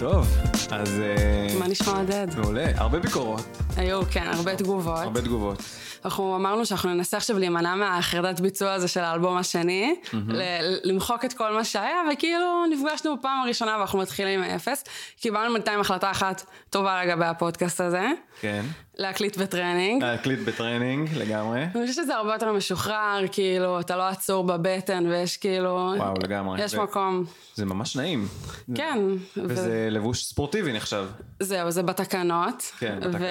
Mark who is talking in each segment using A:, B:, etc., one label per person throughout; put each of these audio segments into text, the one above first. A: טוב, אז אה,
B: מה נשמע עודד?
A: מעולה, הרבה ביקורות,
B: היו, כן, הרבה תגובות.
A: הרבה תגובות.
B: אנחנו אמרנו שאנחנו ננסה עכשיו להימנע מהחרדת ביצוע הזה של האלבום השני, ל- למחוק את כל מה שהיה, וכאילו נפגשנו בפעם הראשונה ואנחנו מתחילים מאפס. קיבלנו בינתיים החלטה אחת טובה לגבי הפודקאסט הזה,
A: כן,
B: להקליט בטרנינג.
A: להקליט בטרנינג לגמרי.
B: אני חושבת שזה הרבה יותר משוחרר, כאילו, אתה לא עצור בבטן, ויש כאילו...
A: וואו, לגמרי.
B: יש
A: ו-
B: מקום.
A: זה ממש נעים.
B: כן. ו-
A: וזה לבוש ספורטיבי נחשב.
B: זהו, זה בתקנות.
A: כן, בתקנות.
B: ו...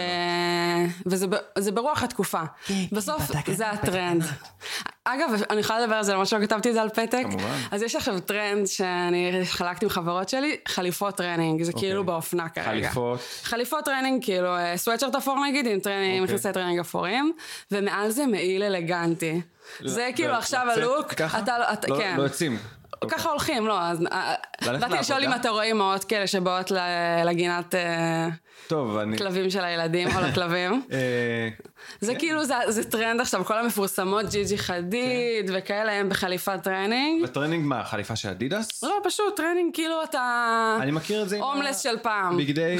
B: וזה ב... זה ברוח התקופה. בסוף זה הטרנד. אגב, אני יכולה לדבר על זה, למרות שלא כתבתי את זה על פתק.
A: כמובן.
B: אז יש עכשיו טרנד שאני חלקתי עם חברות שלי, חליפות טרנינג, זה כאילו באופנה כרגע.
A: אוקיי. חליפות.
B: חליפות טרנינג, כאילו אה, סוואטשרט אפור נגיד, עם טרנינג,
A: אוקיי.
B: מכנסי טרנינג אפורים, ומעל זה מעיל אלגנטי. זה כאילו
A: ל-
B: עכשיו
A: לא- לצאת
B: הלוק,
A: ככה?
B: אתה לא, אתה-
A: לא-
B: כן.
A: לא יוצאים.
B: ככה הולכים, לא, אז אה,
A: ללכת
B: באתי לשאול
A: לעבודה?
B: אם אתה רואה אמהות כאלה שבאות ל- לגינת אה,
A: טוב, אני...
B: כלבים של הילדים או לכלבים.
A: אה,
B: זה כאילו, זה- זה טרנד עכשיו, כל המפורסמות, ג'י
A: כן.
B: ג'י חדיד וכאלה, הם בחליפת טרנינג.
A: בטרנינג מה, חליפה של אדידס?
B: לא, פשוט טרנינג, כאילו אתה
A: אני מכיר את זה עם...
B: הומלס
A: ה-
B: של פעם.
A: בגדי...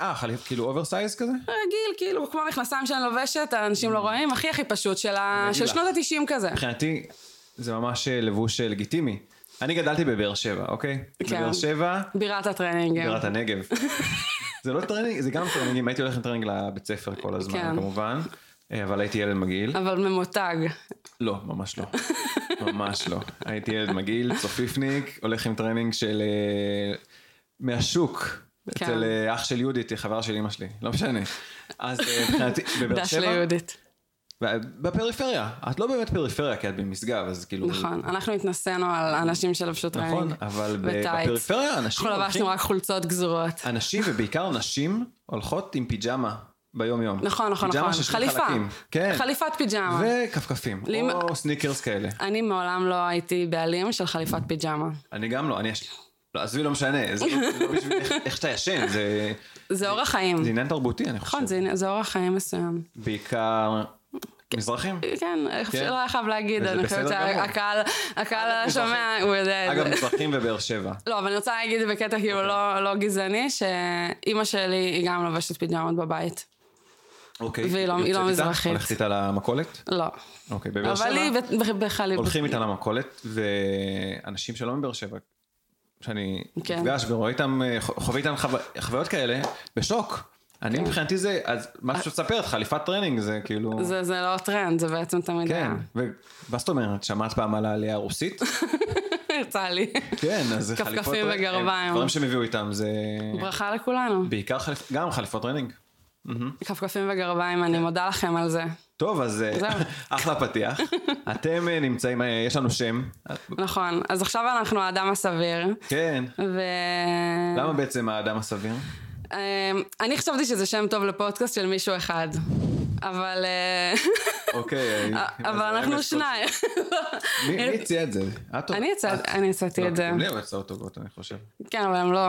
A: אה, אה, חליף, כאילו אוברסייז כזה?
B: רגיל, כאילו, כמו המכנסיים שאני לובשת, האנשים לא
A: Mm.
B: רואים, הכי הכי פשוט, של ה-
A: אגיד
B: של
A: לך.
B: שנות התשעים כזה.
A: מבחינתי, זה ממש אה, לבוש אה, לגיטימי. אני גדלתי בבאר שבע, אוקיי?
B: כן.
A: בבאר שבע,
B: בירת הטרנינג.
A: בירת הנגב. זה לא טרנינג, זה גם טרנינגים, הייתי הולך עם טרנינג לבית ספר כל הזמן,
B: כן.
A: כמובן. אה, אבל הייתי ילד מגעיל.
B: אבל ממותג.
A: לא, ממש לא. ממש לא. הייתי ילד מגעיל, צופיפניק, הולך עם טרנינג של... אה, מהשוק.
B: כן.
A: אצל אה, אח של יהודית, חברה של אמא שלי, לא משנה. אז אה, מבחינתי, בבאר
B: דש
A: שבע, Mm.
B: ליהודית.
A: ב- בפריפריה. את לא באמת פריפריה, כי את במשגב, אז כאילו...
B: נכון, אנחנו התנסינו על אנשים שלבשו טרנינג.
A: נכון, אבל ב-
B: וטייץ.
A: בפריפריה אנשים
B: אנחנו
A: הולכים...
B: לבשנו רק חולצות גזורות.
A: אנשים, ובעיקר נשים, הולכות עם פיג'מה ביום-יום.
B: נכון, נכון,
A: פיג'מה של
B: נכון.
A: שני
B: חליפה.
A: חלקים. כן.
B: חליפת פיג'מה.
A: וכפכפים,
B: לימ-
A: או סניקרס כאלה.
B: אני מעולם לא הייתי בעלים של חליפת פיג'מה.
A: אני גם לא, אני יש... לא, עזבי, לא משנה. זה לא- זה לא בשביל איך- איך שאתה ישן, זה
B: זה אורח חיים.
A: זה עניין תרבותי, אני חושב.
B: נכון, זה- זה אורח חיים מסוים.
A: בעיקר מזרחים.
B: כן, אפשר- לא היה חייב להגיד,
A: וזה
B: אני חושבת
A: בסדר גמור.
B: שהקהל הקהל
A: אגב,
B: השומע,
A: מזרחים.
B: הוא יודע את
A: אגב,
B: אה,
A: אוקיי.
B: זה.
A: מזרחים ובאר שבע.
B: לא, אבל אני רוצה להגיד בקטע כאילו לא לא גזעני, שאימא שלי היא גם לובשת פיג'מות בבית.
A: אוקיי.
B: והיא לא-
A: יוצאת
B: היא לא
A: איתה?
B: מזרחית.
A: הולכת איתה למכולת?
B: לא.
A: אוקיי, בבאר שבע.
B: אבל היא בחליפה.
A: הולכים איתה למכולת, ואנשים שלא מבאר שבע, שאני
B: כן.
A: נפגש ורואה איתם, אה, חו- חווה איתם חו- חוויות כאלה, בשוק. אני
B: כן.
A: מבחינתי זה, אז מה שאת מספרת, חליפת טרנינג זה כאילו...
B: אה. זה זה לא טרנד, זה בעצם תמיד
A: כן,
B: היה.
A: ומה זאת אומרת, שמעת פעם על העלייה הרוסית?
B: יצא לי.
A: כן, אז זה
B: כפכפים
A: חליפות... טרנינג,
B: וגרביים.
A: דברים שהם הביאו איתם זה...
B: ברכה לכולנו.
A: בעיקר חליפ... גם חליפות טרנינג.
B: כפכפים וגרביים,
A: כן.
B: אני מודה לכם על זה.
A: טוב, אז אה,
B: זהו.
A: אחלה פתיח. אתם אה, נמצאים, אה, יש לנו שם.
B: נכון, אז עכשיו אנחנו האדם הסביר,
A: כן.
B: ו...
A: למה בעצם האדם הסביר?
B: אה, אני חשבתי שזה שם טוב לפודקאסט של מישהו אחד, אבל... אה,
A: אוקיי. אה,
B: אבל
A: אז
B: אנחנו
A: הרמז
B: שניים.
A: מי מי הציע את זה? את או-
B: אני
A: את?
B: יצא- אני
A: לא,
B: יצאתי את זה.
A: גם לי היו הצעות טובות, אני חושב.
B: כן, אבל הם לא...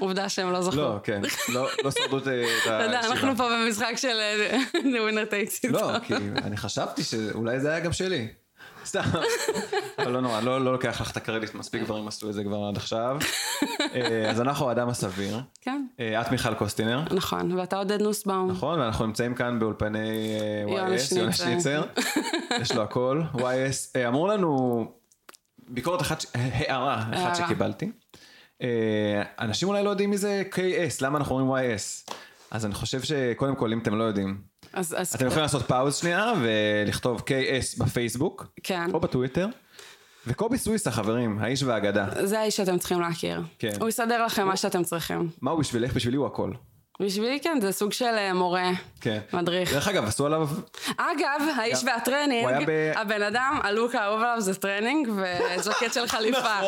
B: עובדה שהם לא זכו.
A: לא, כן. לא- לא שרדו את אה, את
B: אתה יודע,
A: הישיבה.
B: אנחנו פה במשחק של אה, The Winner Takes It.
A: לא, כי אני חשבתי שאולי זה היה גם שלי. סתם. אבל לא נורא, לא לא לוקח לך את הקרדיט, מספיק גברים עשו את זה כבר עד עכשיו. אה, אז אנחנו האדם הסביר.
B: כן,
A: אה, את מיכל קוסטינר.
B: נכון, ואתה עודד נוסבאום.
A: נכון, ואנחנו נמצאים כאן באולפני אה,
B: יונה
A: YS, יונה
B: שניצר.
A: שניצר, יש לו הכל, YS, אה, אמרו לנו ביקורת אחת, ש- הערה
B: הערה.
A: אחת שקיבלתי. אה, אנשים אולי לא יודעים מי זה KS, למה אנחנו אומרים YS? אז אני חושב שקודם כל, אם אתם לא יודעים,
B: אז- אז
A: אתם יכולים לעשות פאוז שנייה ולכתוב KS בפייסבוק,
B: כן.
A: או בטוויטר, וקובי סוויסה, חברים, האיש והאגדה.
B: זה האיש שאתם צריכים להכיר.
A: כן.
B: הוא יסדר לכם מה שאתם צריכים.
A: מה הוא בשבילך? בשבילי הוא הכל.
B: בשבילי כן, זה סוג של אה, מורה,
A: כן.
B: מדריך.
A: דרך אגב, עשו עליו...
B: אגב, האיש
A: גם- הוא היה
B: והטרנינג,
A: ב-
B: הבן אדם, הלוק האהוב עליו זה טרנינג וז'קט של חליפה.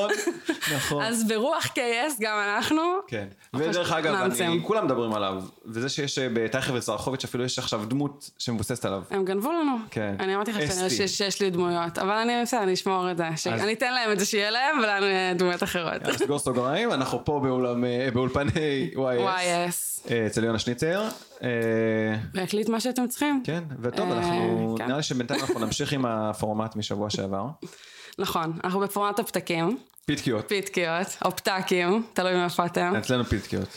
A: נכון.
B: אז ברוח KS גם אנחנו.
A: כן.
B: ממש
A: ודרך אגב,
B: מאמצם.
A: אני, כולם מדברים עליו, וזה שיש אה, בטייכר וסרחוביץ' אפילו יש עכשיו דמות שמבוססת עליו.
B: הם גנבו לנו.
A: כן.
B: אני אמרתי לך שאני-
A: ST.
B: שיש שיש לי דמויות, אבל אני בסדר, אני אשמור את זה. ש-
A: אז-
B: אני אתן להם את זה שיהיה להם, ולנו יהיה דמויות אחרות.
A: אז סגור סוגריים, אנחנו פה באולם, אה, באולפני YS,
B: YS.
A: אה, אצל יונה שניצר. אה,
B: להקליט מה שאתם צריכים.
A: כן, וטוב,
B: אה,
A: אנחנו,
B: כן.
A: נראה לי שבינתיים אנחנו נמשיך עם הפורמט משבוע שעבר.
B: נכון, אנחנו בפורמט הפתקים,
A: פיתקיות.
B: פיתקיות, או פתקים, תלוי מאיפה אתם.
A: אצלנו פיתקיות.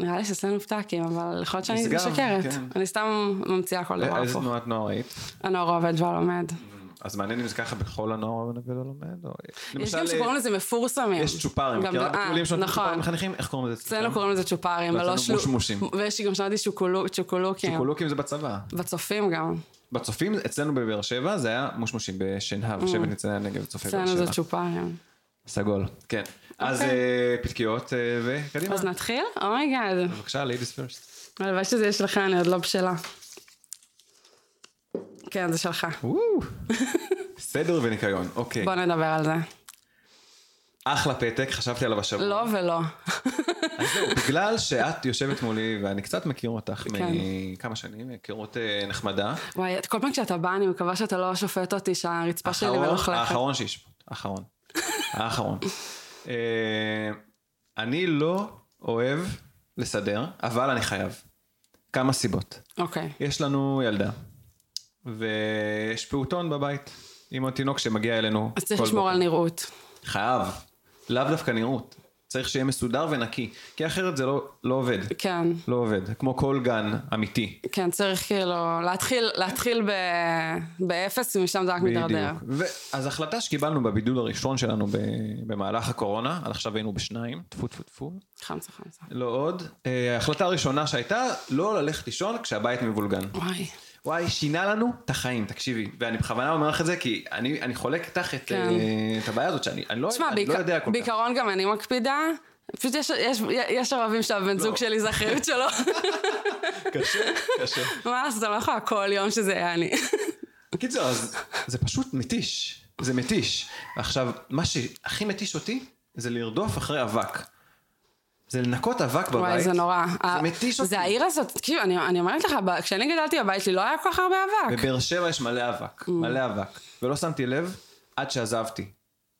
B: נראה לי שאצלנו פתקים, אבל יכול להיות שאני
A: נשגב,
B: משקרת.
A: כן.
B: אני סתם ממציאה כל דבר
A: אה, איזה
B: לא, הפוך.
A: תנועת נוער היית?
B: הנוער עובד והלומד.
A: אז מעניין אם זה ככה בכל הנוער ולא לומד? או-
B: יש
A: למשל, אה,
B: גם שקוראים לזה מפורסמים.
A: יש צ'ופרים,
B: גם
A: מכירה
B: ב- אה,
A: בטיולים שנותנים
B: נכון.
A: צ'ופרים מחנכים? איך קוראים לזה?
B: אצלנו קוראים לזה צ'ופרים,
A: ואצלנו
B: ולא שלו...
A: מושמושים.
B: ויש גם שמעתי שוקולו- צ'וקולוקים.
A: קולוקים זה בצבא.
B: בצופים גם.
A: בצופים, אצלנו בבאר שבע זה היה מושמושים בשנהב, שבט ניצני הנגב, צופי באר
B: Mm. אצלנו זה
A: שבע.
B: צ'ופרים.
A: סגול, כן. אז אה, פתקיות אה, וקדימה.
B: אז נתחיל? אומייגאד.
A: בבקשה, ladies first.
B: הלוואי שזה יהיה שלך, אני עוד לא בשלה. כן, זה שלך.
A: וואו. סדר וניקיון, אוקיי.
B: בוא נדבר על זה.
A: אחלה פתק, חשבתי עליו השבוע.
B: לא ולא.
A: אז זהו, בגלל שאת יושבת מולי, ואני קצת מכיר אותך
B: כן.
A: מכמה שנים, היכרות אה, נחמדה.
B: וואי, כל פעם כשאתה בא, אני מקווה שאתה לא שופט אותי שהרצפה שלי
A: האחרון-
B: מלוכלכת.
A: האחרון שישפוט, האחרון. האחרון. אה, אני לא אוהב לסדר, אבל אני חייב. כמה סיבות.
B: אוקיי.
A: יש לנו ילדה, ויש פעוטון בבית, עם עוד תינוק שמגיע אלינו.
B: אז צריך
A: כל
B: לשמור
A: בוקר.
B: על נראות.
A: חייב. לאו דווקא נראות. צריך שיהיה מסודר ונקי, כי אחרת זה לא, לא עובד.
B: כן.
A: לא עובד. כמו כל גן אמיתי.
B: כן, צריך כאילו להתחיל, להתחיל ב... באפס, ומשם זה רק מידרדר.
A: בדיוק. ו- אז החלטה שקיבלנו בבידוד הראשון שלנו ב- במהלך הקורונה, עד עכשיו היינו בשניים, טפו טפו טפו,
B: חמצה, חמצה.
A: לא עוד. אה, ההחלטה הראשונה שהייתה, לא ללכת לישון כשהבית מבולגן.
B: וואי.
A: וואי, שינה לנו את החיים, תקשיבי. ואני בכוונה אומר לך את זה, כי אני, אני חולק איתך את,
B: כן.
A: אה, את הבעיה הזאת, שאני אני לא,
B: תשמע,
A: אני
B: בעיק-
A: לא יודע כל כך.
B: בעיקרון גם אני מקפידה. פשוט יש, יש, יש ערבים שהבן
A: לא.
B: זוג שלי זה אחריות שלו.
A: קשה, קשה.
B: מה לעשות, אני לא יכולה כל יום שזה יהיה אני.
A: קיצור, אז זה פשוט מתיש. זה מתיש. עכשיו, מה שהכי מתיש אותי, זה לרדוף אחרי אבק. זה לנקות אבק בבית.
B: וואי, זה נורא.
A: זה מתיש אותי.
B: זה העיר הזאת, תקשיב, אני, אני אומרת לך, ב- כשאני גדלתי בבית שלי לא היה כל כך הרבה אבק.
A: בבאר שבע יש מלא
B: Mm.
A: אבק, מלא אבק. ולא שמתי לב עד שעזבתי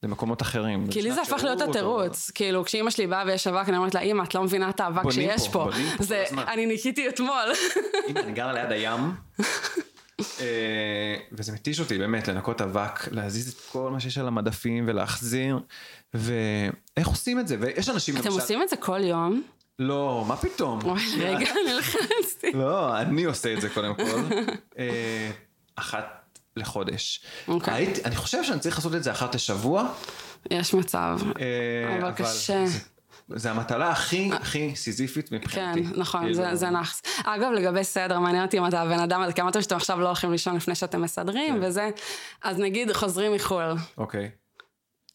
A: למקומות אחרים.
B: כי לי זה
A: לשנת
B: הפך להיות
A: שירות או-
B: התירוץ. כאילו, כשאימא שלי באה ויש אבק, אני אומרת לה, אימא, את לא מבינה את האבק
A: בונים
B: שיש
A: פה,
B: פה.
A: בונים פה כל
B: זה,
A: הזמן."
B: אני ניקיתי אתמול.
A: הנה, אני גר ליד הים. אה, וזה מתיש אותי באמת לנקות אבק, להזיז את כל מה שיש על המדפים ולהחזיר. ואיך עושים את זה? ויש אנשים
B: אתם עושים את זה כל יום?
A: לא, מה פתאום?
B: וואי, רגע, נלחצתי.
A: לא, אני עושה את זה קודם כל. אה, אחת לחודש.
B: אוקיי.
A: הייתי- אני חושב שאני צריך לעשות את זה אחת לשבוע,
B: יש מצב.
A: אה,
B: אבל קשה.
A: זה- זה המטלה הכי הכי סיזיפית
B: כן,
A: מבחינתי.
B: נכון,
A: כאילו,
B: זה, זה נחס. אגב, לגבי סדר, מעניין אותי אם אתה הבן אדם, עד כמה אתם שאתם עכשיו לא הולכים לישון לפני שאתם
A: כן.
B: מסדרים וזה, אז נגיד חוזרים מחו"ל,
A: אוקיי.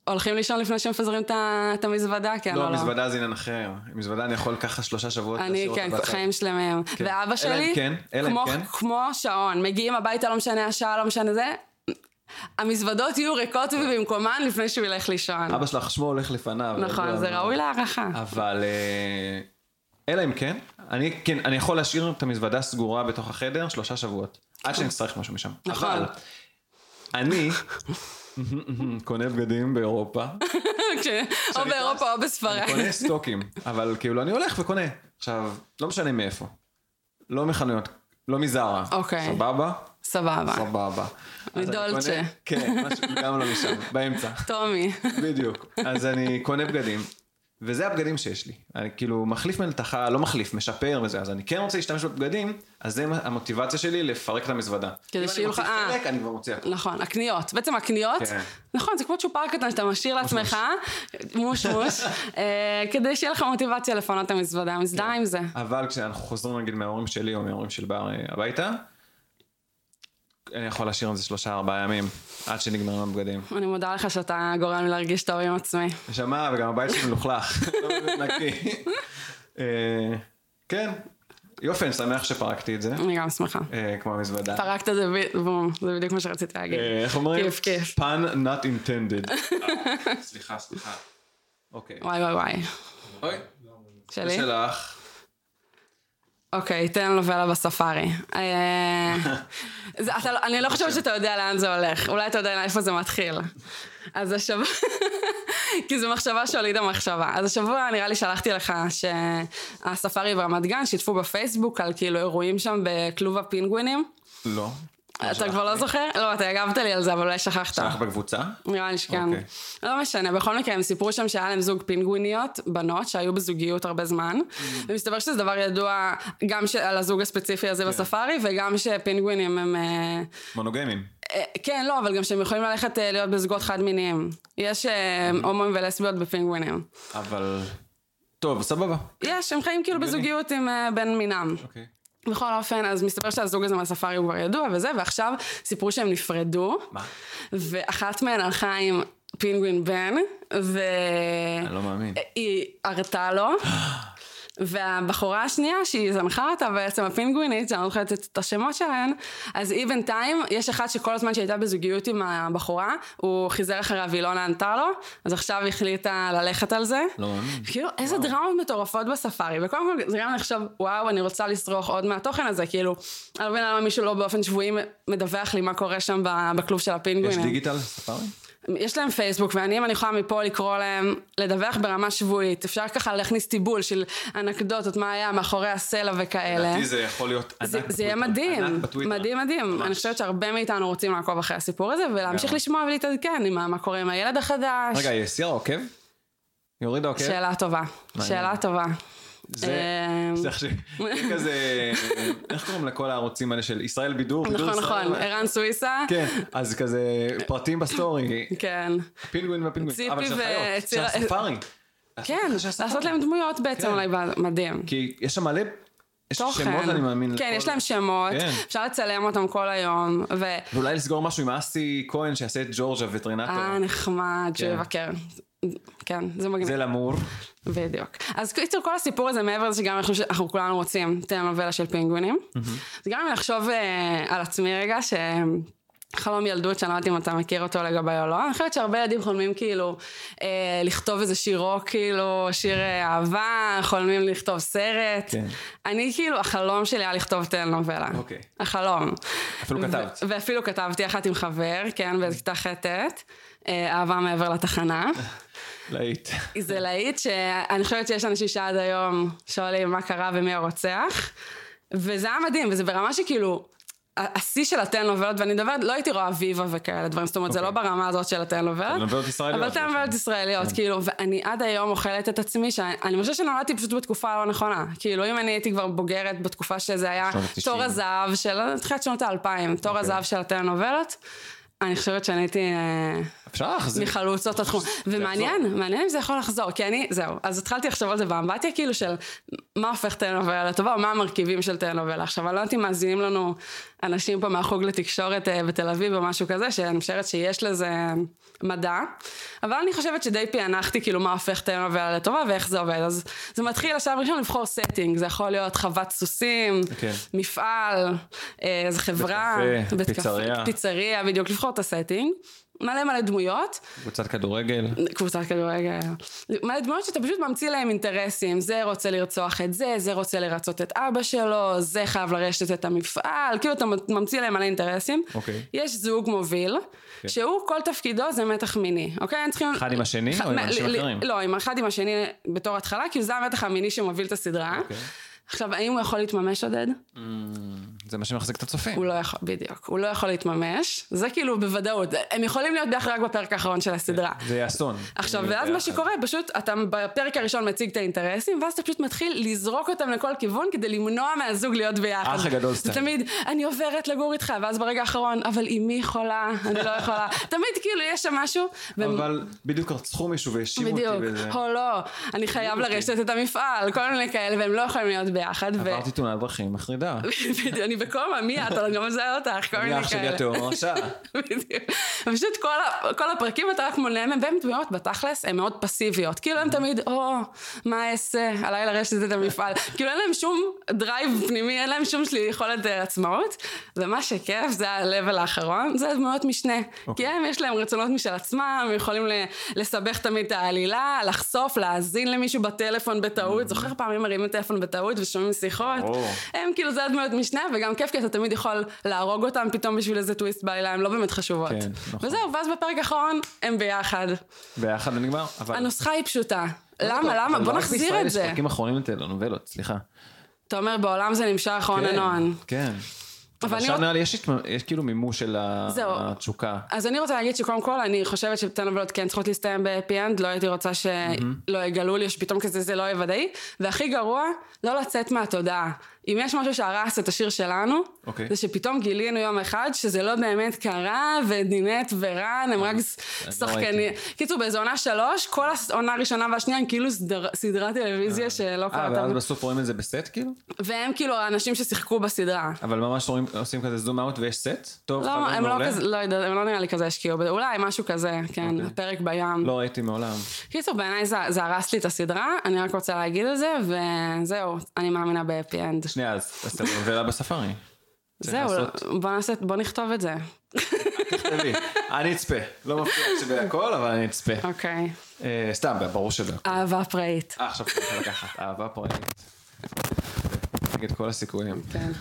B: הולכים לישון לפני שמפזרים את ה- את המזוודה? כן או
A: לא,
B: לא?
A: מזוודה זה עניין אחר. מזוודה אני יכול ככה שלושה שבועות
B: אני, כן,
A: בצד.
B: חיים שלמים.
A: כן. אלא
B: ואבא
A: אם
B: שלי,
A: כן, אלא אם
B: כמו-
A: כן.
B: כמו שעון, מגיעים הביתה, לא משנה השעה, לא משנה זה, המזוודות יהיו ריקות ובמקומן לפני שהוא ילך לישון.
A: אבא לא, שלך שמו הולך לפניו.
B: נכון,
A: ידוע
B: זה
A: מאוד.
B: ראוי להערכה.
A: אבל... אה, אלא אם כן, אני כן, אני יכול להשאיר את המזוודה סגורה בתוך החדר שלושה שבועות. עד שאני אצטרך משהו משם.
B: נכון.
A: אבל אני קונה בגדים באירופה.
B: כש-
A: כשאני
B: או
A: טס,
B: באירופה או בספרד.
A: אני קונה סטוקים, אבל כאילו אני הולך וקונה. עכשיו, לא משנה מאיפה. לא מחנויות, לא מזרה.
B: אוקיי.
A: סבבה?
B: סבבה.
A: סבבה. אז אני
B: מדולצ'ה.
A: קונה- כן, משהו, גם לא משם, באמצע.
B: טומי.
A: בדיוק. אז אני קונה בגדים, וזה הבגדים שיש לי. אני כאילו מחליף מלתחה, לא מחליף, משפר וזה, אז אני כן רוצה להשתמש בבגדים, אז זה המוטיבציה שלי לפרק את המזוודה.
B: כדי שיהיו לך-
A: אם אני
B: אה.
A: מוציא חלק, אני כבר מוציא הכל.
B: נכון, הקניות. בעצם הקניות,
A: כן.
B: נכון, זה כמו צ'ופר קטן שאתה משאיר לעצמך, מוש מוש, אה, כדי שיהיה לך מוטיבציה לפנות את המזוודה, אני
A: כן.
B: מזדהה עם זה.
A: אבל כשאנחנו חוזרים נגיד מההורים שלי או מההורים של בר אה, הביתה, אני יכול להשאיר את זה שלושה ארבעה ימים, עד שנגמרים הבגדים.
B: אני מודה לך שאתה גורם לי להרגיש טוב עם עצמי.
A: נשמה, וגם הבית שלי מלוכלך, לא באמת נקי. אה, כן, יופי, אני שמח שפרקתי את זה,
B: אני גם שמחה.
A: אה, כמו המזוודה.
B: פרקת את זה, ב- בום, זה בדיוק מה שרציתי להגיד.
A: אה, איך אומרים?
B: כיף, כיף.
A: פן not intended. אה, סליחה, סליחה. אוקיי.
B: וואי וואי וואי.
A: אוי, זה
B: שלי?
A: שלך.
B: אוקיי, תן לו ולה בספארי. אה, זה- אתה לא- אני לא חושבת שאתה יודע לאן זה הולך. אולי אתה יודע איפה זה מתחיל. אז השבוע... כי זו מחשבה שהולידה מחשבה. אז השבוע נראה לי שלחתי לך שהספארי ברמת גן שיתפו בפייסבוק על כאילו אירועים שם בכלוב הפינגווינים.
A: לא.
B: אתה כבר לא זוכר? לא, אתה הגבת לי על זה, אבל אולי שכחת.
A: שלך בקבוצה?
B: נראה לי שכן.
A: אוקיי.
B: לא משנה, בכל מקרה הם סיפרו שם שהיה להם זוג פינגוויניות, בנות, שהיו בזוגיות הרבה זמן. ומסתבר שזה דבר ידוע גם ש... על הזוג הספציפי הזה בספארי, וגם שפינגווינים הם... אה,
A: מונוגמים.
B: אה, כן, לא, אבל גם שהם יכולים ללכת אה, להיות בזוגות חד מיניים. יש אה, הומואים ולסביות בפינגווינים.
A: אבל... טוב, סבבה.
B: יש, הם חיים כאילו
A: הגיוני.
B: בזוגיות עם אה, בן מינם.
A: אוקיי.
B: בכל אופן, אז מסתבר שהזוג הזה מהספארי הוא כבר ידוע וזה, ועכשיו סיפרו שהם נפרדו,
A: מה?
B: ואחת מהן הלכה עם פינגווין בן, ו...
A: אני לא מאמין.
B: היא הרתה לו, והבחורה השנייה שהיא זנחה אותה בעצם הפינגווינית, שאני לא זוכרת את השמות שלהן, אז היא בינתיים, יש אחת שכל הזמן שהיא הייתה בזוגיות עם הבחורה, הוא חיזר אחריה והיא לא נענתה לו, אז עכשיו היא החליטה ללכת על זה.
A: לא מאמין.
B: כאילו, איזה דרמות מטורפות בספארי, וקודם כל זה גם לחשוב, וואו, אני רוצה לסרוח עוד מהתוכן הזה, כאילו, אני לא מבינה למה מישהו לא באופן שבועי מדווח לי מה קורה שם ב- בכלוב של
A: יש
B: הפינגווינים.
A: דיגיטל ספארי?
B: יש להם פייסבוק, ואני, אם אני יכולה מפה לקרוא להם, לדווח ברמה שבועית. אפשר ככה להכניס טיבול של אנקדוטות, מה היה מאחורי הסלע וכאלה.
A: לדעתי זה יכול להיות ענק
B: זה, זה יהיה
A: בטוויטר.
B: מדהים,
A: ענק בטוויטר.
B: מדהים מדהים.
A: ממש.
B: אני חושבת שהרבה מאיתנו רוצים לעקוב אחרי הסיפור הזה, ולהמשיך
A: גם.
B: לשמוע ולהתעדכן עם מה- מה קורה עם הילד החדש.
A: רגע, היא הסירה עוקב? היא הורידה עוקב?
B: שאלה טובה,
A: מעניין.
B: שאלה טובה.
A: זה...
B: אמ,
A: זה עכשיו- זה כזה... איך קוראים לכל הערוצים האלה של ישראל בידור? בידור
B: נכון,
A: ישראל?
B: נכון, ערן סוויסה.
A: כן, אז כזה פרטים בסטורי,
B: כן.
A: פינגווין והפינגווין,
B: ציפי
A: אבל של חיות, של
B: וצילה-
A: הספארי.
B: כן, לעשות להם דמויות בעצם
A: כן.
B: אולי, ב- מדהים.
A: כי יש שם מלא, יש
B: תוכן.
A: שמות אני מאמין.
B: כן,
A: לכל-
B: יש להם שמות,
A: כן.
B: אפשר לצלם אותם כל היום, ו...
A: ואולי לסגור משהו עם אסי כהן שיעשה את ג'ורג' הווטרינטור.
B: אה, נחמד,
A: כן.
B: שיבקר. כן, זה מגניב,
A: זה למור.
B: בדיוק. אז קיצור, כל הסיפור הזה, מעבר לזה שגם אנחנו- אנחנו כולנו רוצים טלנובלה של פינגווינים, זה גם אם לחשוב אה, על עצמי רגע, ש... חלום ילדות, שאני לא יודעת אם אתה מכיר אותו לגבי או לא. אני חושבת שהרבה ילדים חולמים כאילו אה, לכתוב איזה שיר רוק, כאילו שיר אה, אהבה, חולמים לכתוב סרט.
A: כן.
B: אני כאילו, החלום שלי היה לכתוב טלנובלה.
A: אוקיי.
B: החלום.
A: אפילו כתבת.
B: ו- ואפילו כתבתי אחת עם חבר, כן, בכיתה ח'-ט', אה, אהבה מעבר לתחנה.
A: להיט.
B: זה להיט שאני חושבת שיש אנשים שעד היום שואלים מה קרה ומי הרוצח, וזה היה מדהים, וזה ברמה שכאילו... ה- השיא של הטלנובלות, ואני מדברת, לא הייתי רואה אביבה וכאלה דברים, זאת אומרת, זה לא
A: אוקיי.
B: ברמה הזאת של הטלנובלות.
A: טלנובלות ישראליות,
B: אבל
A: בעצם. כן.
B: טלנובלות ישראליות, כאילו, ואני עד היום אוכלת את עצמי, שאני אני חושבת שנולדתי פשוט בתקופה הלא נכונה. כאילו, אם אני הייתי כבר בוגרת בתקופה שזה היה
A: שנות ה-תשעים.
B: תור הזהב של, תחילת שנות האלפיים, תור
A: אוקיי.
B: הזהב של הטלנובלות, אני חושבת שאני הייתי... אה,
A: אפשר להחזיר.
B: מחלוצות התחום. ומעניין, מעניין אם זה יכול לחזור, כי אני, זהו. אז התחלתי לחשוב על זה באמבטיה, כאילו של מה הופך טלנובלה לטובה, או מה המרכיבים של טלנובלה. עכשיו, אני לא יודעת אם מאזינים לנו אנשים פה מהחוג לתקשורת אה, בתל אביב או משהו כזה, שאני משערת שיש לזה מדע, אבל אני חושבת שדי פענחתי כאילו מה הופך טלנובלה לטובה ואיך זה עובד. אז זה מתחיל השלב הראשון לבחור סטינג, זה יכול להיות חוות סוסים,
A: כן.
B: מפעל, אה, איזה חברה,
A: קפה, פיצריה.
B: פיצריה, בדיוק, לבחור את הסטינג. מלא מלא דמויות,
A: קבוצת כדורגל.
B: קבוצת כדורגל, מלא דמויות שאתה פשוט ממציא להם אינטרסים, זה רוצה לרצוח את זה, זה רוצה לרצות את אבא שלו, זה חייב לרשת את המפעל, כאילו אתה ממציא להם מלא אינטרסים.
A: אוקיי.
B: יש זוג מוביל,
A: כן.
B: שהוא כל תפקידו זה מתח מיני, אוקיי? הם צריכים...
A: אחד עם השני
B: ח-
A: או עם
B: מה-
A: אנשים
B: ל- ל-
A: אחרים?
B: לא, עם אחד עם השני בתור התחלה, כי זה המתח המיני שמוביל את הסדרה.
A: אוקיי. Mm,
B: עכשיו, האם הוא יכול להתממש, עודד?
A: זה מה שמחזיק את הצופים.
B: הוא לא יכול, בדיוק, הוא לא יכול להתממש, זה כאילו בוודאות, הם יכולים להיות בערך רק בפרק האחרון של הסדרה.
A: זה אסון.
B: לא. עכשיו,
A: זה
B: ואז
A: ביחד.
B: מה שקורה, פשוט אתה בפרק הראשון מציג את האינטרסים, ואז אתה פשוט מתחיל לזרוק אותם לכל כיוון כדי למנוע מהזוג להיות ביחד.
A: האח הגדול סטייל.
B: זה תמיד, אני עוברת לגור איתך, ואז ברגע האחרון, אבל אמי חולה, אני לא יכולה. תמיד כאילו יש שם משהו, ו-
A: אבל בדיוק רצחו מישהו והאשימו אותי
B: בדיוק,
A: בזה.
B: או לא, אני חייב לרשת את המפעל, כל מיני כאלה, והם לא יכולים להיות ביחד. ו-
A: עברתי תאונת דרכים מחרידה.
B: בדיוק, אני בקומה, מי את? אני גם מזהה אותך, כל מיני
A: אני אח שלי
B: כאלה.
A: התאום רשע.
B: בדיוק. ופשוט כל, ה- כל הפרקים אתה רק מונה מהם, והן דמויות בתכלס, הן מאוד פסיביות. כאילו הן תמיד, או, מה אעשה, עליי לרשת את המפעל. כאילו אין להן שום דרייב פנימי, אין להן שום שלי יכולת אה, עצמאות. ומה שכיף, זה ה-level האחרון, זה דמויות משנה. כי הם, יש להם רצונות משל עצמם, הם יכולים ל- לסבך תמיד את העלילה, לחשוף, להאזין למישהו בטלפון בטעות. זוכר פעמים מרימים טלפון בטעות ושומעים שיחות?
A: ברור.
B: הם כאילו זה הדמויות משנה, וגם כיף, כי אתה תמיד יכול להרוג אותם פתאום בשביל איזה טוויסט בעלילה, הן לא באמת חשובות.
A: כן, נכון.
B: וזהו, ואז בפרק האחרון, הם ביחד.
A: ביחד זה נגמר, אבל...
B: הנוסחה היא פשוטה.
A: אבל
B: למה, למה? בוא
A: לא רק
B: נחזיר
A: בישראל
B: את
A: יש
B: זה.
A: פרקים אחרונים לטלנובלות, סליחה.
B: אתה אומר, בעולם זה נמשך הון
A: כן,
B: אנ הון.
A: כן. אבל
B: אני
A: עכשיו
B: רוצ-
A: נראה לי יש התמ- יש כאילו מימוש של ה-
B: זהו.
A: התשוקה.
B: אז אני רוצה להגיד שקודם כל, אני חושבת שטלנובלות כן צריכות להסתיים בהפי-אנד, לא הייתי רוצה שלא יגלו לי שפתאום כזה זה לא יהיה ודאי. והכי גרוע, לא לצאת מהתודעה. אם יש משהו שהרס את השיר שלנו,
A: אוקיי.
B: זה שפתאום גילינו יום אחד שזה לא באמת קרה, ודינט ורן הם רק ס-
A: לא
B: שחקנים. קיצור, באיזו עונה שלוש, כל העונה הראשונה והשנייה הם כאילו סדר- סדרת טלוויזיה שלא
A: אה,
B: קראתם.
A: ואז בסוף רואים את זה בסט כאילו?
B: והם כאילו האנשים ששיחקו בסדרה.
A: אבל ממש רואים- עושים כזה זום אאוט ויש סט? טוב,
B: לא,
A: חברים,
B: הם לא
A: אה, אוקיי, מעולה. אוקיי.
B: כזה, לא יודעת, הם לא נראה לי כזה השקיעו, בזה. אולי משהו כזה, כן, הפרק בים.
A: לא ראיתי מעולם.
B: קיצור, בעיניי זה, זה הרס לי את הסדרה, אני רק רוצה להגיד את זה, וזהו, אני מאמינה בהפי אנד.
A: שנייה, אז אז טלנובלה בספארי. צריך
B: זהו,
A: לעשות.
B: בוא, נעשה, בוא נכתוב את זה.
A: תביא. אני אצפה. לא מפריע שבהכל, אבל אני אצפה.
B: אוקיי.
A: אה, סתם, ברור שלא.
B: אהבה פראית.
A: אה, עכשיו צריך לקחת. אהבה פועלת. נגד כל הסיכויים.
B: כן.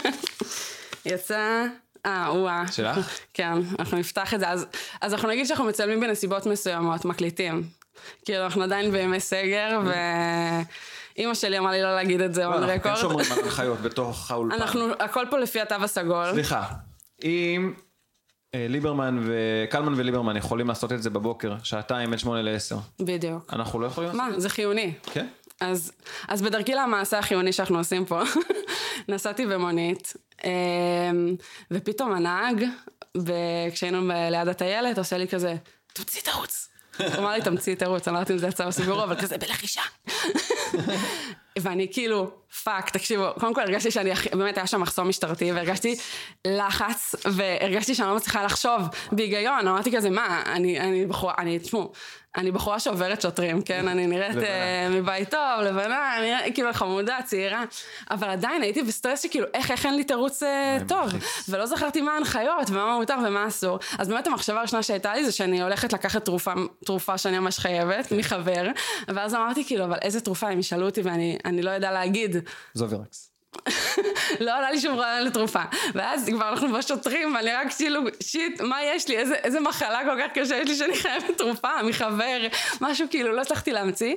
B: יצא... אה, וואה.
A: שלך?
B: כן, אנחנו נפתח את זה. אז, אז אנחנו נגיד שאנחנו מצלמים בנסיבות מסוימות, מקליטים. כאילו, אנחנו עדיין בימי סגר, ואימא שלי אמרה לי לא להגיד את זה
A: לא,
B: און
A: אנחנו כן
B: רקורד.
A: שומרים על הנחיות בתוך האולפן.
B: אנחנו, הכל פה לפי התו הסגול.
A: סליחה, אם אה, ליברמן ו... קלמן וליברמן יכולים לעשות את זה בבוקר, שעתיים בין שמונה לעשר,
B: בדיוק.
A: אנחנו לא יכולים?
B: מה, זה חיוני.
A: כן.
B: אז, אז בדרכי למעשה החיוני שאנחנו עושים פה, נסעתי במונית, אמ, ופתאום הנהג, ב- כשהיינו ב- ליד הטיילת, עושה לי כזה, תמציא תירוץ. הוא אמר לי, תמציא תירוץ, אני לא יודעת אם זה יצא בסיפור, אבל כזה בלחישה. ואני כאילו, פאק, תקשיבו, קודם כל הרגשתי שאני, הכי- באמת היה שם מחסום משטרתי, והרגשתי לחץ, והרגשתי שאני לא מצליחה לחשוב בהיגיון, אמרתי כזה, מה, אני, אני בחורה, אני, תשמעו, אני בחורה שעוברת שוטרים, כן, אני נראית
A: לבנה.
B: אה, מבית טוב, לבנה, אני נראית כאילו חמודה, צעירה, אבל עדיין הייתי בסטרס שכאילו, איך, איך אין לי תירוץ אה,
A: אוי,
B: טוב,
A: מלחיץ.
B: ולא זכרתי מה ההנחיות, ומה מותר ומה אסור. אז באמת המחשבה הראשונה שהייתה לי זה שאני הולכת לקחת תרופה, תרופה שאני ממש חייבת,
A: כן.
B: מחבר, ואז אמרתי כאילו, אבל איזה תרופה, הם ישאלו אותי ואני אני לא יודע להגיד.
A: זוברקס.
B: לא עלה לי שום רעיון לתרופה. ואז כבר אנחנו בשוטרים, ואני רק כאילו, שיט, מה יש לי? איזה, איזה מחלה כל כך קשה יש לי שאני חייבת תרופה מחבר, משהו כאילו, לא הצלחתי להמציא.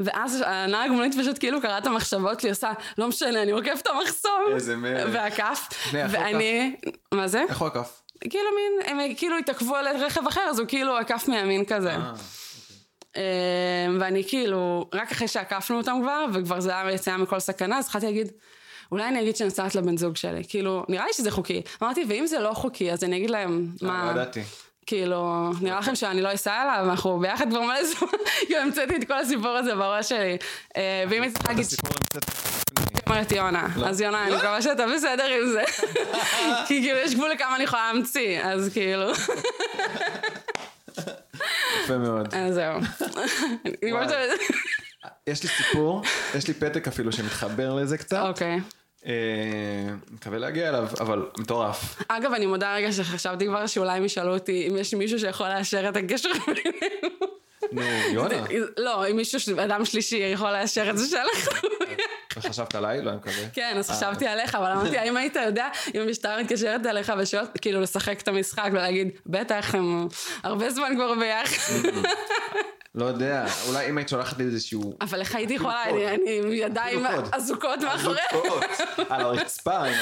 B: ואז הנהג מונית פשוט כאילו קרא את המחשבות שלי, עושה, לא משנה, אני עוקף את המחסום.
A: איזה מלך.
B: והכף.
A: שנייה, איך הוא
B: ואני, מה זה?
A: איך הוא עקף?
B: כאילו מין, הם כאילו התעכבו על רכב אחר, אז הוא כאילו עקף מימין כזה.
A: אה,
B: אמ, ואני כאילו, רק אחרי שעקפנו אותם כבר, וכבר זה היה יציאה מכל סכנה, אז התחלתי להגיד, אולי אני אגיד שנוסעת לבן זוג שלי. כאילו, נראה לי שזה חוקי. אמרתי, ואם זה לא חוקי, אז אני אגיד להם,
A: לא
B: מה,
A: ידעתי.
B: כאילו, נראה לכם שאני לא אסע אליו, אנחנו ביחד כבר מלא זמן, כאילו, המצאתי את כל הסיפור הזה בראש שלי. אה, ואם הייתי צריכה להגיד
A: הסיפור המצאת-
B: אומרת יונה.
A: לא.
B: אז יונה, אני מקווה שאתה בסדר עם זה. כי כאילו יש גבול לכמה אני יכולה להמציא, אז כאילו,
A: יפה מאוד.
B: אז אה, זהו. אני
A: וואי.
B: חושבת-
A: יש לי סיפור, יש לי פתק אפילו שמתחבר לזה קצת.
B: אוקיי.
A: אה, מקווה להגיע אליו, אבל מטורף.
B: אגב, אני מודה רגע שחשבתי כבר שאולי הם ישאלו אותי אם יש מישהו שיכול לאשר את הקשר בינינו.
A: נו, יונה,
B: לא, אם מישהו, ש- אדם שלישי יכול לאשר את זה שלך.
A: חשבת עליי? לא, אני מקווה.
B: כן, אז חשבתי עליך, אבל אמרתי, האם היית יודע אם המשטרה מתקשרת אליך ושואלת, כאילו, לשחק את המשחק ולהגיד, בטח, הם הרבה זמן כבר ביחד.
A: לא יודע, אולי אם היית שולחת לי איזשהו...
B: אבל איך הייתי יכולה,
A: קוד.
B: אני אני עם ידיים
A: אפילו קוד.
B: אזוקות מאחורי.
A: זוגות על הרצפה, עם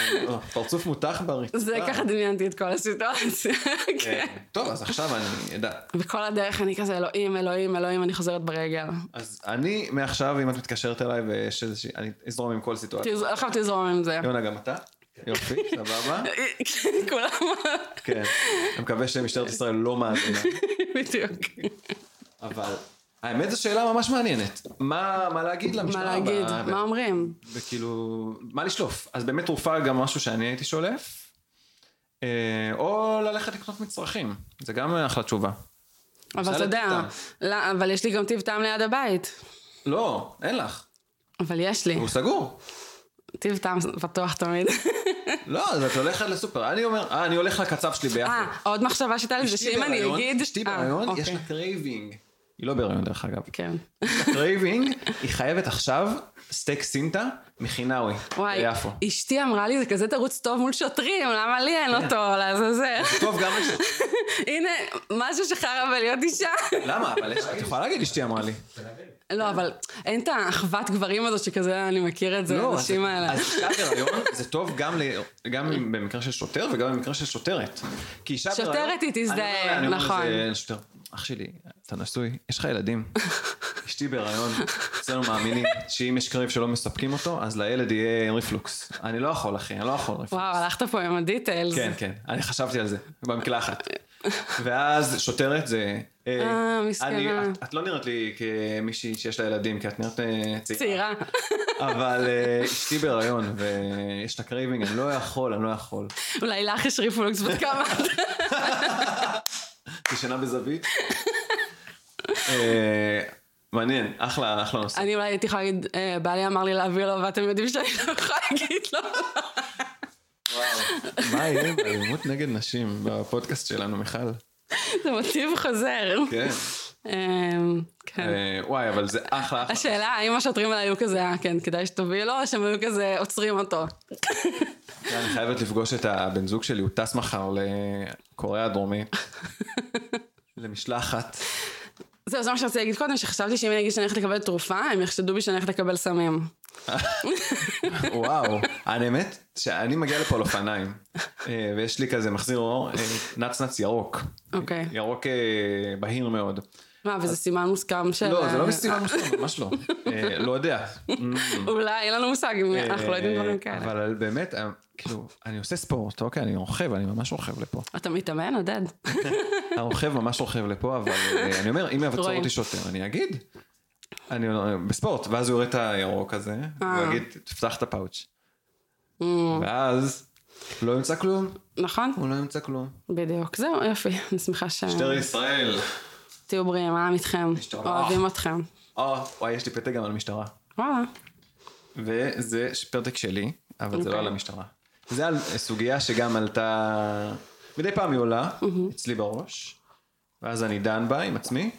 A: פרצוף מותח ברצפה.
B: זה ככה דמיינתי את כל הסיטואציה. כן.
A: אה, טוב, אז עכשיו אני אדע.
B: וכל הדרך אני כזה, אלוהים, אלוהים, אלוהים, אני חוזרת ברגל.
A: אז אני מעכשיו, אם את מתקשרת אליי ויש איזושהי... אני אזרום עם כל סיטואציה.
B: תז- עכשיו תזרום עם זה.
A: יונה, גם אתה?
B: כן.
A: יופי, סבבה?
B: כולם,
A: כן. אני מקווה שמשטרת ישראל לא מאזינה,
B: בדיוק.
A: אבל האמת זו שאלה ממש מעניינת. מה, מה להגיד
B: מה
A: למשטרה? ב-
B: להגיד,
A: ב-
B: מה אומרים?
A: וכאילו, מה לשלוף? אז באמת תרופה גם משהו שאני הייתי שולף, אה, או ללכת לקנות מצרכים, זה גם אחלה תשובה.
B: אבל אתה
A: סלט
B: יודע,
A: טעם.
B: לא, אבל יש לי גם טיב טעם ליד הבית.
A: לא, אין לך,
B: אבל יש לי,
A: הוא סגור.
B: טיב טעם פתוח תמיד.
A: לא, אז את הולכת לסופר, אני אומר, אה, אני הולך לקצב שלי ביחד.
B: אה, עוד מחשבה שהייתה לי זה שאם אני אגיד...
A: אשתי
B: אה,
A: בהריון, יש
B: אוקיי.
A: לה קרייבינג. היא לא בהריון דרך אגב.
B: כן.
A: קרייבינג, היא חייבת עכשיו סטייק סינטה מחינאווי.
B: וואי,
A: ביפו.
B: אשתי אמרה לי, זה כזה תירוץ טוב מול שוטרים, למה לי
A: כן.
B: אין אותו? לעזאזל.
A: טוב, גם אשתי.
B: הנה, משהו שחרא בלהיות אישה.
A: למה? אבל יש- את יכולה להגיד אשתי אמרה לי. כן.
B: לא, אבל אין את האחוות גברים הזאת שכזה, אני מכיר את זה,
A: לא, אז-
B: הנשים האלה.
A: אז אישה בהריון זה טוב גם ל- גם במקרה של שוטר וגם במקרה של שוטרת. כי אישה
B: שוטרת
A: בהריון...
B: היא תזדהה,
A: אני אומר לה- אני אומר
B: נכון.
A: לזה, "שוטר, אח שלי, אתה נשוי, יש לך ילדים. אשתי בהריון, אצלנו מאמינים שאם יש קריב שלא מספקים אותו, אז לילד יהיה ריפלוקס. אני לא יכול, אחי, אני לא יכול ריפלוקס.
B: וואו, הלכת פה עם הדיטיילס.
A: כן, כן, אני חשבתי על זה, במקלחת. ואז שוטרת זה... אה,
B: אה, מסכנה.
A: אני- את- את לא נראית לי כמישהי שיש לה ילדים, כי את נראית אה, צעירה.
B: צעירה.
A: אבל אה, אשתי בהיריון, ויש לה קרייבינג, אני לא יכול, אני לא יכול.
B: אולי לך יש ריפולוקס בת כמה. את?
A: תשנה בזווית. אה, מעניין, אחלה, אחלה נושא.
B: אני אולי הייתי יכולה להגיד, אה, בעלי אמר לי להעביר לו, ואתם יודעים שאני לא יכולה להגיד לו.
A: מה יהיה באלימות נגד נשים בפודקאסט שלנו, מיכל?
B: זה מוטיב חוזר.
A: כן.
B: אמ, כן.
A: אה, וואי, אבל זה אחלה, אחלה.
B: השאלה, האם השוטרים האלה היו כזה, אה, כן, כדאי שתביאי לו, או שהם היו כזה עוצרים אותו?
A: אני חייבת לפגוש את הבן זוג שלי, הוא טס מחר לקוריאה הדרומית. למשלחת.
B: זהו, זה מה שרציתי להגיד קודם, שחשבתי שאם אני אגיד שאני הולכת לקבל תרופה, הם יחשדו בי שאני הולכת לקבל סמים.
A: וואו. האמת, שאני מגיע לפה על אופניים, אה, ויש לי כזה מחזיר אור, אה, נץ נץ ירוק.
B: אוקיי.
A: ירוק אה, בהיר מאוד.
B: מה, וזה סימן מוסכם של...
A: לא, זה
B: אה,
A: לא מסיבה מוסכמת, ממש לא. אה, לא יודע.
B: אולי, אין לנו מושג אם אנחנו לא יודעים דברים
A: אה,
B: כאלה.
A: אבל באמת, אה, כאילו, אני עושה ספורט, אוקיי, אני רוכב, אני ממש רוכב לפה.
B: אתה מתאמן, עודד?
A: הרוכב ממש רוכב לפה, אבל אה, אני אומר, אם יעצור
B: רואים.
A: אותי שוטר, אני אגיד. אני אה, בספורט, ואז הוא יראה את הירוק הזה,
B: אה. Mm.
A: והוא יגיד, תפתח את הפאוץ'. ואז לא ימצא כלום,
B: נכון?
A: הוא לא ימצא כלום.
B: בדיוק. זהו, יופי. אני שמחה ש...
A: משטרת ישראל.
B: תהיו בריאים, העם איתכם.
A: משטרה.
B: אוהבים אתכם.
A: אה, וואי, יש לי פתק גם על המשטרה.
B: וואלה.
A: וזה ש- פרטק שלי, אבל זה לא
B: אוקיי.
A: על המשטרה. זה על סוגיה שגם עלתה, מדי פעם היא עולה אצלי בראש, ואז אני דן בה עם עצמי,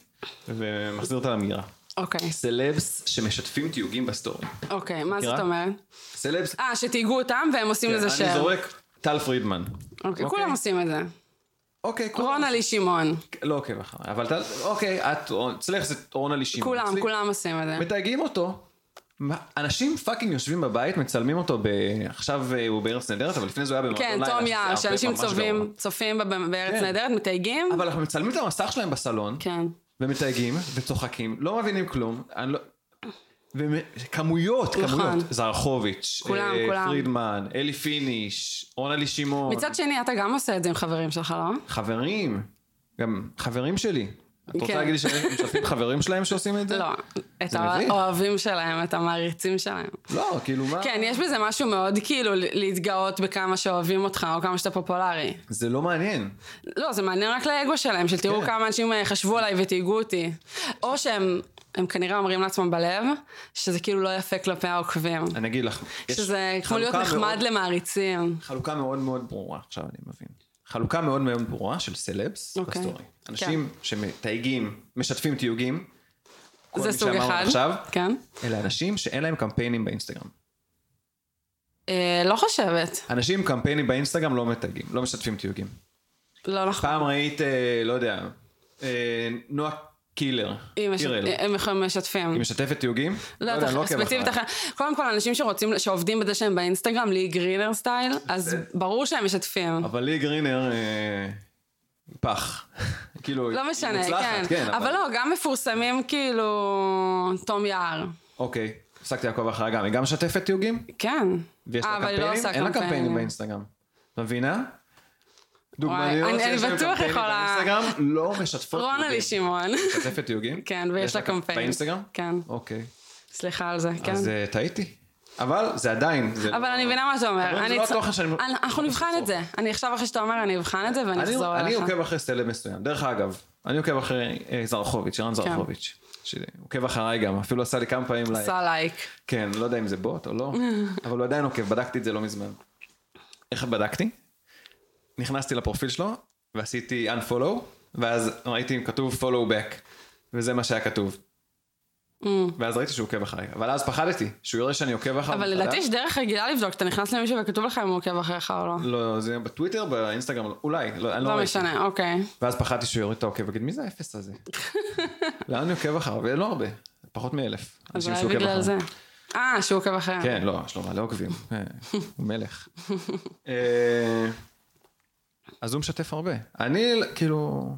A: ומחזיר אותה למגירה.
B: אוקיי.
A: סלבס שמשתפים תיוגים בסטורי.
B: אוקיי, מה זאת
A: מכירה?
B: אומרת?
A: סלבס,
B: אה, שתהיגו אותם והם עושים לזה שם.
A: כן, אני זורק טל פרידמן.
B: אוקיי, כולם עושים את זה.
A: אוקיי, כולם.
B: רון עלי שמעון.
A: לא עוקב אחריי, אבל טל, אוקיי, את, אצלך זה רונה לישימון.
B: כולם, כולם עושים את זה.
A: מתייגים אותו. מה- אנשים פאקינג יושבים בבית, מצלמים אותו ב... עכשיו אה, הוא בארץ נהדרת, אבל לפני זה הוא היה במועדון
B: כן,
A: לילה.
B: תום
A: שזה
B: יער,
A: הרבה
B: שאנשים
A: ממש לא גרוע.
B: צובעים, צופים ב- ב- בארץ
A: כן.
B: נהדרת, מתייגים.
A: אבל אנחנו מצלמים את המסך שלהם בסלון,
B: כן.
A: ומתייגים, וצוחקים, לא מבינים כלום. אני לא... וכמויות,
B: נכון.
A: כמויות. זרחוביץ',
B: כולם,
A: אה,
B: כולם.
A: פרידמן, אלי פיניש, רונלי שמעון.
B: מצד שני, אתה גם עושה את זה עם חברים שלך, לא?
A: חברים, גם חברים שלי. את רוצה
B: כן.
A: להגיד לי שהם משתפים חברים שלהם שעושים את זה?
B: לא. את
A: כן. זה מביך.
B: האוהבים שלהם, את המעריצים שלהם.
A: לא, כאילו מה?
B: כן, יש בזה משהו מאוד כאילו ל- להתגאות בכמה שאוהבים אותך, או כמה שאתה פופולרי.
A: זה לא מעניין.
B: לא, זה מעניין רק לאגו שלהם, של תראו
A: כן.
B: כמה אנשים אה, חשבו עליי ותהיגו אותי. או שהם הם כנראה אומרים לעצמם בלב, שזה כאילו לא יפה כלפי העוקבים.
A: אני אגיד לך. יש
B: שזה כמו להיות
A: חלוקה
B: נחמד
A: מאוד-
B: למעריצים.
A: חלוקה מאוד מאוד ברורה, עכשיו אני מבין. חלוקה מאוד מאוד ברורה של סלבס
B: אוקיי.
A: בסטורי. אנשים שמתייגים, משתפים תיוגים, כל
B: זה
A: מי
B: סוג
A: שאמרנו
B: אחד.
A: עכשיו,
B: כן.
A: אלה אנשים שאין להם קמפיינים באינסטגרם.
B: אה, לא חושבת.
A: אנשים עם קמפיינים באינסטגרם לא מתייגים, לא משתפים תיוגים.
B: לא נכון.
A: פעם ראית, אה, לא יודע, אה, נועה קילר,
B: אם יש-
A: קירל,
B: הם יכולים משתפים.
A: היא משתפת תיוגים?
B: אה, לא,
A: יודע, אני
B: אתה
A: עוקב
B: ספציפית
A: אחריה.
B: אחר. קודם כל, אנשים שרוצים, שעובדים בזה שהם באינסטגרם, לי גרינר סטייל, אז ברור שהם משתפים.
A: אבל לי גרינר, אה, פח. כאילו, היא
B: לא משנה,
A: מוצלחת,
B: כן. אבל לא, גם מפורסמים כאילו תום יער.
A: אוקיי, הפסקתי לעקוב אחריה גם, היא גם משתפת תיוגים?
B: כן.
A: ויש
B: אה,
A: לה
B: אבל היא לא
A: קמפיינים?
B: עושה
A: אין לה קמפיינים
B: קמפיינים.
A: באינסטגרם. את מבינה? דוגמניות
B: וואי, אני- אני
A: שיש להן
B: בטוח
A: קמפיינים
B: יכולה.
A: באינסטגרם לא משתפות
B: רונלי
A: יוגים.
B: שמעון.
A: משתפת יוגים?
B: כן, ויש לה קמפיין.
A: באינסטגרם?
B: כן,
A: אוקיי.
B: סליחה על זה, כן.
A: אז אה, טעיתי. אבל זה עדיין. זה
B: אבל
A: לא-
B: אני מבינה מה אתה
A: אבל
B: אומר.
A: זה
B: אני
A: לא
B: צ-
A: התוכן שאני-
B: אני- אנחנו נבחן את זה. אני עכשיו אחרי שאתה אומר, אני אבחן את זה ואני
A: אני-
B: אחזור
A: אני
B: אליך.
A: עוקב אחרי סלב מסוים. דרך אגב, אני עוקב אחרי אה, זרחוביץ',
B: כן.
A: ערן זרחוביץ'. שעוקב אחריי גם, אפילו עשה לי כמה פעמים לייק.
B: עשה לייק.
A: כן, לא יודע אם זה בוט או לא, אבל הוא עדיין עוקב, בדקתי את זה לא מזמן. איך בדקתי? נכנסתי לפרופיל שלו, ועשיתי unfollow, ואז ראיתי אם כתוב follow back, וזה מה שהיה כתוב.
B: Mm.
A: ואז ראיתי שהוא עוקב אחריי, אבל אז פחדתי, שהוא יראה שאני עוקב אחריו.
B: אבל
A: מחדש.
B: לדעתי יש דרך רגילה לבדוק, אתה נכנס למישהו וכתוב לך אם הוא עוקב אחריך או לא.
A: לא, זה בטוויטר, באינסטגרם, לא- אולי, לא, אני לא
B: לא
A: ראיתי.
B: משנה, אוקיי.
A: ואז פחדתי שהוא יוריד את העוקב ויגיד, מי זה האפס הזה? לאן אני עוקב אחריו? ולא הרבה, פחות מאלף.
B: אז
A: אנשים
B: אולי
A: שהוא עוקב
B: בגלל
A: אחריהם.
B: זה. אה, שהוא עוקב אחריהם.
A: כן, לא, יש לו מלא עוקבים. אה, הוא מלך. אה, אז הוא משתף הרבה. אני, כאילו,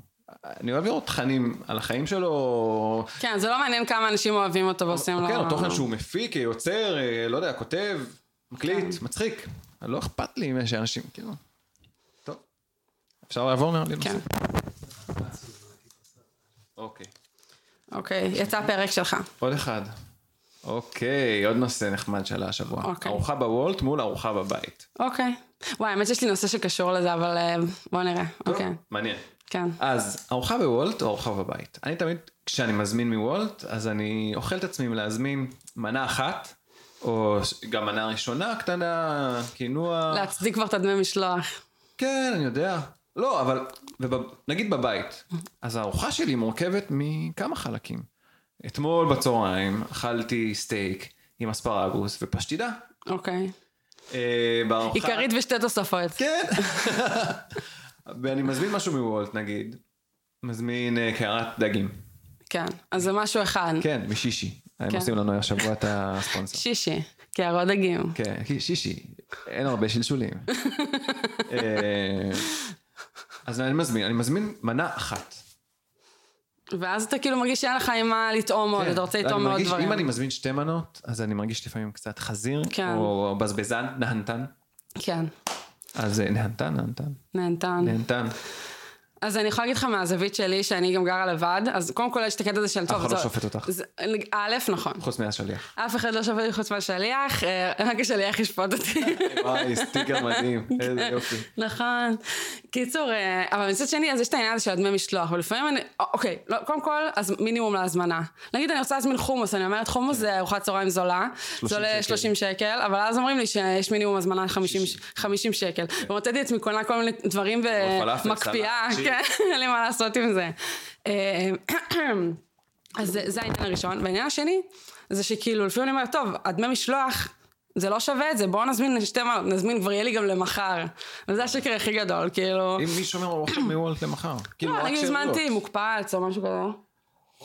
A: אני אוהב לראות תכנים על החיים שלו.
B: כן, זה לא מעניין כמה אנשים אוהבים אותו ועושים לו...
A: כן, או תוכן שהוא מפיק, יוצר, אה, לא יודע, כותב, מקליט,
B: כן.
A: מצחיק. לא אכפת לי אם יש אנשים, כאילו. טוב. אפשר לעבור נראה לי?
B: כן.
A: אוקיי.
B: אוקיי, יצא פרק שלך.
A: עוד אחד. אוקיי, עוד נושא נחמד שעלה השבוע.
B: אוקיי.
A: ארוחה בוולט מול ארוחה בבית.
B: אוקיי. וואי, האמת שיש לי נושא שקשור לזה, אבל אה, בוא נראה. אוקיי,
A: מעניין.
B: כן.
A: אז ארוחה בוולט או ארוחה בבית. אני תמיד, כשאני מזמין מוולט, אז אני אוכל את עצמי מלהזמין מנה אחת, או ש- גם מנה ראשונה קטנה, קינוח.
B: להצדיק כבר את הדמי משלוח.
A: כן, אני יודע. לא, אבל ובב... נגיד בבית, אז הארוחה שלי מורכבת מכמה חלקים. אתמול בצהריים אכלתי סטייק עם אספרגוס ופשטידה.
B: אוקיי.
A: אה, בארוחה...
B: עיקרית ושתי תוספות.
A: כן. ואני מזמין משהו מוולט, נגיד. מזמין אה, קערת דגים.
B: כן. אז זה משהו אחד.
A: כן, משישי. הם
B: כן.
A: עושים לנו השבוע את הספונסר.
B: שישי. קערות דגים.
A: כן, כי שישי. אין הרבה שלשולים. אה, אז אני מזמין, אני מזמין מנה אחת.
B: ואז אתה כאילו מרגיש שאין לך עם מה לטעום עוד,
A: כן,
B: אתה רוצה
A: אני
B: לטעום עוד
A: מרגיש-
B: דברים.
A: אם אני מזמין שתי מנות, אז אני מרגיש לפעמים קצת חזיר,
B: כן.
A: או בזבזן, נהנתן.
B: כן.
A: אז אה, נהנתן, נהנתן.
B: נהנתן.
A: נהנתן.
B: אז אני יכולה להגיד לך מהזווית שלי, שאני גם גרה לבד, אז קודם כל יש את הקטע הזה של טוב.
A: אחד לא
B: זו-
A: שופט אותך.
B: זה- א', נכון.
A: חוץ מהשליח.
B: אף אחד לא שופט אותי חוץ מהשליח, אה, רק השליח ישפוט אותי. כן.
A: וואי, סטיקר מדהים. איזה יופי.
B: נכון. קיצור, אה, אבל מצד שני, אז יש את העניין הזה של הדמי משלוח, ולפעמים אני, א- אוקיי, לא, קודם כל, אז מינימום להזמנה. נגיד אני רוצה להזמין חומוס, אני אומרת חומוס זה ארוחת צהריים זולה, זה
A: שקל.
B: עולה 30 שקל, אבל אז אומרים לי שיש מינימום הזמנה 50, ש- 50 שקל. ומצאתי את עצמי קונה כל מיני דברים
A: פלאפל,
B: ומקפיאה,
A: סלט,
B: כן, אין לי מה לעשות עם זה. אה, אז זה, זה העניין הראשון. והעניין השני, זה שכאילו, לפעמים אני אומרת, טוב, הדמי משלוח, זה לא שווה את זה, בואו נזמין שתי מנות, נזמין כבר יהיה לי גם למחר. וזה השקר הכי גדול, כאילו...
A: אם מישהו אומר ארוחה מוולט למחר. כאילו,
B: לא,
A: רק
B: נגיד
A: שאלות.
B: הזמנתי מוקפץ או משהו כזה.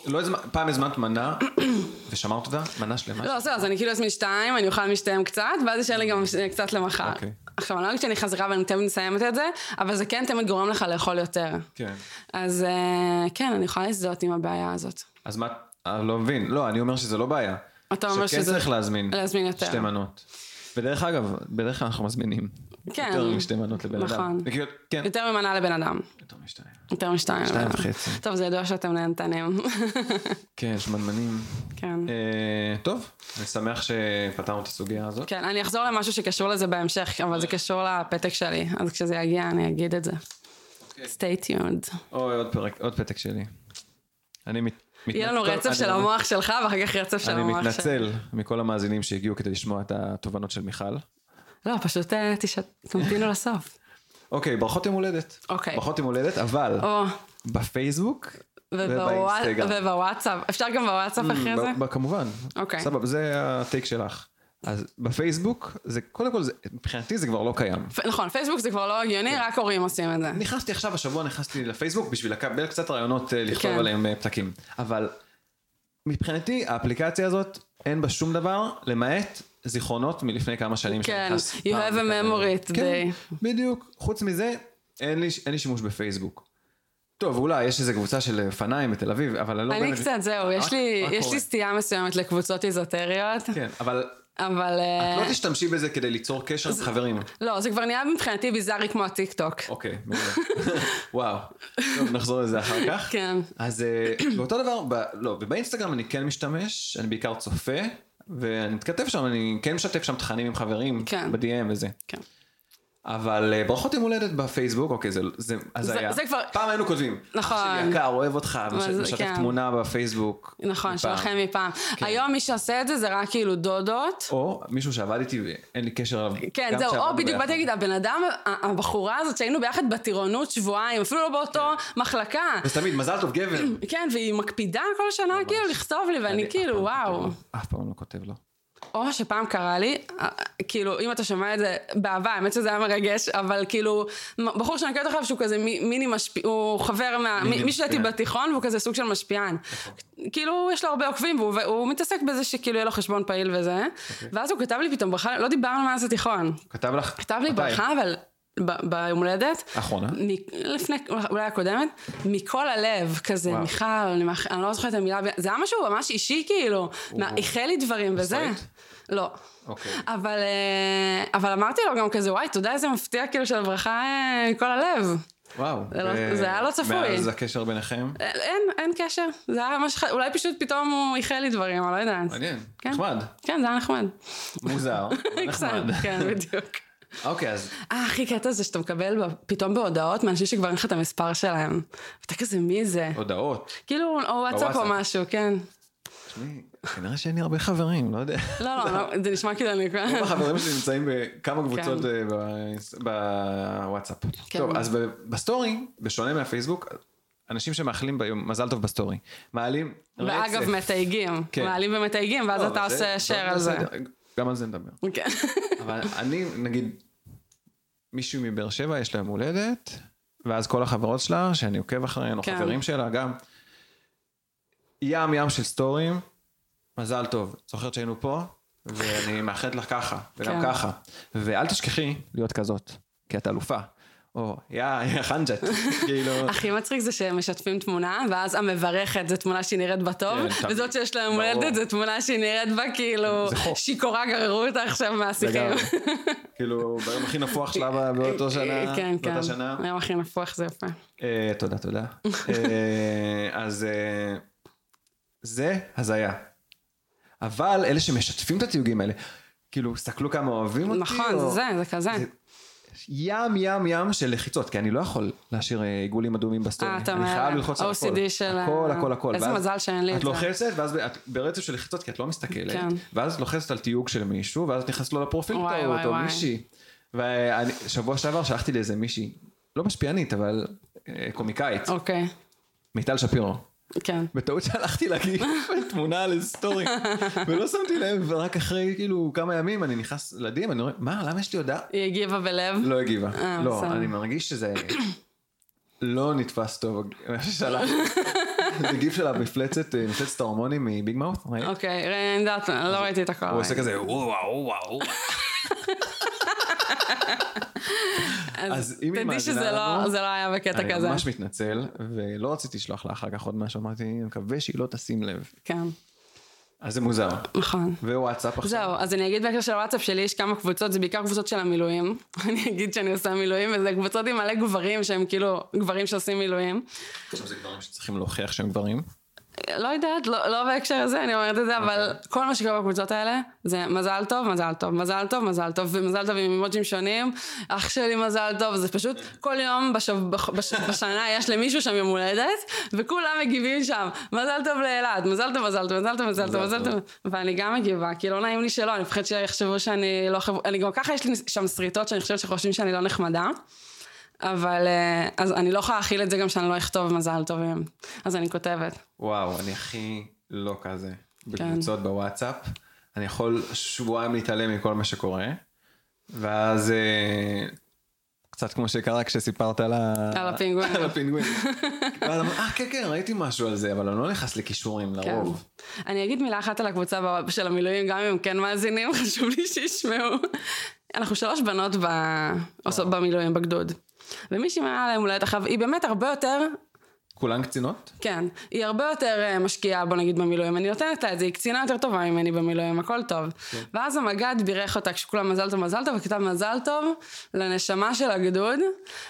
A: לא הזמ- פעם הזמנת מנה ושמרת אותה? מנה שלמה?
B: לא, זהו, אז אני כאילו אזמין שתיים, אני אוכל משתיהם קצת, ואז יישאר לי גם ש- קצת למחר.
A: אוקיי.
B: עכשיו, אני לא אגיד שאני חזרה ואני תמיד מסיימת את זה, אבל זה כן תמיד גורם לך לאכול יותר.
A: כן.
B: אז אה, כן, אני יכולה להזדהות עם הבעיה הזאת.
A: אז מה? אני לא מבין. לא, אני אומר שזה לא בעיה.
B: אתה אומר
A: שכן
B: שזה-
A: צריך להזמין.
B: להזמין יותר.
A: שתי מנות. ודרך אגב, בדרך כלל אנחנו מזמינים.
B: כן.
A: יותר משתי מנות לבן אדם.
B: נכון.
A: וכאילו, כן.
B: יותר ממנה לבן אדם.
A: יותר משתיים.
B: יותר משתיים.
A: שתיים וחצי.
B: טוב, זה ידוע שאתם נהנתנים.
A: כן, שמנמנים.
B: כן.
A: אה, טוב, אני שמח שפתרנו את הסוגיה הזאת.
B: כן, אני אחזור למשהו שקשור לזה בהמשך, אבל זה קשור לפתק שלי, אז כשזה יגיע אני אגיד את זה.
A: אוקיי.
B: stay tuned.
A: אוי, עוד פרק, עוד פתק שלי. אני מת...
B: יהיה לנו
A: מתנצל-
B: רצף
A: אני- לא-
B: של המוח שלך, ואחר כך רצף של
A: אני
B: המוח שלי.
A: מתנצל מכל המאזינים שהגיעו כדי לשמוע את התובנות של מיכל.
B: לא, פשוט אה, תשע- תמתינו לסוף.
A: אוקיי, ברכות יום הולדת.
B: אוקיי.
A: ברכות יום הולדת, אבל
B: או,
A: בפייסבוק
B: ובוואט- ובוואטסאפ. אפשר גם בוואטסאפ אחרי
A: ב-
B: זה?
A: Mm, ב- כמובן.
B: אוקיי.
A: סבבה, זה הטייק שלך. אז בפייסבוק, זה קודם כל, זה- מבחינתי זה כבר לא קיים.
B: פ- נכון, פייסבוק זה כבר לא הגיוני,
A: כן.
B: רק הורים עושים את זה.
A: נכנסתי עכשיו, השבוע נכנסתי לפייסבוק בשביל לקבל קצת רעיונות אה, לכתוב
B: כן.
A: עליהם אה, פתקים. אבל מבחינתי, האפליקציה הזאת, אין בה שום דבר, למעט זיכרונות מלפני כמה שנים.
B: כן,
A: שנכנס
B: you
A: פעם
B: have a
A: בכמה-
B: memory
A: כן,
B: today.
A: בדיוק. חוץ מזה, אין לי אין לי שימוש בפייסבוק. טוב, אולי יש איזו קבוצה של אופניים בתל אביב, אבל אני לא
B: אני
A: באמת...
B: קצת, זהו,
A: רק-
B: יש לי-
A: רק
B: יש
A: קורא.
B: לי סטייה מסוימת לקבוצות איזוטריות.
A: כן, אבל
B: אבל... אה,
A: את לא תשתמשי בזה כדי ליצור קשר עם חברים.
B: לא, זה כבר נהיה מבחינתי ביזארי כמו הטיקטוק.
A: אוקיי, מעולה. וואו. טוב, נחזור לזה אחר כך.
B: כן.
A: אז אה, באותו דבר, ב... לא, ובאינסטגרם אני כן משתמש, אני בעיקר צופה, ואני מתכתב שם, אני כן משתף שם תכנים עם חברים,
B: כן.
A: ב-DM וזה.
B: כן.
A: אבל אה, ברכות יום הולדת בפייסבוק, אוקיי, זה, זה, אז
B: זה-
A: היה.
B: זה כבר-
A: פעם היינו כותבים.
B: נכון.
A: אח שלי יקר, אוהב אותך, מש-
B: זה-
A: משתף
B: כן.
A: תמונה בפייסבוק.
B: נכון,
A: מפעם. כן.
B: שלכם מפעם. היום מי שעושה את זה זה רק כאילו דודות.
A: או מישהו שעבד איתי ואין לי קשר אליו.
B: כן,
A: גם
B: זהו, או
A: כשעבדנו
B: בדיוק
A: ביחד.
B: באתי להגיד, הבן אדם, ה- הבחורה הזאת שהיינו ביחד בטירונות שבועיים, אפילו לא באותו
A: כן.
B: מחלקה.
A: אז תמיד, מזל טוב, גבר.
B: כן, והיא מקפידה כל שנה כאילו לכתוב לי, ואני
A: אף
B: כאילו,
A: פעם לא כותב
B: וואו.
A: לו, אף פעם לא כותב לו.
B: או שפעם קרה לי, אה, כאילו, אם אתה שומע את זה באהבה, האמת שזה היה מרגש, אבל כאילו, מ- בחור שאני מכירה אותו שהוא כזה מי- מיני משפיע, הוא חבר מה...
A: מיני
B: מי- מישהו שהייתי
A: משפיען. נכון.
B: בתיכון, והוא כזה סוג של משפיען. כאילו, יש לו הרבה עוקבים, והוא והוא מתעסק בזה שכאילו יהיה לו חשבון פעיל וזה.
A: אוקיי.
B: ואז הוא כתב לי פתאום ברכה, לא דיברנו מאז התיכון.
A: כתב לך?
B: כתב לי
A: מתי?
B: ברכה, אבל ב- ביום הולדת.
A: האחרונה?
B: מ- לפני, אולי הקודמת, מכל הלב, כזה,
A: וואו.
B: מיכל, אני, מאח... אני לא זוכרת את המילה, ב- זה היה משהו ממש אישי כאילו, מה- איחל לי דברים וזה.
A: ישראלית?
B: לא.
A: אוקיי.
B: אבל, אה, אבל אמרתי לו גם כזה, וואי, תודה איזה מפתיע כאילו של ברכה אה, מכל הלב.
A: וואו.
B: זה לא-
A: ו-
B: זה היה לא צפוי.
A: מאז הקשר ביניכם?
B: אה, אין, אין קשר. זה היה ממש, ח- אולי פשוט פתאום הוא איחל לי דברים, אני לא יודעת.
A: מעניין.
B: כן.
A: נחמד.
B: כן, זה היה נחמד.
A: מוזר. אבל
B: קצת,
A: נחמד.
B: כן, בדיוק.
A: אוקיי, אז
B: אה, הכי קטע זה שאתה מקבל ב- פתאום בהודעות מאנשים שכבר אין לך את המספר שלהם. ואתה כזה, מי זה?
A: הודעות.
B: כאילו, או וואטסאפ או
A: בוואטסאפ.
B: משהו, כן.
A: תשמעי, כנראה שאין לי הרבה חברים, לא יודע.
B: לא, לא, לא, זה נשמע כאילו אני...
A: רוב החברים שלי נמצאים בכמה קבוצות
B: כן.
A: אה, באינס- בוואטסאפ.
B: כן.
A: טוב, אז ב- בסטורי, בשונה מהפייסבוק, אנשים שמאחלים ביום, מזל טוב בסטורי, מעלים רצף.
B: ואגב, מתייגים.
A: כן.
B: מעלים ומתייגים, ואז
A: לא,
B: אתה
A: זה-
B: עושה
A: זה
B: share על זה.
A: בסדר, גם על זה נדבר.
B: כן.
A: אבל אני, נגיד, מישהו מבאר שבע, יש לה יום הולדת, ואז כל החברות שלה, שאני עוקב אחריהן, או
B: כן.
A: חברים שלה גם, ים ים של סטורים, מזל טוב. זוכרת שהיינו פה, ואני מאחלת לך ככה, וגם
B: כן.
A: ככה. ואל תשכחי להיות כזאת, כי את אלופה. או, יא, יא חנג'ת, כאילו...
B: הכי מצחיק זה שהם משתפים תמונה, ואז המברכת זו תמונה שהיא נראית בה טוב,
A: כן, תמיד.
B: וזאת שיש לה יום
A: ברור.
B: הולדת זו תמונה שהיא נראית בה כאילו
A: זה חוק.
B: שיכורה גררו אותה עכשיו מהשיחים.
A: לגמרי. כאילו, ביום הכי נפוח שלה בא- באותו שנה,
B: כן, כן.
A: באותה שנה.
B: היום הכי נפוח זה יפה.
A: אה, תודה, תודה. אה, אז אה, זה הזיה. אבל אלה שמשתפים את התיוגים האלה, כאילו, סתכלו כמה אוהבים אותי.
B: נכון, זה
A: או-
B: זה, זה כזה.
A: לא. זה- ים, ים, ים של לחיצות, כי אני לא יכול להשאיר אה, עיגולים אדומים בסטורי.
B: אה, אתה
A: אני
B: אומר,
A: חייב ללחוץ על הכל.
B: OCD של... ה-
A: הכל, הכל, הכל.
B: איזה
A: ואז
B: מזל שאין לי את
A: את
B: זה.
A: לוחצת, ואז את ברצף של לחיצות, כי את לא מסתכלת.
B: כן.
A: ואז את לוחצת על תיוג של מישהו, ואז את נכנסת לו לפרופיל
B: וואי,
A: בטעות,
B: וואי,
A: או
B: וואי.
A: מישהי. ושבוע שעבר שלחתי לאיזה מישהי, לא משפיענית, אבל אה, קומיקאית,
B: אוקיי,
A: מיטל שפירו.
B: כן.
A: בטעות שלחתי לה כאילו תמונה על סטורי, ולא שמתי לב, ורק אחרי כאילו כמה ימים אני נכנס לדים, אני רואה, מה, למה יש לי הודעה?
B: היא הגיבה בלב.
A: לא הגיבה.
B: אה,
A: לא,
B: בסדר.
A: אני מרגיש שזה לא נתפס טוב, מה ששלחתי. זה גיף של המפלצת, אה, מפלצת ההורמונים מביג מאוט, ראית?
B: אוקיי, ראה, אני יודעת, לא ראיתי את הכל.
A: לא. הוא עושה כזה וואו וואו וואו. אז אם היא
B: תדעי
A: מאזינה
B: שזה
A: לנו,
B: לא, זה לא היה בקטע
A: אני
B: כזה.
A: ממש מתנצל, ולא רציתי לשלוח לה אחר כך עוד משהו, אמרתי, אני מקווה שהיא לא תשים לב.
B: כן,
A: אז זה מוזר.
B: נכון.
A: ווואטסאפ עכשיו.
B: זהו, אז אני אגיד בהקשר של הוואטסאפ שלי יש כמה קבוצות, זה בעיקר קבוצות של המילואים. אני אגיד שאני עושה מילואים, וזה קבוצות עם מלא גברים שהם כאילו גברים שעושים מילואים.
A: עכשיו זה גברים שצריכים להוכיח שהם גברים.
B: לא יודעת, לא, לא בהקשר הזה, אני אומרת את זה, אבל כל מה שקורה בקבוצות האלה, זה מזל טוב, מזל טוב, מזל טוב, מזל טוב, ומזל טוב עם אימוג'ים שונים, אח שלי מזל טוב, זה פשוט כל יום בשב, בש, בש, בשנה יש למישהו שם יום הולדת, וכולם מגיבים שם, מזל טוב לאלעד, מזל טוב, מזל טוב, מזל טוב, מזל טוב, מזל טוב, ואני גם מגיבה, כי לא נעים לי שלא, אני מפחדת שיחשבו שאני לא חב... אני גם ככה יש לי שם שריטות שאני חושבת שחושבים שאני לא נחמדה. אבל אה, אז אני לא יכולה להכיל את זה גם שאני לא אכתוב מזל טובים, אז אני כותבת.
A: וואו, אני הכי לא כזה.
B: כן.
A: בקבוצות בוואטסאפ. אני יכול שבועיים להתעלם מכל מה שקורה. ואז אה, קצת כמו שקרה כשסיפרת על ה...
B: על הפינגווין.
A: על הפינגווין. ואז אמרתי, אה, כן, כן, ראיתי משהו על זה, אבל אני לא נכנס לכישורים
B: כן.
A: לרוב.
B: אני אגיד מילה אחת על הקבוצה ב- של המילואים, גם אם הם כן מאזינים, חשוב לי שישמעו. אנחנו שלוש בנות ב... עושות במילואים, בגדוד. ומישהי מעלה להם אולי את החב... היא באמת הרבה יותר
A: כולן קצינות?
B: כן, היא הרבה יותר אה, משקיעה, בוא נגיד, במילואים. אני נותנת לה את זה, היא קצינה יותר טובה ממני במילואים, הכל טוב. ואז המג"ד בירך אותה כשכולם מזל טוב, מזל טוב, וכתב מזל טוב לנשמה של הגדוד,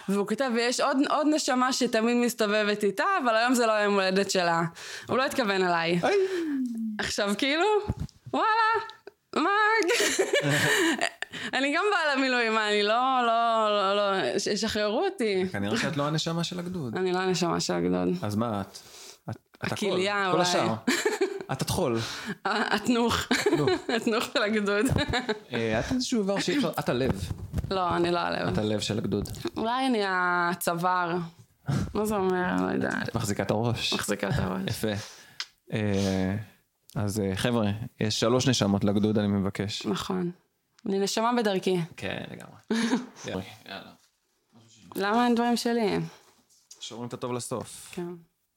B: והוא כתב, ויש עוד, עוד נשמה שתמיד מסתובבת איתה, אבל היום זה לא היום הולדת שלה. הוא לא התכוון אליי.
A: היי!
B: עכשיו כאילו, וואלה, מה... אני גם באה למילואים, מה, אני לא, לא, לא, לא, ש- שחררו אותי.
A: כנראה שאת לא הנשמה של הגדוד.
B: אני לא הנשמה של הגדוד.
A: אז מה את? את- את הכל,
B: הכליה,
A: כל
B: אולי.
A: השאר. את הטחול.
B: התנוך, התנוך של הגדוד.
A: אה, את איזשהו איבר שאי אפשר... את הלב.
B: לא, אני לא הלב.
A: את הלב של הגדוד.
B: אולי אני הצוואר. מה זה אומר? לא יודעת.
A: את מחזיקה את הראש.
B: מחזיקה את הראש.
A: יפה. אה, אז אה, חבר'ה, יש שלוש נשמות לגדוד, אני מבקש.
B: נכון. אני נשמה בדרכי.
A: כן, לגמרי. יאללה.
B: למה אין דברים שלי?
A: שומרים את הטוב לסוף.
B: כן.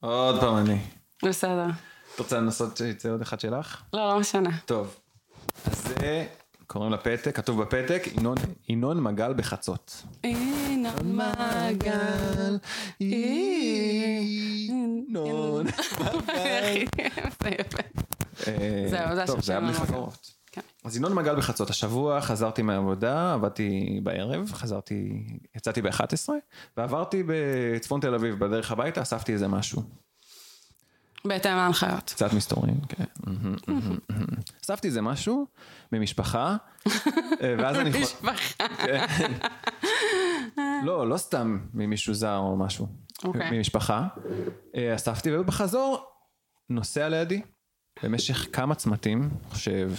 A: עוד פעם אני.
B: בסדר.
A: את רוצה לנסות שיצא עוד אחד שלך?
B: לא, לא משנה.
A: טוב. אז זה, קוראים לפתק, כתוב בפתק, ינון, ינון מגל בחצות.
B: אין המעגל.
A: ינון.
B: זה יפה.
A: אה,
B: זהו, זה
A: טוב,
B: השם
A: זה היה
B: שלנו,
A: בלי
B: אוקיי.
A: חברות.
B: כן.
A: אז ינון מגל בחצות השבוע, חזרתי מהעבודה, עבדתי בערב, חזרתי, יצאתי ב-11, ועברתי בצפון תל אביב, בדרך הביתה, אספתי איזה משהו.
B: בהתאם להנחיות.
A: קצת מסתורים, כן. מהמם, מהמם, מהמם. אספתי איזה משהו ממשפחה, אה, ואז אני... חו-
B: משפחה.
A: לא, לא סתם ממישהו זר או משהו.
B: אוקיי.
A: ממשפחה. אה, אספתי, ובחזור נוסע לידי במשך כמה צמתים, אני חושב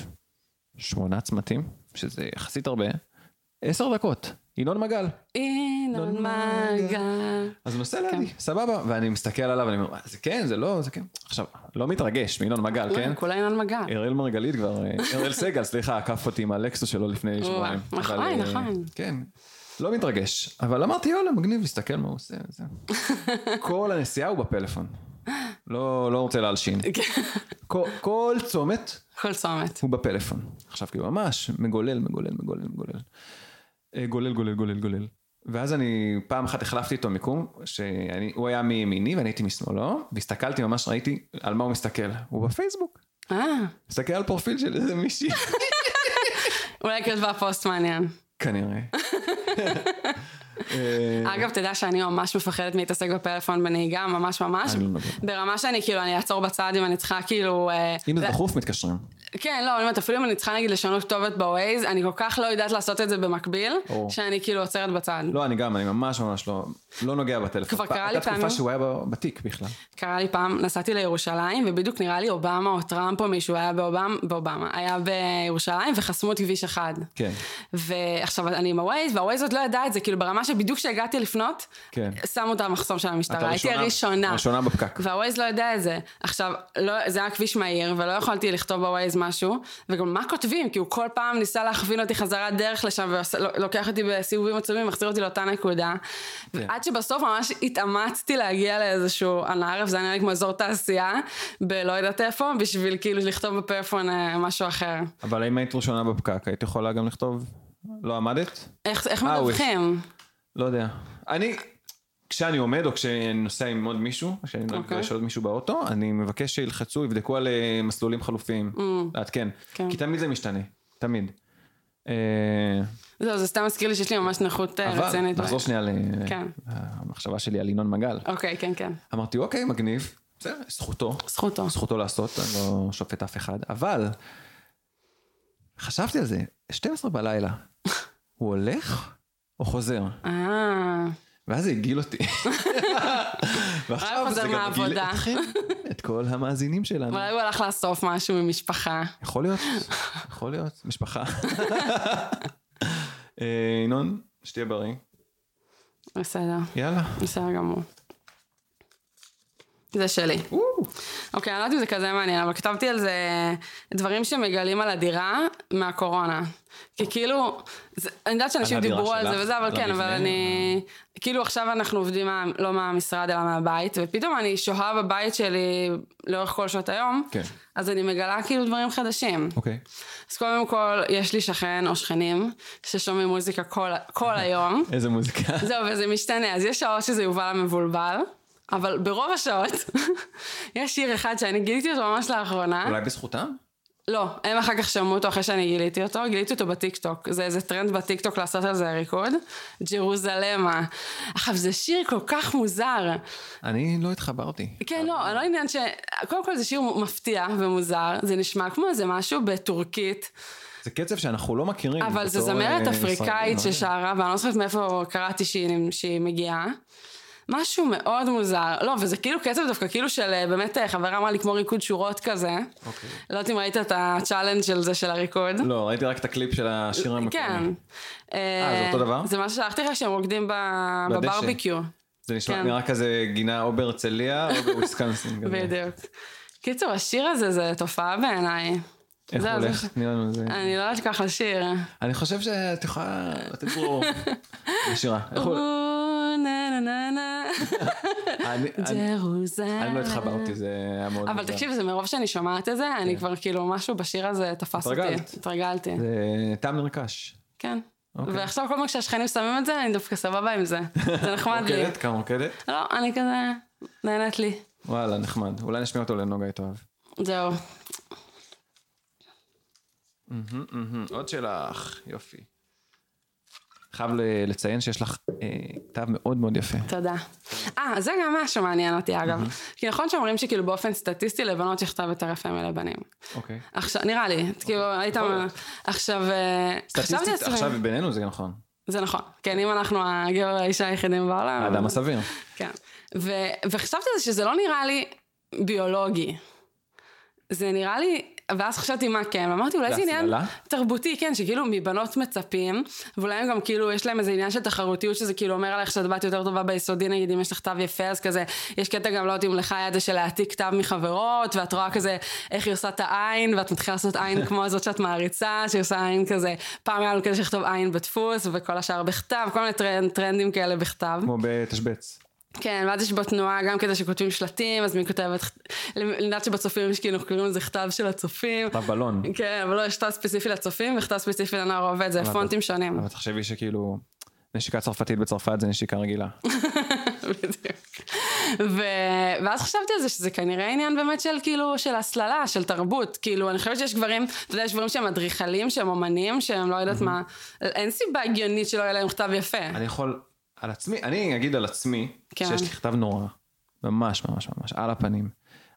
A: שמונה צמתים, שזה יחסית הרבה, עשר דקות, ינון מגל. לא,
B: אינון מעגל.
A: אז הוא נוסע לידי,
B: כן.
A: סבבה, ואני מסתכל עליו, אני אומר, "מה, זה כן, זה לא, זה כן. עכשיו, לא מתרגש מינון מגל, כן?
B: לא, כולה אינון מעגל.
A: אראל מרגלית כבר, אה, אראל סגל, סליחה, עקף אותי עם הלקסוס שלו לפני שבועיים. אבל,
B: נכון,
A: אה,
B: נכון.
A: כן, לא מתרגש. אבל אמרתי, יאללה, מגניב, להסתכל מה הוא עושה. וזה." כל הנסיעה הוא בפלאפון. לא לא רוצה להלשין.
B: כן.
A: כל- כל צומת
B: כל צומת.
A: הוא בפלאפון. עכשיו כאילו ממש מגולל, מגולל, מגולל, מגולל. אה, גולל, גולל, גולל, גולל. ואז אני פעם אחת החלפתי איתו מיקום, שהוא היה מימיני ואני הייתי משמאלו, והסתכלתי ממש, ראיתי על מה הוא מסתכל. הוא בפייסבוק.
B: אה,
A: מסתכל על פרופיל של איזה מישהי.
B: אולי כתבה פוסט מעניין.
A: כנראה. אה,
B: אגב, תדע שאני ממש מפחדת מלהתעסק בפלאפון בנהיגה, ממש ממש.
A: אני לא מבין.
B: ברמה שאני כאילו, אני אעצור בצד אם אני צריכה כאילו... אה,
A: אם זה
B: ל-
A: דחוף מתקשרים.
B: כן, לא, אני אומרת, אפילו אם אני צריכה נגיד לשנות כתובת בווייז, אני כל כך לא יודעת לעשות את זה במקביל,
A: ברור.
B: שאני כאילו עוצרת בצד.
A: לא, אני גם, אני ממש ממש לא, לא נוגע בטלפון.
B: כבר קרה לי
A: הייתה תקופה
B: פעמים-
A: שהוא היה ב- בתיק בכלל.
B: קרה לי פעם, נסעתי לירושלים, ובדיוק נראה לי אובמה או טראמפ או מישהו היה באובמה, באובמה, היה בירושלים וחסמו את כביש אחד.
A: כן.
B: ועכשיו אני עם הווייז, והווייז עוד לא ידע את זה, כאילו ברמה שבדיוק כשהגעתי לפנות,
A: כן.
B: שמו את המחסום של
A: אתה
B: המשטרה, הייתי הראשונה.
A: ראשונה בפקק.
B: והווייז לא יודע את זה. עכשיו, לא, זה היה כביש מהיר, ולא יכולתי לכתוב בווייז משהו, וגם מה כותבים? כי הוא כל פעם ניסה להכווין אותי חזרה דרך לשם, ולוקח אותי בסיבובים עצומים, מחזיר אותי לאותה נקודה.
A: כן.
B: ועד שבסוף ממש התאמצתי להגיע לאיזשהו ענערף, זה היה נראה לי כמו אזור תעשייה, בלא יודעת איפה, בשביל כאילו לכתוב בפלאפון אה, משהו אחר.
A: אבל אם היית ראשונה בפקק, היית יכולה גם לכתוב, לא עמדת?
B: איך, איך
A: אה, הוא-
B: מדווחים?
A: לא יודע. אני, כשאני עומד או כשאני נוסע עם עוד מישהו, כשאני נוהג
B: אוקיי.
A: okay. עוד מישהו באוטו, אני מבקש שילחצו, יבדקו על אה, מסלולים חלופיים.
B: אוקיי.
A: לעדכן.
B: כן.
A: כי תמיד זה משתנה. תמיד. אה,
B: זהו, לא, זה סתם מזכיר לי שיש לי ממש נכות אה,
A: אבל,
B: רצינית.
A: נחזור שנייה ל-
B: כן.
A: למחשבה שלי על ינון מגל.
B: אוקיי, כן, כן.
A: אמרתי, אוקיי, מגניב, בסדר, זכותו.
B: זכותו.
A: זכותו לעשות, אני לא שופט אף אחד, אבל חשבתי על זה, 12 בלילה, הוא הולך או חוזר?
B: אה,
A: ואז זה הגעיל אותי. ועכשיו
B: חוזר
A: זה גם הגעיל
B: מהעבודה.
A: אתכם, את כל המאזינים שלנו.
B: אולי הוא הלך לאסוף משהו ממשפחה.
A: יכול להיות, יכול להיות, משפחה. אה, ינון, שתהיה בריא.
B: בסדר,
A: יאללה.
B: בסדר גמור. זה שלי. אוקיי, אני לא יודעת אם זה כזה מעניין, אבל כתבתי על זה דברים שמגלים על הדירה מהקורונה. כי כאילו, זה, אני יודעת שאנשים
A: על הדירה
B: דיברו על
A: שלך, אה.
B: זה וזה, אבל
A: על
B: כן, אבל
A: המבנה,
B: אני... כאילו עכשיו אנחנו עובדים מה, לא מהמשרד אלא מהבית, ופתאום אני שוהה בבית שלי לאורך כל שעות היום,
A: כן.
B: אז אני מגלה כאילו דברים חדשים.
A: אוקיי.
B: אז קודם כל, יש לי שכן או שכנים ששומעים מוזיקה כל, כל היום.
A: איזה מוזיקה.
B: זהו, וזה משתנה. אז יש שעות שזה יובל המבולבל, אבל ברוב השעות יש שיר אחד שאני גיליתי אותו ממש לאחרונה.
A: אולי בזכותם?
B: לא, הם אחר כך שמעו אותו אחרי שאני גיליתי אותו, גיליתי אותו בטיקטוק. זה איזה טרנד בטיקטוק לעשות על זה ריקוד. ג'רוזלמה. עכשיו, זה שיר כל כך מוזר.
A: אני לא התחברתי.
B: כן, לא, לא עניין ש... קודם כל זה שיר מפתיע ומוזר, זה נשמע כמו איזה משהו בטורקית,
A: זה קצב שאנחנו לא מכירים.
B: אבל זו
A: בתור,
B: זמרת
A: אה,
B: אפריקאית
A: ישראלים, לא יודע.
B: ששרה, ואני לא זוכרת מאיפה קראתי שהיא, שהיא מגיעה. משהו מאוד מוזר. לא, וזה כאילו קצב דווקא, כאילו של אה, באמת אה, חברה אמרה לי כמו ריקוד שורות כזה.
A: אוקיי.
B: לא יודעת אם ראית את הצ'אלנג' של זה של הריקוד.
A: לא, ראיתי רק את הקליפ של השיר המקומי.
B: כן.
A: אה, זה אותו דבר?
B: זה מה ששלחתי לך שהם רוקדים ב-
A: בדשא.
B: בברביקיו.
A: זה נשמע,
B: כן.
A: נראה כזה גינה או בהרצליה או בוויסקנסין. כזה.
B: בדיוק. קיצור, השיר הזה זה תופעה בעיניי.
A: איך
B: זה-
A: הוא
B: זה-
A: הולך? תני לנו איזה...
B: אני לא יודעת כל כך לשיר.
A: אני חושב שאת יכולה לתת לו שירה. איך הוא-
B: או, נה נה נה נה.
A: אני- אני-
B: ג'רוזלם.
A: אני לא התחברתי, זה היה מאוד...
B: אבל
A: מוזר. כן.
B: תקשיב, זה מרוב שאני שומעת את זה, אני כבר כאילו, משהו בשיר הזה תפס אותי.
A: התרגלת.
B: התרגלתי.
A: זה טעם נרכש.
B: כן.
A: אוקיי.
B: ועכשיו כל פעם כשהשכנים שמים את זה, אני דווקא סבבה עם זה. זה נחמד לי.
A: רוקדת? כמה רוקדת?
B: לא, אני כזה, נהנית לי.
A: וואלה, נחמד. אולי נשמיע אותו לנוגה היא תאהב.
B: זהו.
A: מהמם, מהמם. עוד שלך, יופי. חייב ל- לציין שיש לך אה, כתב מאוד מאוד יפה.
B: תודה. אה, זה גם משהו מעניין אותי אגב. כי נכון שאומרים שכאילו באופן סטטיסטי לבנות יכתב יותר יפה מלבנים.
A: אוקיי.
B: עכשיו, נראה לי, כאילו היית...
A: יכול להיות.
B: עכשיו, אה, חשבתי
A: סטטיסטית
B: לעצמי-
A: עכשיו בינינו זה נכון.
B: זה נכון. כן, אם אנחנו הגבר האישה היחידים בעולם.
A: האדם
B: אז-
A: הסביר.
B: כן. ו- וחשבתי על זה שזה לא נראה לי ביולוגי. זה נראה לי, ואז חשבתי מה כן, ואמרתי אולי
A: זה
B: זה עניין
A: הסללה?
B: תרבותי, כן, שכאילו מבנות מצפים, ואולי הם גם כאילו, יש להם איזה עניין של תחרותיות, שזה כאילו אומר עליך שאת בת יותר טובה ביסודי, נגיד אם יש לך כתב יפה, אז כזה, יש קטע גם, לא יודעת אם לך היה את זה של להעתיק כתב מחברות, ואת רואה כזה איך היא עושה את העין, ואת מתחילה לעשות עין כמו הזאת שאת מעריצה, שהיא עושה עין כזה, פעם היה לנו כזה שכתוב עין בדפוס, וכל השאר בכתב, כל מיני טרנד, טרנדים כאלה בכתב.
A: כמו בתשבץ.
B: כן, ואז יש בתנועה גם כזה שכותבים שלטים, אז מי כותב את... אני יודעת שבצופים יש כאילו, קוראים לזה כתב של הצופים.
A: כתב בלון.
B: כן, אבל לא, יש כתב ספציפי לצופים וכתב ספציפי לנוער עובד, זה פונטים שונים.
A: אבל תחשבי שכאילו, נשיקה צרפתית בצרפת זה נשיקה רגילה.
B: בדיוק. ו- ואז חשבתי על זה שזה כנראה עניין באמת של כאילו, של הסללה, של תרבות. כאילו, אני חושבת שיש גברים, אתה יודע, יש גברים שהם אדריכלים, שהם אומנים, שהם לא יודעת מה... אין סיבה הגיונית שלא יהיה להם כתב יפה.
A: אני יכול, על עצמי, אני אגיד על עצמי,
B: כן.
A: שיש לי כתב נורא. ממש ממש ממש, על הפנים.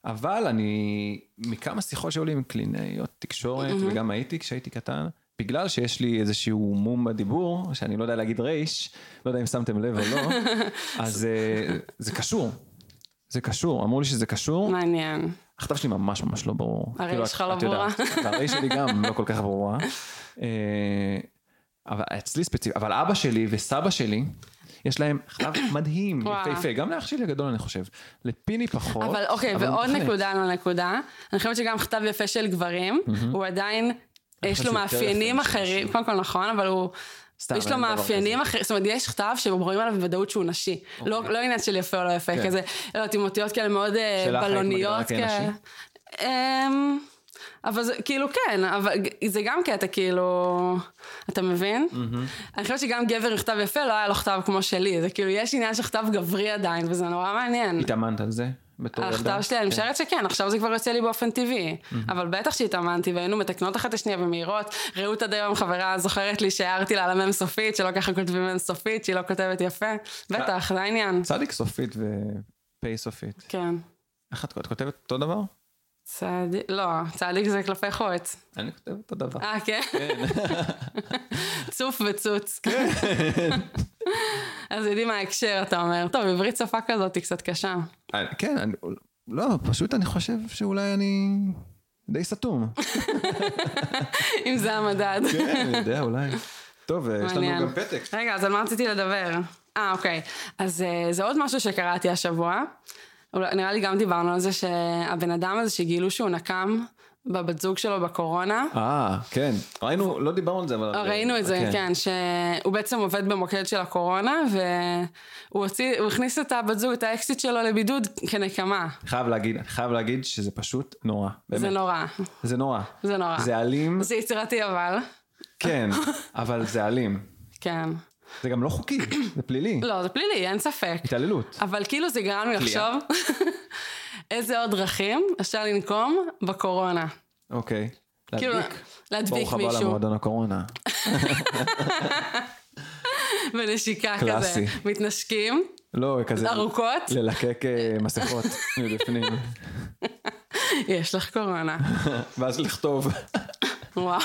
A: אבל אני, מכמה שיחות שהיו לי עם קלינאיות תקשורת, וגם הייתי כשהייתי קטן, בגלל שיש לי איזשהו מום בדיבור, שאני לא יודע להגיד רייש, לא יודע אם שמתם לב או לא, אז אה, זה קשור. זה קשור, אמרו לי שזה קשור.
B: מעניין.
A: הכתב שלי ממש ממש לא ברור.
B: הרי
A: כאילו, את-
B: שלך לא
A: את יודעת. הרי שלי גם לא כל כך ברורה. אה, אבל אצלי ספציפית, אבל אבא שלי וסבא שלי, יש להם כתב מדהים,
B: וואו.
A: יפהפה, גם לאח שלי הגדול אני חושב. לפיני פחות.
B: אבל אוקיי,
A: הוא
B: ועוד
A: מתחלק.
B: נקודה על הנקודה, אני חושבת שגם כתב יפה של גברים, הוא עדיין, יש
A: חושבת
B: לו
A: שהוא יותר
B: מאפיינים
A: יפה משל
B: אחרים,
A: נשים.
B: קודם כל נכון, אבל הוא...
A: סתם,
B: יש לו
A: אין דבר כזה.
B: מאפיינים
A: אוקיי.
B: אחרים, זאת אומרת, יש כתב שרואים עליו בוודאות שהוא נשי. לא לא עניין של יפה או לא יפה,
A: כן.
B: כזה, לא יודעת, עם אותיות כאלה מאוד אה,
A: שלך היית מגדירה
B: בלוניות
A: כנשי?
B: כאלה. אמ, אבל זה כאילו כן, אבל זה גם קטע כאילו, אתה מבין? אני חושבת שגם גבר עם כתב יפה לא היה לו כתב כמו שלי, זה כאילו יש עניין של כתב גברי עדיין, וזה נורא מעניין.
A: התאמנת על זה? בתור ילדה?
B: הכתב שלי, אני משערת שכן, עכשיו זה כבר יוצא לי באופן טבעי. אבל בטח שהתאמנתי, והיינו מתקנות אחת את השנייה במהירות. רעות עד היום חברה זוכרת לי שהערתי לה על המם סופית, שלא ככה כותבים מם סופית, שהיא לא כותבת יפה. בטח, זה העניין.
A: צדיק סופית ופ' סופית.
B: כן.
A: איך את את כותבת אותו דבר?
B: צדיק, לא, צדיק זה כלפי חוץ.
A: אני כותב אותו דבר.
B: אה, כן? צוף וצוץ. אז יודעים מה ההקשר, אתה אומר. טוב, עברית שפה כזאת היא קצת קשה.
A: אני- כן, אני, לא, פשוט אני חושב שאולי אני די סתום.
B: אם זה המדד.
A: כן, אני יודע, אולי. טוב, אה, יש
B: מעניין.
A: לנו גם פתק.
B: רגע, אז על מה רציתי לדבר? אה, אוקיי. אז אה, זה עוד משהו שקראתי השבוע. אולי- נראה לי גם דיברנו על זה שהבן אדם הזה שגילו שהוא נקם בבת זוג שלו בקורונה.
A: אה, כן. ראינו, לא דיברנו על זה, אבל...
B: ראינו את זה, כן, שהוא בעצם עובד במוקד של הקורונה, והוא הוציא, הוא הכניס את הבת זוג, את האקסיט שלו לבידוד כנקמה.
A: חייב להגיד, חייב להגיד שזה פשוט נורא. באמת.
B: כן. זה נורא, אה.
A: זה נורא.
B: זה נורא.
A: זה אלים,
B: זה יצירתי אבל,
A: כן, אבל זה אלים.
B: כן.
A: זה גם לא חוקי, זה פלילי.
B: לא, זה פלילי, אין ספק.
A: התעללות.
B: אבל כאילו זה גרם לי לחשוב
A: תלייה.
B: איזה עוד דרכים אפשר לנקום בקורונה.
A: אוקיי.
B: כאילו,
A: להדביק.
B: להדביק
A: ברוך הבא
B: מישהו,
A: למועדון הקורונה.
B: בנשיקה כזה,
A: קלאסי.
B: מתנשקים,
A: לא, כזה...
B: ארוכות,
A: ללקק אה, מסכות מבפנים.
B: יש לך קורונה,
A: ואז לכתוב,
B: וואו,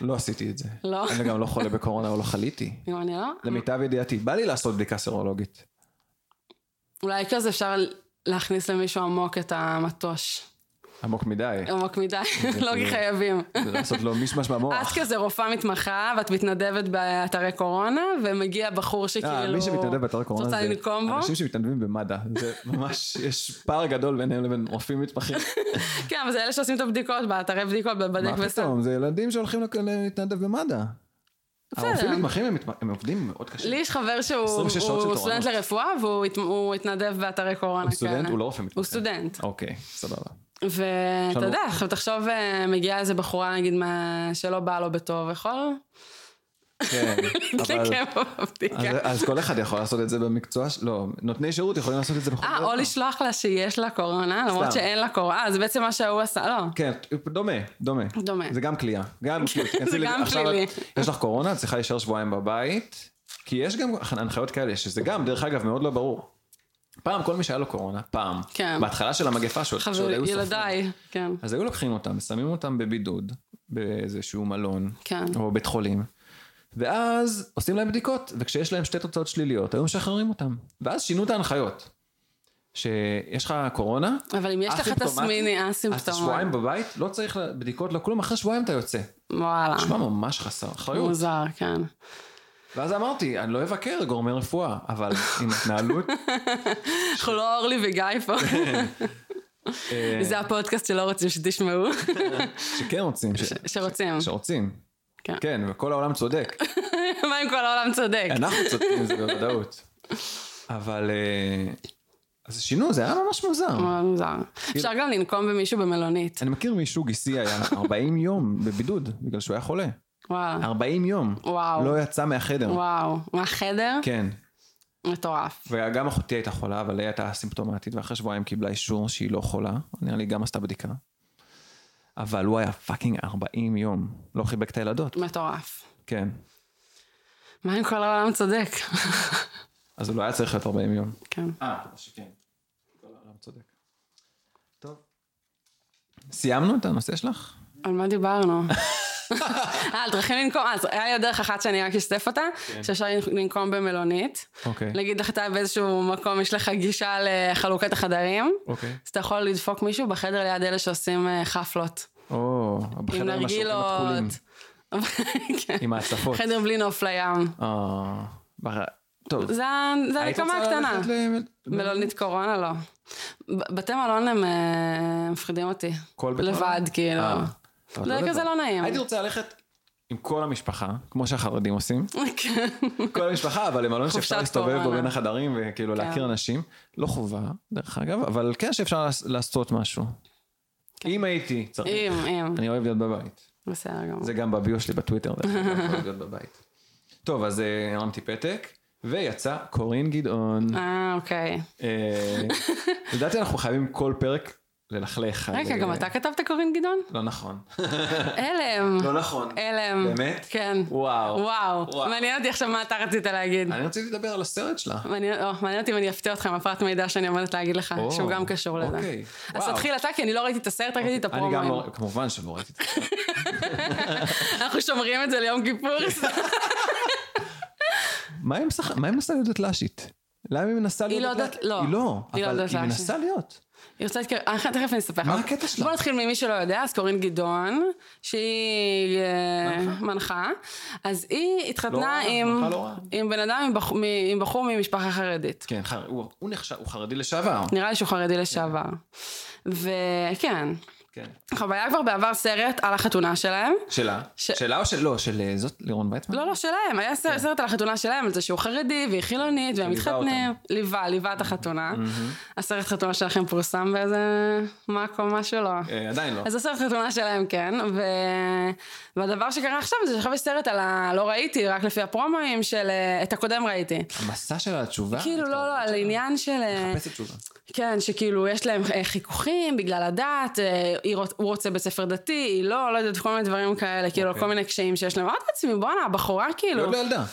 A: לא עשיתי את זה.
B: לא.
A: אני גם לא חולה בקורונה או לא חליתי.
B: אם אני לא,
A: למיטב ידיעתי, בא לי לעשות בדיקה סרולוגית.
B: אולי כזה אפשר להכניס למישהו עמוק את המטוש,
A: עמוק מדי.
B: עמוק מדי, לא
A: כאילו-
B: כי חייבים.
A: זה לעשות לו מישמש
B: את
A: במוח.
B: כזה רופאה מתמחה, ואת מתנדבת באתרי קורונה, ומגיע בחור
A: אה,
B: שכאילו...
A: מי שמתנדב באתר קורונה
B: כאילו, רוצה לנקום בו?
A: אנשים שמתנדבים במד"א. זה ממש, יש פער גדול ביניהם לבין רופאים מתמחים.
B: כן, אבל זה אלה שעושים את הבדיקות באתרי בדיקות, בבדק
A: מה
B: וסל.
A: פתאום, זה ילדים שהולכים לק- להתנדב במד"א.
B: בסדר.
A: הרופאים מתמחים הם מתמ- הם עובדים מאוד קשה.
B: לי יש חבר שהוא
A: 26 שעות של
B: הוא
A: תורנות.
B: סטודנט לרפואה, והוא הת- הוא התנדב באתרי קורונה.
A: הוא סטודנט,
B: כאלה.
A: הוא לא רופא מתמחה.
B: הוא סטודנט.
A: אוקיי, סבבה.
B: ואתה
A: שלום.
B: יודע, עכשיו תחשוב, אה, מגיעה איזה בחורה, נגיד, מה- שלא באה לו בטוב, יכול
A: כן, אבל...
B: להתלקם פה בבדיקה.
A: אז- אז כל אחד יכול לעשות את זה במקצוע, ש- לא, נותני שירות יכולים לעשות את זה בכל
B: אה, או לשלוח לה שיש לה קורונה, למרות
A: סתם.
B: שאין לה קורונה. אה, זה בעצם מה שהוא עשה, לא.
A: כן, דומה, דומה.
B: דומה.
A: זה גם כליאה. גם כאילו, תיכנסי
B: זה
A: לב-
B: גם
A: עכשיו
B: פלילי.
A: את- יש לך קורונה, את צריכה להישאר שבועיים בבית, כי יש גם הנחיות כאלה, שזה גם, דרך אגב, מאוד לא ברור. פעם, כל מי שהיה לו קורונה, פעם,
B: כן.
A: בהתחלה של המגפה, שעוד שעוד
B: חבר,
A: היו סופרים,
B: ילדיי, כן.
A: אז היו לוקחים אותם, שמים אותם בבידוד, באיזשהו מלון,
B: כן.
A: או בית חולים, ואז עושים להם בדיקות, וכשיש להם שתי תוצאות שליליות, היו משחררים אותם. ואז שינו את ההנחיות. שיש לך קורונה,
B: אבל אם יש לך אה,
A: אסימפטומטי,
B: תסמיני
A: אז שבועיים
B: אסימפטומטי,
A: בבית, לא צריך בדיקות, לא כלום, אחרי שבועיים אתה יוצא.
B: וואלה,
A: נשמע ממש חסר אחריות.
B: מוזר, כן.
A: ואז אמרתי, אני לא אבקר גורמי רפואה, אבל עם התנהלות...
B: אנחנו לא אורלי וגיא פה,
A: אה,
B: זה הפודקאסט שלא רוצים שתשמעו,
A: שכן רוצים, ש-
B: שרוצים.
A: שרוצים.
B: כן.
A: כן, וכל העולם צודק.
B: מה אם כל העולם צודק?
A: אנחנו צודקים, זה בוודאות. אבל... אה, אז שינו, זה היה ממש מוזר.
B: מאוד מוזר. אפשר גם לנקום במישהו במלונית,
A: אני מכיר מישהו, גיסי היה 40 יום בבידוד, בגלל שהוא היה חולה.
B: וואלה.
A: 40 יום.
B: וואו.
A: אה, לא יצא מהחדר.
B: וואו, מהחדר?
A: כן.
B: מטורף.
A: וגם אחותי הייתה חולה, אבל היא הייתה אסימפטומטית, ואחרי שבועיים קיבלה אישור שהיא לא חולה. נראה לי גם עשתה בדיקה. אבל הוא היה פאקינג 40 יום. לא חיבק את הילדות.
B: מטורף.
A: כן.
B: מה אם כל העולם צודק?
A: אז הוא לא היה צריך להיות 40 יום.
B: כן.
A: אה, שכן. כל העולם צודק. טוב. סיימנו את הנושא שלך?
B: על מה דיברנו? אה, על דרכים לנקום, אז היה לי עוד דרך אחת שאני רק אשתף אותה,
A: כן.
B: שאפשר לנקום במלונית.
A: אוקיי.
B: נגיד לך אתה באיזשהו מקום, יש לך גישה לחלוקת החדרים,
A: אוקיי.
B: אז אתה יכול לדפוק מישהו בחדר ליד אלה שעושים אה, חפלות.
A: או,
B: עם
A: בחדר עם השוקים הכחולים.
B: נרגילות. כן.
A: עם ההצפות.
B: חדר בלי נוף לים.
A: אה, בר- טוב.
B: זה זה
A: היית
B: הנקמה
A: רוצה
B: הקטנה.
A: ללכת ל-
B: מלונית קורונה לא. ב- בתי מלון הם אה, מפחידים אותי.
A: כל בית
B: לבד,
A: מלון?
B: כאילו.
A: אה, אבל
B: זה
A: לא
B: כזה
A: לבד.
B: לא נעים.
A: הייתי רוצה ללכת עם כל המשפחה, כמו שהחרדים עושים.
B: כן.
A: כל המשפחה, אבל למלון שאפשר
B: חופשת
A: להסתובב בו
B: קורונה. כן.
A: בין החדרים וכאילו להכיר אנשים. לא חובה, דרך אגב, אבל כן שאפשר לעש- לעשות משהו. אם הייתי צריך.
B: כן. אם, אם.
A: אני אוהב להיות בבית.
B: בסדר גמור.
A: זה גם בביו שלי בטוויטר, דרך אגב, אוהב להיות בבית. טוב, אז אה, הרמתי פתק, ויצא קורין גדעון.
B: אה, אוקיי.
A: אה, לדעתי אנחנו חייבים כל פרק ללכלך. על- אה,
B: רגע, גם אתה כתבת קורין גדעון?
A: לא נכון.
B: הלם.
A: לא נכון.
B: הלם.
A: באמת?
B: כן.
A: וואו.
B: אה. וואו.
A: וואו.
B: מעניין אותי עכשיו מה אתה רצית להגיד.
A: אני רציתי לדבר על הסרט שלה.
B: מעניין או, מעניין אותי אם אני אפתיע אותך עם הפרט מידע שאני עומדת להגיד לך,
A: או,
B: אה, שהוא גם קשור לזה.
A: אוקיי,
B: אז
A: וואו.
B: תתחיל אתה, כי אני לא ראיתי את הסרט, רק ראיתי את
A: אני גם
B: הפרומואים.
A: לא, כמובן שלא ראיתי את זה.
B: אנחנו שומרים את זה ליום כיפור.
A: מה היא משח- מה היא מנסה להיות דתל"שית? למה היא מנסה
B: היא
A: להיות
B: לא
A: דתל"שית?
B: דת- לא.
A: היא לא,
B: היא לא
A: אבל היא
B: דתל"שית.
A: מנסה להיות.
B: אני רוצה להתקרב, אה, תכף אני אספר לך.
A: מה הקטע שלה?
B: בוא נתחיל ממי שלא יודע, אז קורין גדעון, שהיא אה, מנחה, אז היא התחתנה
A: רעה,
B: עם-
A: מנחה לא רעה.
B: עם בן אדם, עם בחור- מ- עם בחור ממשפחה חרדית.
A: כן, חר- הוא הוא נחשב, הוא חרדי לשעבר.
B: נראה לי שהוא חרדי לשעבר. וכן,
A: כן.
B: עכשיו, היה כבר בעבר סרט על החתונה שלהם.
A: שלה?
B: ש-
A: שלה או של... לא, של אה, זאת, לירון ויצמן?
B: לא, לא, שלהם. היה סרט, סרט על החתונה שלהם, על זה שהוא חרדי והיא חילונית, והם
A: כן. שליווה
B: מתחתנים. ליווה, ליווה את החתונה. הסרט חתונה שלכם פורסם באיזה מאקו, משהו לא.
A: אה, עדיין לא.
B: אז הסרט חתונה שלהם, כן. ו... והדבר שקרה עכשיו זה שעכשיו יש סרט על ה... לא ראיתי, רק לפי הפרומואים של... אה, את הקודם ראיתי.
A: המסע שלה, התשובה?
B: כאילו, לא, לא, על עניין של... אה,
A: מחפשת תשובה.
B: כן, שכאילו יש להם אה, חיכוכים בגלל הדת, אה, היא רוצ- הוא רוצה בית ספר דתי, היא לא, לא יודעת, כל מיני דברים כאלה, כאילו,
A: אוקיי.
B: כל מיני קשיים שיש להם. אמרתי לעצמי, בואנה, הבחורה כאילו...
A: לא לילדה.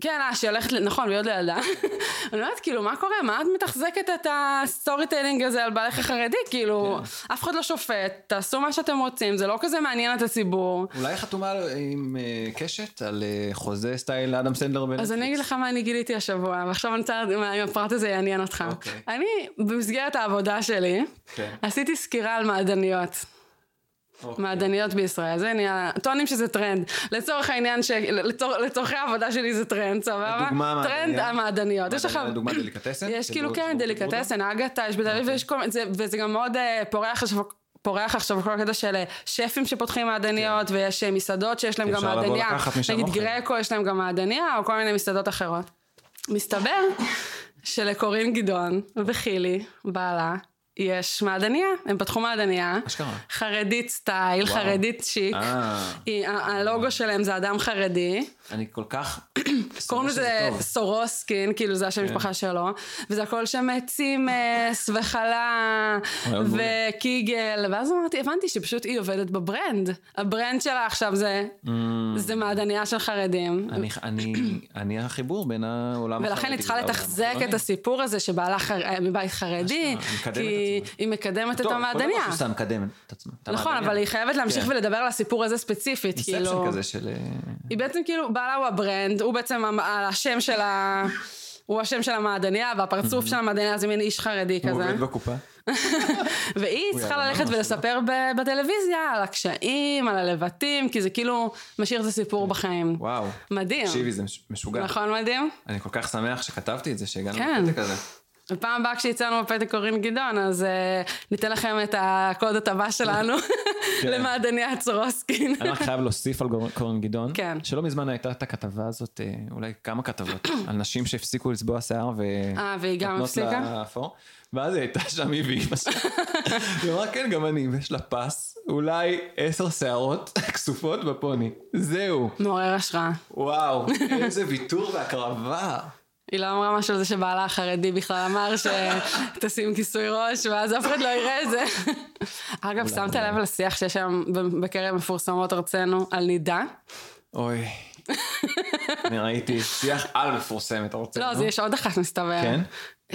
B: כן, אה, שהיא הולכת, ל- נכון, להיות לילדה. אני אומרת, כאילו, מה קורה? מה את מתחזקת את הסטורי טיילינג הזה על בעלך החרדי? כאילו,
A: כן.
B: אף אחד לא שופט, תעשו מה שאתם רוצים, זה לא כזה מעניין את הציבור.
A: אולי חתומה עם אה, קשת על אה, חוזה סטייל אדם סנדלר בנטפליקס.
B: אז אני אגיד לך מה אני גיליתי השבוע, ועכשיו אני רוצה לדעת אם הפרט הזה יעניין אותך.
A: אוקיי.
B: אני, במסגרת העבודה שלי,
A: כן.
B: עשיתי סקירה על מעדניות.
A: אוקיי.
B: מעדניות בישראל, זה נהיה, טוענים שזה טרנד. לצורך העניין, ש... לצור... לצורכי העבודה שלי זה טרנד, סבבה?
A: לדוגמה,
B: טרנד
A: מעדניות.
B: המעדניות. יש לך...
A: לדוגמה אוקיי. דליקטסן?
B: יש כאילו,
A: שבו-
B: כן,
A: שבו-
B: דליקטסן, אגתה, יש בתל אביב, ויש כל מיני, זה- וזה גם מאוד אה, פורח עכשיו. פורח עכשיו כל הקטע של אה, שפים שפותחים מעדניות, ויש אה, מסעדות שיש להם גם
A: כן. אפשר לבוא
B: מעדניה.
A: לקחת משם
B: נגיד
A: אוכל.
B: גרקו יש להם גם מעדניה, או כל מיני מסעדות אחרות. מסתבר שלקורין גדעון וחילי, בעלה, יש מעדניה, הם פתחו מעדניה.
A: אשכרה.
B: חרדית סטייל,
A: וואו.
B: חרדית צ'יק.
A: אה,
B: היא- ה- הלוגו שלהם זה אדם חרדי.
A: אני כל כך...
B: קוראים לזה
A: טוב.
B: סורוסקין, כאילו זה השם
A: כן.
B: המשפחה שלו, וזה הכל שם צימס וחלה
A: רעיון מעולה.
B: וקיגל, ואז אמרתי, הבנתי שפשוט היא עובדת בברנד. הברנד שלה עכשיו זה, זה מעדניה של חרדים.
A: Mm. אני, לא אני, אני החיבור בין העולם
B: ולכן היא צריכה לתחזק את הסיפור הזה שבעלה חר... אה, מבית חרדי,
A: אשכרה, היא מקדמת את
B: כי
A: עצמה.
B: היא מקדמת את המעדניה.
A: טוב, כל דבר שעושה מקדמת את עצמה. את
B: נכון,
A: המעדניה.
B: אבל היא חייבת להמשיך
A: כן.
B: ולדבר על הסיפור הזה ספציפית, כאילו...
A: אינספשן כזה של... אה,
B: היא בעצם כאילו, בעלה הוא הברנד, הוא בעצם המ- השם של ה... הוא השם של המעדניה, והפרצוף של המעדניה זה מין איש חרדי
A: Mm-hmm. הוא
B: כזה.
A: עובד בקופה.
B: והיא
A: הוא
B: צריכה
A: יהלומן
B: ללכת
A: או משהו,
B: ולספר ב- בטלוויזיה על הקשיים, על הלבטים, כי זה כאילו משאיר את הסיפור בחיים.
A: וואו.
B: מדהים.
A: כן. תקשיבי, זה מש- משוגע.
B: כן. נכון מדהים?
A: אני כל כך שמח שכתבתי את זה, שהגענו
B: כן.
A: לפתק הזה.
B: בפעם הבאה כשיצאנו בפתק קורין גדעון, אז אה, ניתן לכם את הקוד הבא שלנו
A: כן.
B: למעדניה צורוסקין.
A: אני רק חייב להוסיף על גור- קורן גדעון,
B: כן.
A: שלא מזמן הייתה את הכתבה הזאת, אה, אולי כמה כתבות, על נשים שהפסיקו לצבוע שיער ו...
B: אה, והיא גם
A: נותנות
B: הפסיקה?
A: לה אפור. ואז היא הייתה שם היא ואימא שלה. היא אמרה, כן, גם אני, ויש לה פס, אולי עשר שערות כסופות בפוני. זהו.
B: מעורר השראה.
A: וואו, איזה ויתור והקרבה.
B: היא לא אמרה משהו על זה שבעלה החרדי בכלל אמר שתשים כיסוי ראש ואז אף אחד לא יראה את זה. אגב, שמת לב לשיח שיש היום ב- בקרב מפורסמות ארצנו על נידה?
A: אוי. אני ראיתי שיח על מפורסמת, אתה רוצה?
B: לא, אז
A: נו?
B: יש עוד אחת מסתבר.
A: כן?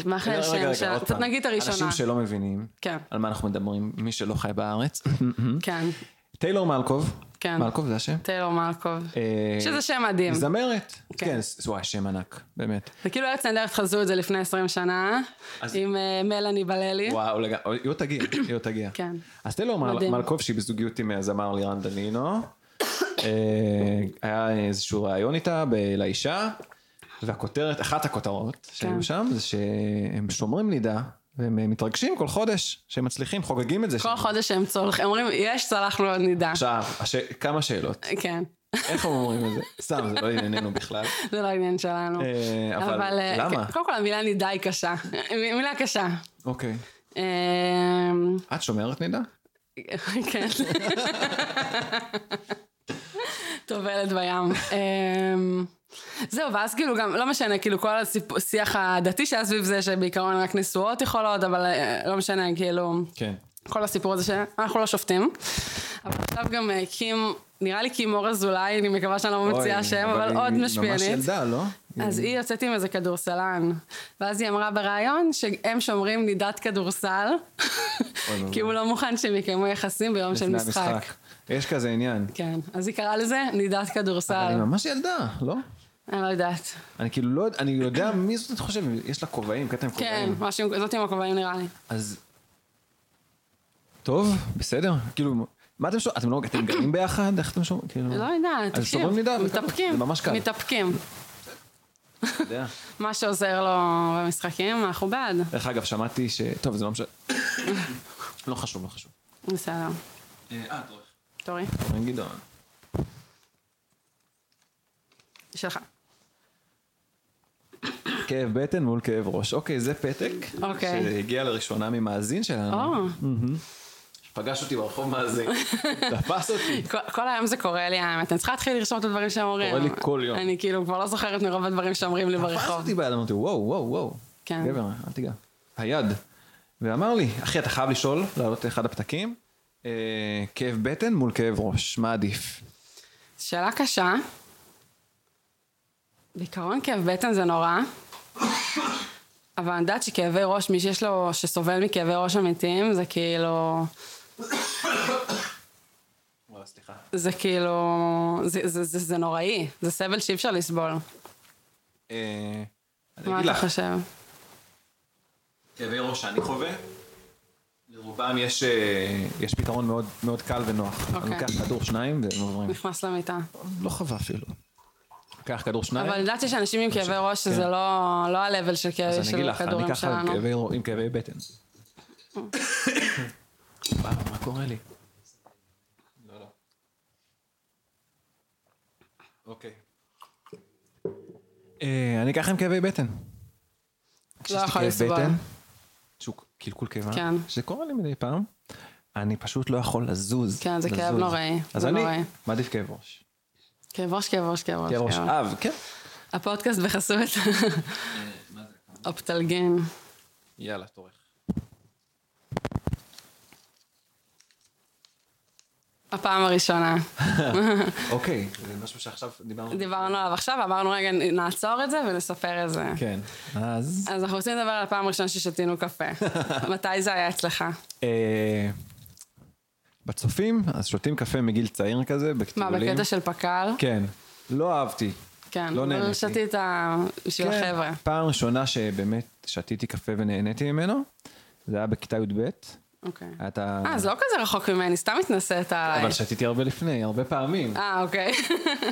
B: מה אחרי
A: רגע, רגע,
B: השם
A: רגע,
B: שלה?
A: עוד
B: אתה
A: פעם.
B: תגיד את הראשונה.
A: אנשים שלא מבינים
B: כן.
A: על מה אנחנו מדברים, מי שלא חי בארץ.
B: כן,
A: טיילור מלקוב.
B: כן.
A: מלקוב זה השם?
B: טיילור מלקוב.
A: אה,
B: שזה שם מדהים.
A: זמרת.
B: כן.
A: כן, ס- וואי, שם ענק, באמת.
B: זה כאילו ארץ נהדרת חזו את זה לפני 20 שנה,
A: אז-
B: עם אה, מלאני בללי.
A: וואו, לגמרי, אוי, היא עוד תגיע, היא עוד תגיע.
B: כן.
A: אז טיילור מל-
B: מדהים.
A: מלקוב, שהיא בזוגיות עם הזמר לירן דנינו, אה, היה איזשהו ראיון איתה ב- לאישה, והכותרת, אחת הכותרות
B: כן.
A: שהיו שם, זה שהם שומרים לידה, והם אה, מתרגשים כל חודש, שהם מצליחים, חוגגים את זה.
B: כל
A: שם.
B: חודש שהם צולחים, אומרים, יש, צלחנו עוד נידה.
A: עכשיו, הש- כמה שאלות,
B: כן,
A: איך הם אומרים את זה? סתם, זה לא ענייננו בכלל.
B: זה לא העניין שלנו.
A: אה, אבל
B: אבל אה,
A: למה?
B: כן, קודם כל המילה נידה היא קשה. אה, מ- מילה קשה.
A: אוקיי.
B: אמ,
A: את שומרת נידה?
B: כן. טובלת בים. אמ, זהו, ואז כאילו גם, לא משנה, כאילו כל השיח הדתי שהיה סביב זה, שבעיקרון רק נשואות יכולות, אבל אה, לא משנה, כאילו,
A: כן.
B: כל הסיפור הזה שאנחנו לא שופטים. אבל עכשיו גם אה, קים, נראה לי קים אור אזולאי, אני מקווה שאני לא
A: אוי,
B: ממציאה שם, אבל עוד
A: היא
B: משפיענית.
A: ממש ילדה, לא?
B: אז היא יוצאת עם איזה כדורסלן, ואז היא אמרה בריאיון שהם שומרים נידת כדורסל,
A: אוי, אוי,
B: כי הוא לא מוכן שהם יקיימו יחסים ביום של
A: לפני
B: משחק.
A: המשחק. יש כזה עניין.
B: כן, אז היא קראה לזה נידת
A: אני
B: כדורסל.
A: ממש ילדה, לא?
B: אני לא יודעת. אני
A: אני כאילו לא יודע, אני יודע מי זאת את חושבת, יש לה כובעים, קטע עם
B: כן,
A: כובעים.
B: משהו, עם- זאת עם הכובעים נראה לי.
A: אז... טוב, בסדר. כאילו, מה אתם שומעים? אתם לא, אתם גרים ביחד? איך אתם שומעים? כאילו...
B: לא יודעת,
A: אז
B: תקשיב.
A: שומרים נידה, זה קל.
B: מתאפקים.
A: זה ממש קל.
B: מתאפקים.
A: אתה יודע.
B: מה שעוזר לו במשחקים, אנחנו בעד.
A: דרך אגב, שמעתי ש... טוב, זה לא משנה. לא חשוב, לא חשוב.
B: בסדר.
A: אה, את רואה.
B: תורי.
A: אורן גדעון.
B: שלך.
A: כאב בטן מול כאב ראש. אוקיי, זה פתק.
B: אוקיי.
A: שהגיע לראשונה ממאזין שלנו.
B: או,
A: פגש אותי ברחוב מאזין. תפס אותי.
B: כל- כל היום זה קורה לי האמת. אני צריכה להתחיל לרשום את הדברים שהם אומרים.
A: קורה לי כל יום. נכון.
B: אני כאילו כבר לא זוכרת מרוב הדברים שאומרים לי
A: תפס
B: ברחוב.
A: אותי ביד, אמרתי, וואו, וואו, וואו.
B: כן.
A: גבר, אל תיגע. היד. ואמר לי, אחי, אתה חייב לשאול, לעלות לאחד הפתקים, אה, כאב בטן מול כאב ראש, מה עדיף?
B: שאלה קשה. בעיקרון כאב בטן זה נורא, אבל אני יודעת שכאבי ראש, מי שיש לו, שסובל מכאבי ראש אמיתיים, זה כאילו,
A: וואלה, סליחה.
B: זה כאילו, זה, זה, זה, זה נוראי, זה סבל שאי אפשר לסבול.
A: אה, אני
B: מה
A: אגיד
B: אתה
A: לך,
B: חושב?
A: כאבי ראש שאני חווה, לרובם יש, אה, יש פתרון מאוד, מאוד קל ונוח. אני
B: אוקיי.
A: לוקח כדור שניים והם עוברים.
B: נכנס למיטה.
A: לא חווה אפילו. לוקח כדור שניים.
B: אבל אני יודעת שאנשים עם כאבי ראש,
A: כן.
B: שזה לא, לא ה-level של כאב-
A: אז אני אגיד
B: של
A: לך, אני
B: הכדורים
A: ככה עם
B: שלנו.
A: כאבי, רו- עם כאבי בטן. וואו, מה קורה לי? לא, לא. אוקיי. אה, אני ככה עם כאבי בטן. כשיש לי
B: לא יכול
A: כאב
B: לסבול.
A: בטן, שהוא קלקול קיבה,
B: כן.
A: שזה קורה לי מדי פעם, אני פשוט לא יכול לזוז.
B: כן, זה כאב
A: לזוז.
B: נוראי,
A: אז
B: זה
A: אני
B: נוראי. אוקיי.
A: מעדיף כאב ראש.
B: כאב ראש, כאב ראש, כאב ראש.
A: כאב ראש אה, אב, כן.
B: הפודקאסט בחסות אופטלגין.
A: יאללה, תורך.
B: הפעם הראשונה.
A: אוקיי, זה משהו שעכשיו דיברנו.
B: דיברנו עליו עכשיו, אמרנו רגע נעצור את זה ונספר את זה.
A: כן, אז...
B: אז אנחנו רוצים לדבר על הפעם הראשונה ששתינו קפה. מתי זה היה אצלך?
A: אה, בצופים, אז שותים קפה מגיל צעיר כזה,
B: מה,
A: בקטיולים.
B: בקטע של פק"ל?
A: כן. לא אהבתי.
B: כן.
A: לא
B: אבל
A: נהניתי.
B: שתית בשביל
A: כן,
B: החבר'ה.
A: פעם ראשונה שבאמת שתיתי קפה ונהניתי ממנו, זה היה בכיתה י"ב.
B: אוקיי.
A: היה את ה...
B: אה, זה לא כזה רחוק ממני, סתם התנסית עליי.
A: אבל שתיתי הרבה לפני, הרבה פעמים.
B: אה, אוקיי.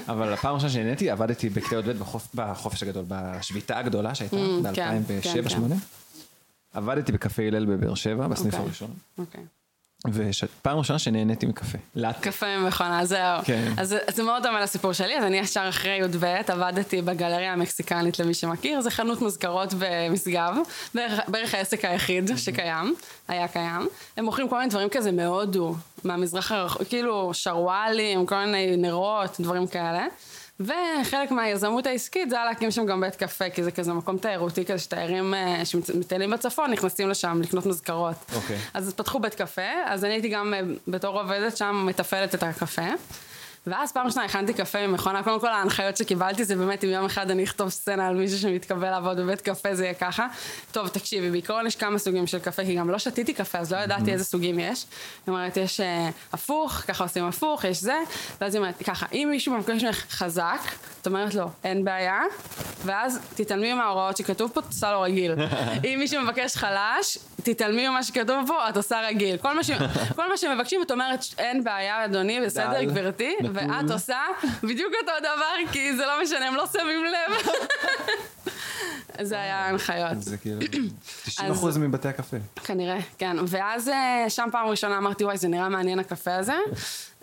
A: אבל הפעם הראשונה שנהניתי, עבדתי בכיתה י"ב בחופ- בחופש הגדול, בשביתה הגדולה שהייתה,
B: Mm, כן, כן, כן.
A: ב-2007-2008. עבדתי בקפה הלל בבאר שבע, בסניף
B: אוקיי.
A: הראשון.
B: אוקיי.
A: ופעם ראשונה שנהניתי מקפה. לאט.
B: קפה ממכונה, זהו.
A: כן.
B: אז זה- זה מאוד דומה לסיפור שלי, אז אני ישר אחרי י"ב עבדתי בגלריה המקסיקנית, למי שמכיר, זה חנות מזכרות במשגב, בערך- בערך העסק היחיד שקיים, היה קיים. הם מוכרים כל מיני דברים כזה מהודו, מהמזרח הרחוק, כאילו שרוואלים, כל מיני נרות, דברים כאלה. וחלק מהיזמות העסקית זה היה להקים שם גם בית קפה, כי זה כזה מקום תיירותי כזה שתיירים אה, שמטיילים בצפון נכנסים לשם לקנות מזכרות.
A: אוקיי.
B: אז פתחו בית קפה, אז אני הייתי גם אה, בתור עובדת שם מתפעלת את הקפה. ואז פעם ראשונה הכנתי קפה ממכונה, קודם כל ההנחיות שקיבלתי זה באמת אם יום אחד אני אכתוב סצנה על מישהו שמתקבל לעבוד בבית קפה זה יהיה ככה. טוב, תקשיבי, בעיקרון יש כמה סוגים של קפה, כי גם לא שתיתי קפה אז לא ידעתי איזה סוגים יש. זאת אומרת, יש אה, הפוך, ככה עושים הפוך, יש זה, ואז היא אומרת, ככה, אם מישהו מבקש ממך חזק, את אומרת לו, אין בעיה, ואז תתעלמי מההוראות שכתוב פה, את עושה לו רגיל. אם מישהו מבקש חלש, תתעלמי ממה שכתוב פה, את עושה רגיל. כל מה, ש... כל מה שמבקשים, את אומרת, אין בעיה, אדוני, בסדר,
A: דל,
B: גברתי,
A: נתון.
B: ואת עושה בדיוק אותו דבר, כי זה לא משנה, הם לא שמים לב. זה היה ההנחיות.
A: זה כאילו 90
B: אז-
A: אחוז מבתי הקפה.
B: כנראה, כן. ואז אה, שם פעם ראשונה אמרתי, וואי, זה נראה מעניין הקפה הזה.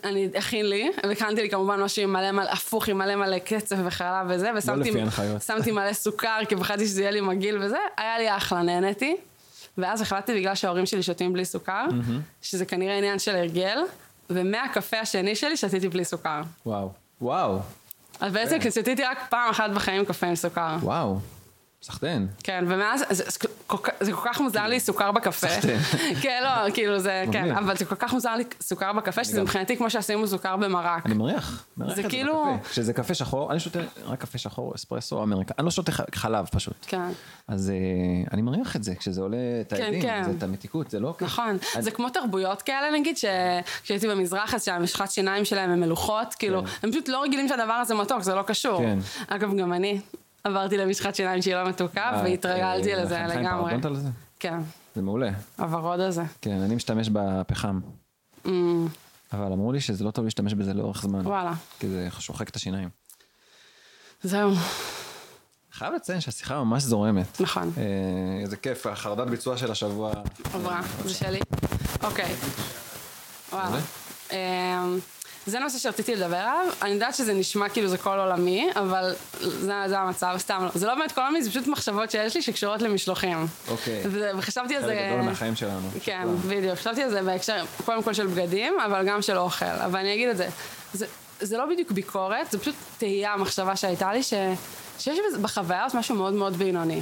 B: אני, הכין לי, והכנתי לי כמובן משהו עם מלא מלא, הפוך, עם מלא מלא קצף וחלב וזה, ושמתי
A: לפי ההנחיות.
B: שמתי מלא סוכר, כי פחדתי שזה יהיה לי מגעיל וזה, היה לי אחלה, נהניתי. ואז החלטתי, בגלל שההורים שלי שותים בלי סוכר, שזה כנראה עניין של הרגל, ומהקפה השני שלי שתיתי בלי סוכר.
A: וואו. וואו.
B: אז בעצם שתיתי רק פעם אחת בחיים קפה עם סוכר.
A: וואו. סחטיין.
B: כן, ומאז, זה, זה, כל כך- זה כל כך מוזר לי סוכר בקפה.
A: סחטן.
B: כן, לא, כאילו זה, כן,
A: מגניב.
B: אבל זה כל כך מוזר לי סוכר בקפה, שזה
A: גם.
B: מבחינתי כמו שעשינו סוכר במרק.
A: אני מריח. מריח
B: זה
A: את זה
B: כאילו-
A: בקפה. שזה קפה שחור, אני שותה רק קפה שחור, אספרסו אמריקה. אני לא שותה ח- חלב פשוט.
B: כן.
A: אז אה, אני מריח את זה, כשזה עולה את
B: כן,
A: העדים,
B: כן.
A: זה את המתיקות, זה לא...
B: נכון, זה כמו תרבויות כאלה נגיד, שכשהייתי במזרח אז שהמשחת שיניים שלהם הם מלוכות, כאילו,
A: כן.
B: הם פשוט לא רגילים שהדבר הזה מתוק, זה לא קשור.
A: כן.
B: אגב, גם אני עברתי למשחת שיניים שהיא לא מתוקה,
A: אה,
B: והתרגלתי
A: אה,
B: לזה
A: חיים
B: לגמרי.
A: פרגנת על זה?
B: כן,
A: זה מעולה.
B: הוורוד הזה.
A: כן, אני משתמש בפחם.
B: Mm,
A: אבל אמרו לי שזה לא טוב להשתמש בזה לאורך זמן.
B: וואלה.
A: כי זה שוחק את השיניים.
B: זהו,
A: חייב לציין שהשיחה ממש זורמת.
B: נכון.
A: אה, איזה כיף, החרדת ביצוע של השבוע.
B: עברה, זה שלי. אוקיי. וואו. אמ, זה נושא שרציתי לדבר עליו, אני יודעת שזה נשמע כאילו זה כל עולמי, אבל זה, זה המצב, סתם לא. זה לא באמת כל עולמי, זה פשוט מחשבות שיש לי שקשורות למשלוחים.
A: אוקיי.
B: וזה- וחשבתי על זה...
A: חלק גדול מהחיים שלנו.
B: כן,
A: שכולם.
B: בדיוק. חשבתי על זה בהקשר, קודם כל של בגדים, אבל גם של אוכל. אבל אני אגיד את זה. זה, זה לא בדיוק ביקורת, זה פשוט תהייה, מחשבה שהייתה לי, ש, שיש בזה- בחוויה הזאת משהו מאוד מאוד בינוני.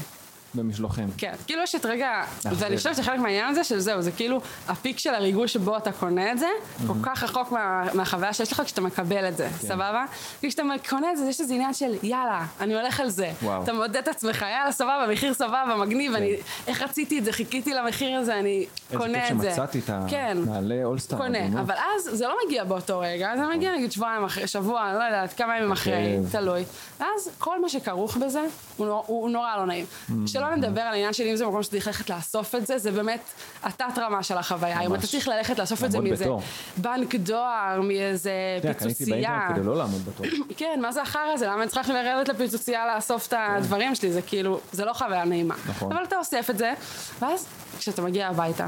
A: במשלוחים.
B: כן, כאילו יש את רגע,
A: להחזיר.
B: ואני חושבת שחלק מהעניין הזה של זהו, זה כאילו הפיק של הריגוש שבו אתה קונה את זה, כל כך רחוק מה, מהחוויה שיש לך כשאתה מקבל את זה,
A: כן.
B: סבבה? כי כשאתה קונה את זה, יש איזה עניין של יאללה, אני הולך על זה.
A: וואו. כן.
B: אתה מודד את עצמך, יאללה, סבבה, מחיר סבבה, מגניב, אני, איך רציתי את זה, חיכיתי למחיר הזה, אני קונה את
A: איזה
B: זה.
A: כיף שמצאתי את
B: כן.
A: הנעלי אולסטאר.
B: קונה, אבל אז זה לא מגיע באותו רגע, זה מגיע נגיד שבועיים אחרי, שבוע, לא יודעת, כמה ימים אחרי,
A: אוקיי.
B: תלוי. אז כל מה שכרוך בזה, הוא נורא, הוא נורא לא נעים.
A: Mm-hmm.
B: שלא נדבר על העניין של אם זה מקום שצריך ללכת לאסוף את זה, זה באמת התת-רמה של החוויה. אם
A: ממש.
B: אתה צריך ללכת לאסוף את זה
A: לעמוד
B: מאיזה
A: בתור.
B: בנק דואר, מאיזה
A: אתה יודע, קניתי
B: פיצוצייה.
A: באינטרנט כדי לא לעמוד בתור.
B: כן, מה זה החרא הזה? למה אני צריכה עכשיו לרדת לפיצוצייה לאסוף את הדברים שלי? זה כאילו, זה לא חוויה נעימה.
A: כן. נכון.
B: אבל אתה אוסף את זה, ואז כשאתה מגיע הביתה,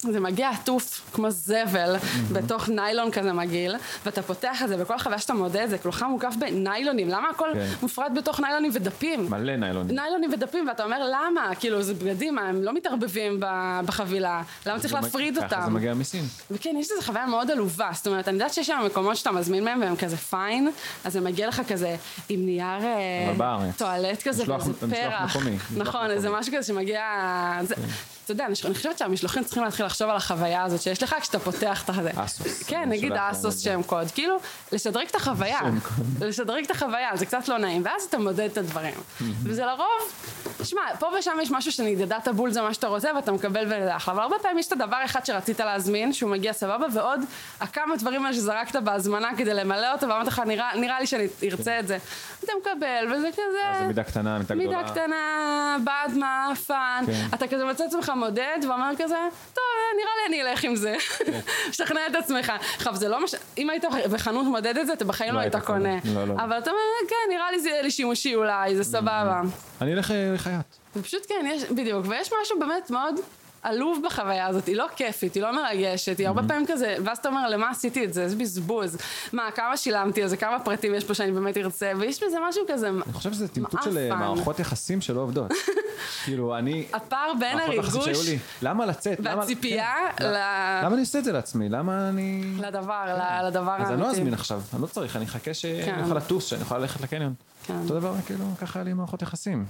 B: זה מגיע עטוף כמו זבל בתוך ניילון כזה מגעיל, ואתה פותח את זה, וכל החוויה שאתה מודה את זה, כולך מוקף בניילונים. למה הכל
A: כן.
B: מופרד בתוך ניילונים ודפים?
A: מלא ניילונים.
B: ניילונים ודפים, ואתה אומר, למה? כאילו, זה בגדים, מה, הם לא מתערבבים ב- בחבילה, למה צריך
A: זה מג-
B: להפריד אותם?
A: ככה זה מגיע מסין.
B: וכן, יש לזה חוויה מאוד עלובה. זאת אומרת, אני יודעת שיש שם מקומות שאתה מזמין מהם והם כזה פיין, אז זה מגיע לך כזה עם נייר אה,
A: אבל בארץ.
B: טואלט כזה,
A: משלוח-
B: ואיזה
A: משלוח
B: פרח.
A: מקומי, משלוח
B: נכון,
A: מקומי. כן.
B: איזה משהו כזה שמגיע... זה- אתה יודע, אני ש- אני חושבת שהמשלוחים צריכים להתחיל לחשוב על החוויה הזאת שיש לך כשאתה פותח את הזה.
A: אסוס.
B: כן,
A: אני
B: נגיד
A: שולח להם את
B: אסוס
A: זה.
B: שם קוד. כאילו, לשדרג את החוויה.
A: שם קוד.
B: לשדרג את החוויה, זה קצת לא נעים. ואז אתה מודד את הדברים. וזה לרוב, שמע, פה ושם יש משהו שנדדת בול זה מה שאתה רוצה, ואתה מקבל וזה אחלה. אבל הרבה פעמים יש את הדבר אחד שרצית להזמין, שהוא מגיע סבבה, ועוד הכמה דברים האלה שזרקת בהזמנה כדי למלא אותו, ואמרת לך, "נראה- נראה לי שאני ארצה את זה. אתה מקבל, וזה
A: כן. אז
B: כזה...
A: זה מידה קטנה, מידה גדולה.
B: מידה קטנה, בעד מעפן.
A: כן.
B: אתה כזה מוצא את עצמך מודד ואומר כזה, טוב, נראה לי אני אלך עם זה.
A: כן.
B: שכנע את עצמך. עכשיו, זה לא מה ש... אם היית בחנות מודד את זה, אתה בחיים לא היית קונה.
A: לא, לא.
B: אבל אתה אומר, כן, נראה לי זה יהיה לי שימושי אולי, זה סבבה.
A: אני אלך אה, לחייט.
B: ופשוט כן, יש, בדיוק, ויש משהו באמת מאוד עלוב בחוויה הזאת, היא לא כיפית, היא לא מרגשת, היא
A: Mm-hmm.
B: הרבה פעמים כזה, ואז אתה אומר, למה עשיתי את זה? איזה בזבוז. מה, כמה שילמתי על זה, כמה פרטים יש פה שאני באמת ארצה, ויש בזה משהו כזה,
A: אני חושב שזה טמטוט של אה,
B: מעפן.
A: מערכות יחסים שלא עובדות. כאילו, אני...
B: הפער בין
A: מערכות יחסים
B: הריגוש
A: שהיו לי. למה לצאת? למה-
B: והציפייה
A: כן.
B: ל-
A: למה אני עושה את זה לעצמי? למה אני...
B: לדבר, ל- לדבר האמיתי.
A: אז אני לא אזמין עכשיו, אני לא צריך, אני אחכה שאני אוכל לטוס, שאני אוכל ללכת לקניון.
B: כן.
A: אותו דבר, כאילו, ככה היה לי עם מערכות יחסים.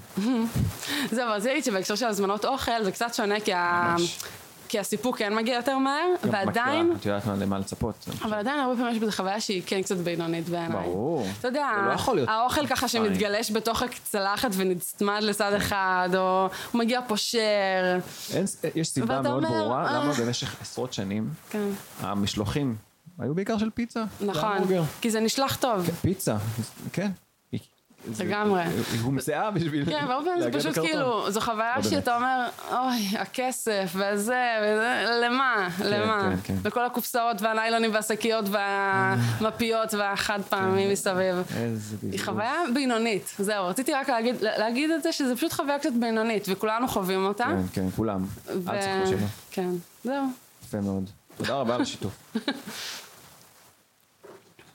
B: זהו, אז ראיתי שבהקשר של הזמנות אוכל זה קצת שונה, כי, ה...
A: ממש.
B: כי הסיפוק כן מגיע יותר מהר,
A: גם
B: אה, ועדיין...
A: מכירה, את יודעת מה- למה לצפות.
B: אבל עדיין הרבה פעמים יש בזה חוויה שהיא כן קצת בינונית בעיניי.
A: ברור.
B: אתה יודע,
A: זה לא יכול להיות
B: האוכל ככה
A: פיין.
B: שמתגלש בתוך הצלחת ונצמד
A: כן.
B: לצד אחד, או הוא מגיע פושר.
A: אין, יש סיבה
B: ואתה
A: מאוד
B: אומר,
A: ברורה
B: "אה."
A: למה במשך עשרות שנים
B: כן.
A: המשלוחים היו בעיקר של פיצה.
B: נכון.
A: והמבורגר.
B: כי זה נשלח טוב.
A: פיצה, כן. היא- זה-
B: לגמרי.
A: היא הומצאה בשביל...
B: כן, והרבה פעמים זה
A: להגיע
B: פשוט
A: לקרטון.
B: כאילו, זו חוויה
A: לא באמת.
B: שאתה אומר, אוי, הכסף, וזה, וזה, למה? למה?
A: כן, כן.
B: וכל הקופסאות והניילונים והשקיות והמפיות והחד
A: כן.
B: פעמי מסביב.
A: איזה
B: היא
A: בזבוז.
B: חוויה בינונית, זהו, רציתי רק להגיד, להגיד את זה שזה פשוט חוויה קצת בינונית, וכולנו חווים אותה.
A: כן, כן, כולם.
B: ו-
A: אל תשכחו שלא.
B: כן, זהו.
A: יפה מאוד. תודה רבה על השיתוף.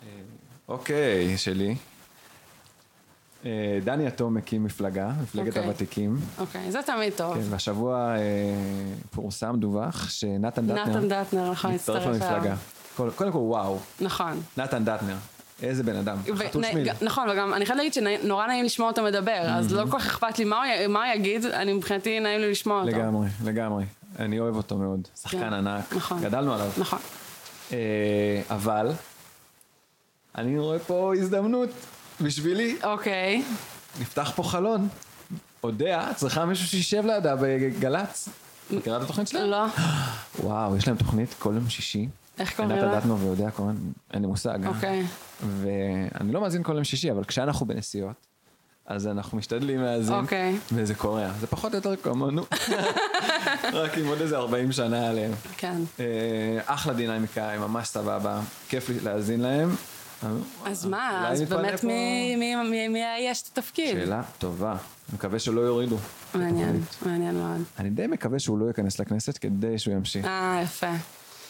A: אה, אוקיי, שלי. אה, דני יתום מקים מפלגה, מפלגת
B: אוקיי.
A: הוותיקים.
B: אוקיי, זה תמיד טוב.
A: כן, והשבוע אה, פורסם, דווח, שנתן דטנר
B: נתן דטנר, נכון,
A: מצטרף
B: הצטרף
A: למפלגה. כל- קודם כל, וואו,
B: נכון.
A: נתן דטנר, איזה בן אדם,
B: ו-
A: חתול Mm-hmm.
B: נא-
A: שמיל.
B: ג- נכון, וגם אני חייבת להגיד שנורא נעים לשמוע אותו מדבר, אז לא כל כך אכפת לי מה הוא י- מה הוא יגיד, אני מבחינתי נעים לי לשמוע אותו.
A: לגמרי, לגמרי. אני אוהב אותו מאוד. שחקן
B: כן.
A: ענק,
B: נכון.
A: גדלנו עליו.
B: נכון.
A: אה, אבל, אני רואה פה הזדמנות בשבילי.
B: אוקיי,
A: נפתח פה חלון. אודיה צריכה מישהו שישב לידה בגל"צ. מכירה את התוכנית שלה?
B: לא.
A: וואו, יש להם תוכנית כל יום שישי.
B: איך קוראים לה?
A: עינת אדטנו ואודיה כהן, אין לי מושג. אה?
B: אוקיי.
A: ואני לא מאזין כל יום שישי, אבל כשאנחנו בנסיעות, אז אנחנו משתדלים להאזין.
B: אוקיי.
A: וזה קורה. זה פחות או יותר כמונו. רק עם עוד איזה 40 שנה עליהם.
B: כן.
A: אה, אחלה דינמיקה, הם ממש סבבה. כיף לי להאזין להם. אה,
B: אז מה,
A: אולי
B: אז
A: נתפנה
B: באמת
A: פה-
B: מי- מי- מי- מי יאייש את התפקיד?
A: שאלה טובה. אני מקווה שלא יורידו.
B: מעניין, מעניין מאוד.
A: אני די מקווה שהוא לא ייכנס לכנסת כדי שהוא ימשיך.
B: אה, יפה.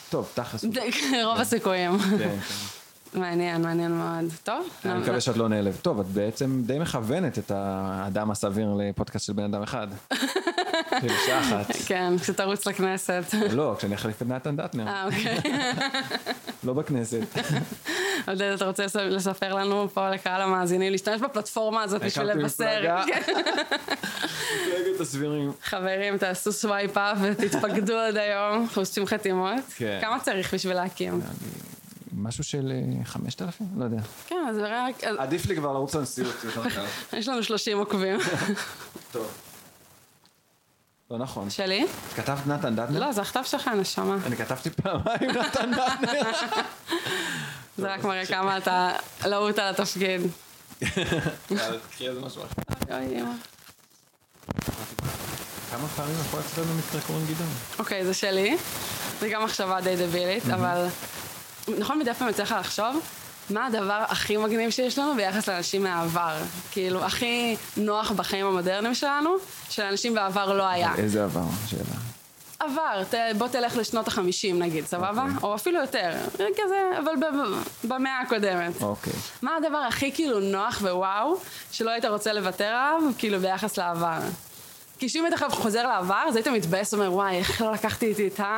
A: טוב, תכלס. הוא-
B: רוב הסיכויים.
A: כן, כן.
B: מעניין, מעניין מאוד. טוב?
A: אני
B: לא-
A: מקווה שאת לא נעלבת. טוב, את בעצם די מכוונת את האדם הסביר לפודקאסט של בן אדם אחד. כאילו, שעה אחת.
B: כן, כשתרוץ לכנסת.
A: לא, כשאני אחליף את נתן דטנר,
B: אה, אוקיי.
A: לא בכנסת.
B: עודד, אתה רוצה לס- לספר לנו פה לקהל המאזינים, להשתמש בפלטפורמה הזאת בשביל
A: הקמתי
B: לבשר.
A: מפלגה.
B: כן.
A: מפלגת הסבירים.
B: חברים, תעשו סווייפ אפ ותתפקדו עד היום, אנחנו עושים חתימות.
A: כן.
B: כמה צריך בשביל להקים?
A: משהו של אה, 5,000? לא יודע.
B: כן, אז רק... אז-
A: עדיף לי כבר לרוץ לנשיאות.
B: יש לנו 30 עוקבים.
A: טוב. לא נכון.
B: שלי?
A: כתבת נתן דטנר?
B: לא, זה הכתב שלך, נשמה.
A: אני כתבתי פעמיים נתן דטנר.
B: זה רק מראה כמה אתה להוט על התפקיד.
A: יאללה, תקחי איזה משהו אחר.
B: אוי, אימא.
A: כמה פעמים אנחנו אצלנו מקרה קוראים גדעון?
B: אוקיי, זה שלי. זה גם מחשבה די דבילית, אבל... נכון, מדי פעם יוצא לך לחשוב מה הדבר הכי מגניב שיש לנו ביחס לאנשים מהעבר. כאילו, הכי נוח בחיים המודרניים שלנו, שלאנשים בעבר לא היה.
A: איזה עבר? שאלה.
B: עבר, ת, בוא תלך לשנות החמישים נגיד, סבבה? או אפילו יותר. כזה, אבל ב, ב, במאה הקודמת.
A: אוקיי.
B: מה הדבר הכי כאילו נוח ווואו, שלא היית רוצה לוותר עליו, כאילו ביחס לעבר? כי שאם היית עכשיו חוזר לעבר, אז היית מתבאס ואומר, וואי, איך לא לקחתי איתי את ה...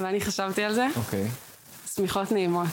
B: ואני חשבתי על זה,
A: אוקיי.
B: שמיכות נעימות.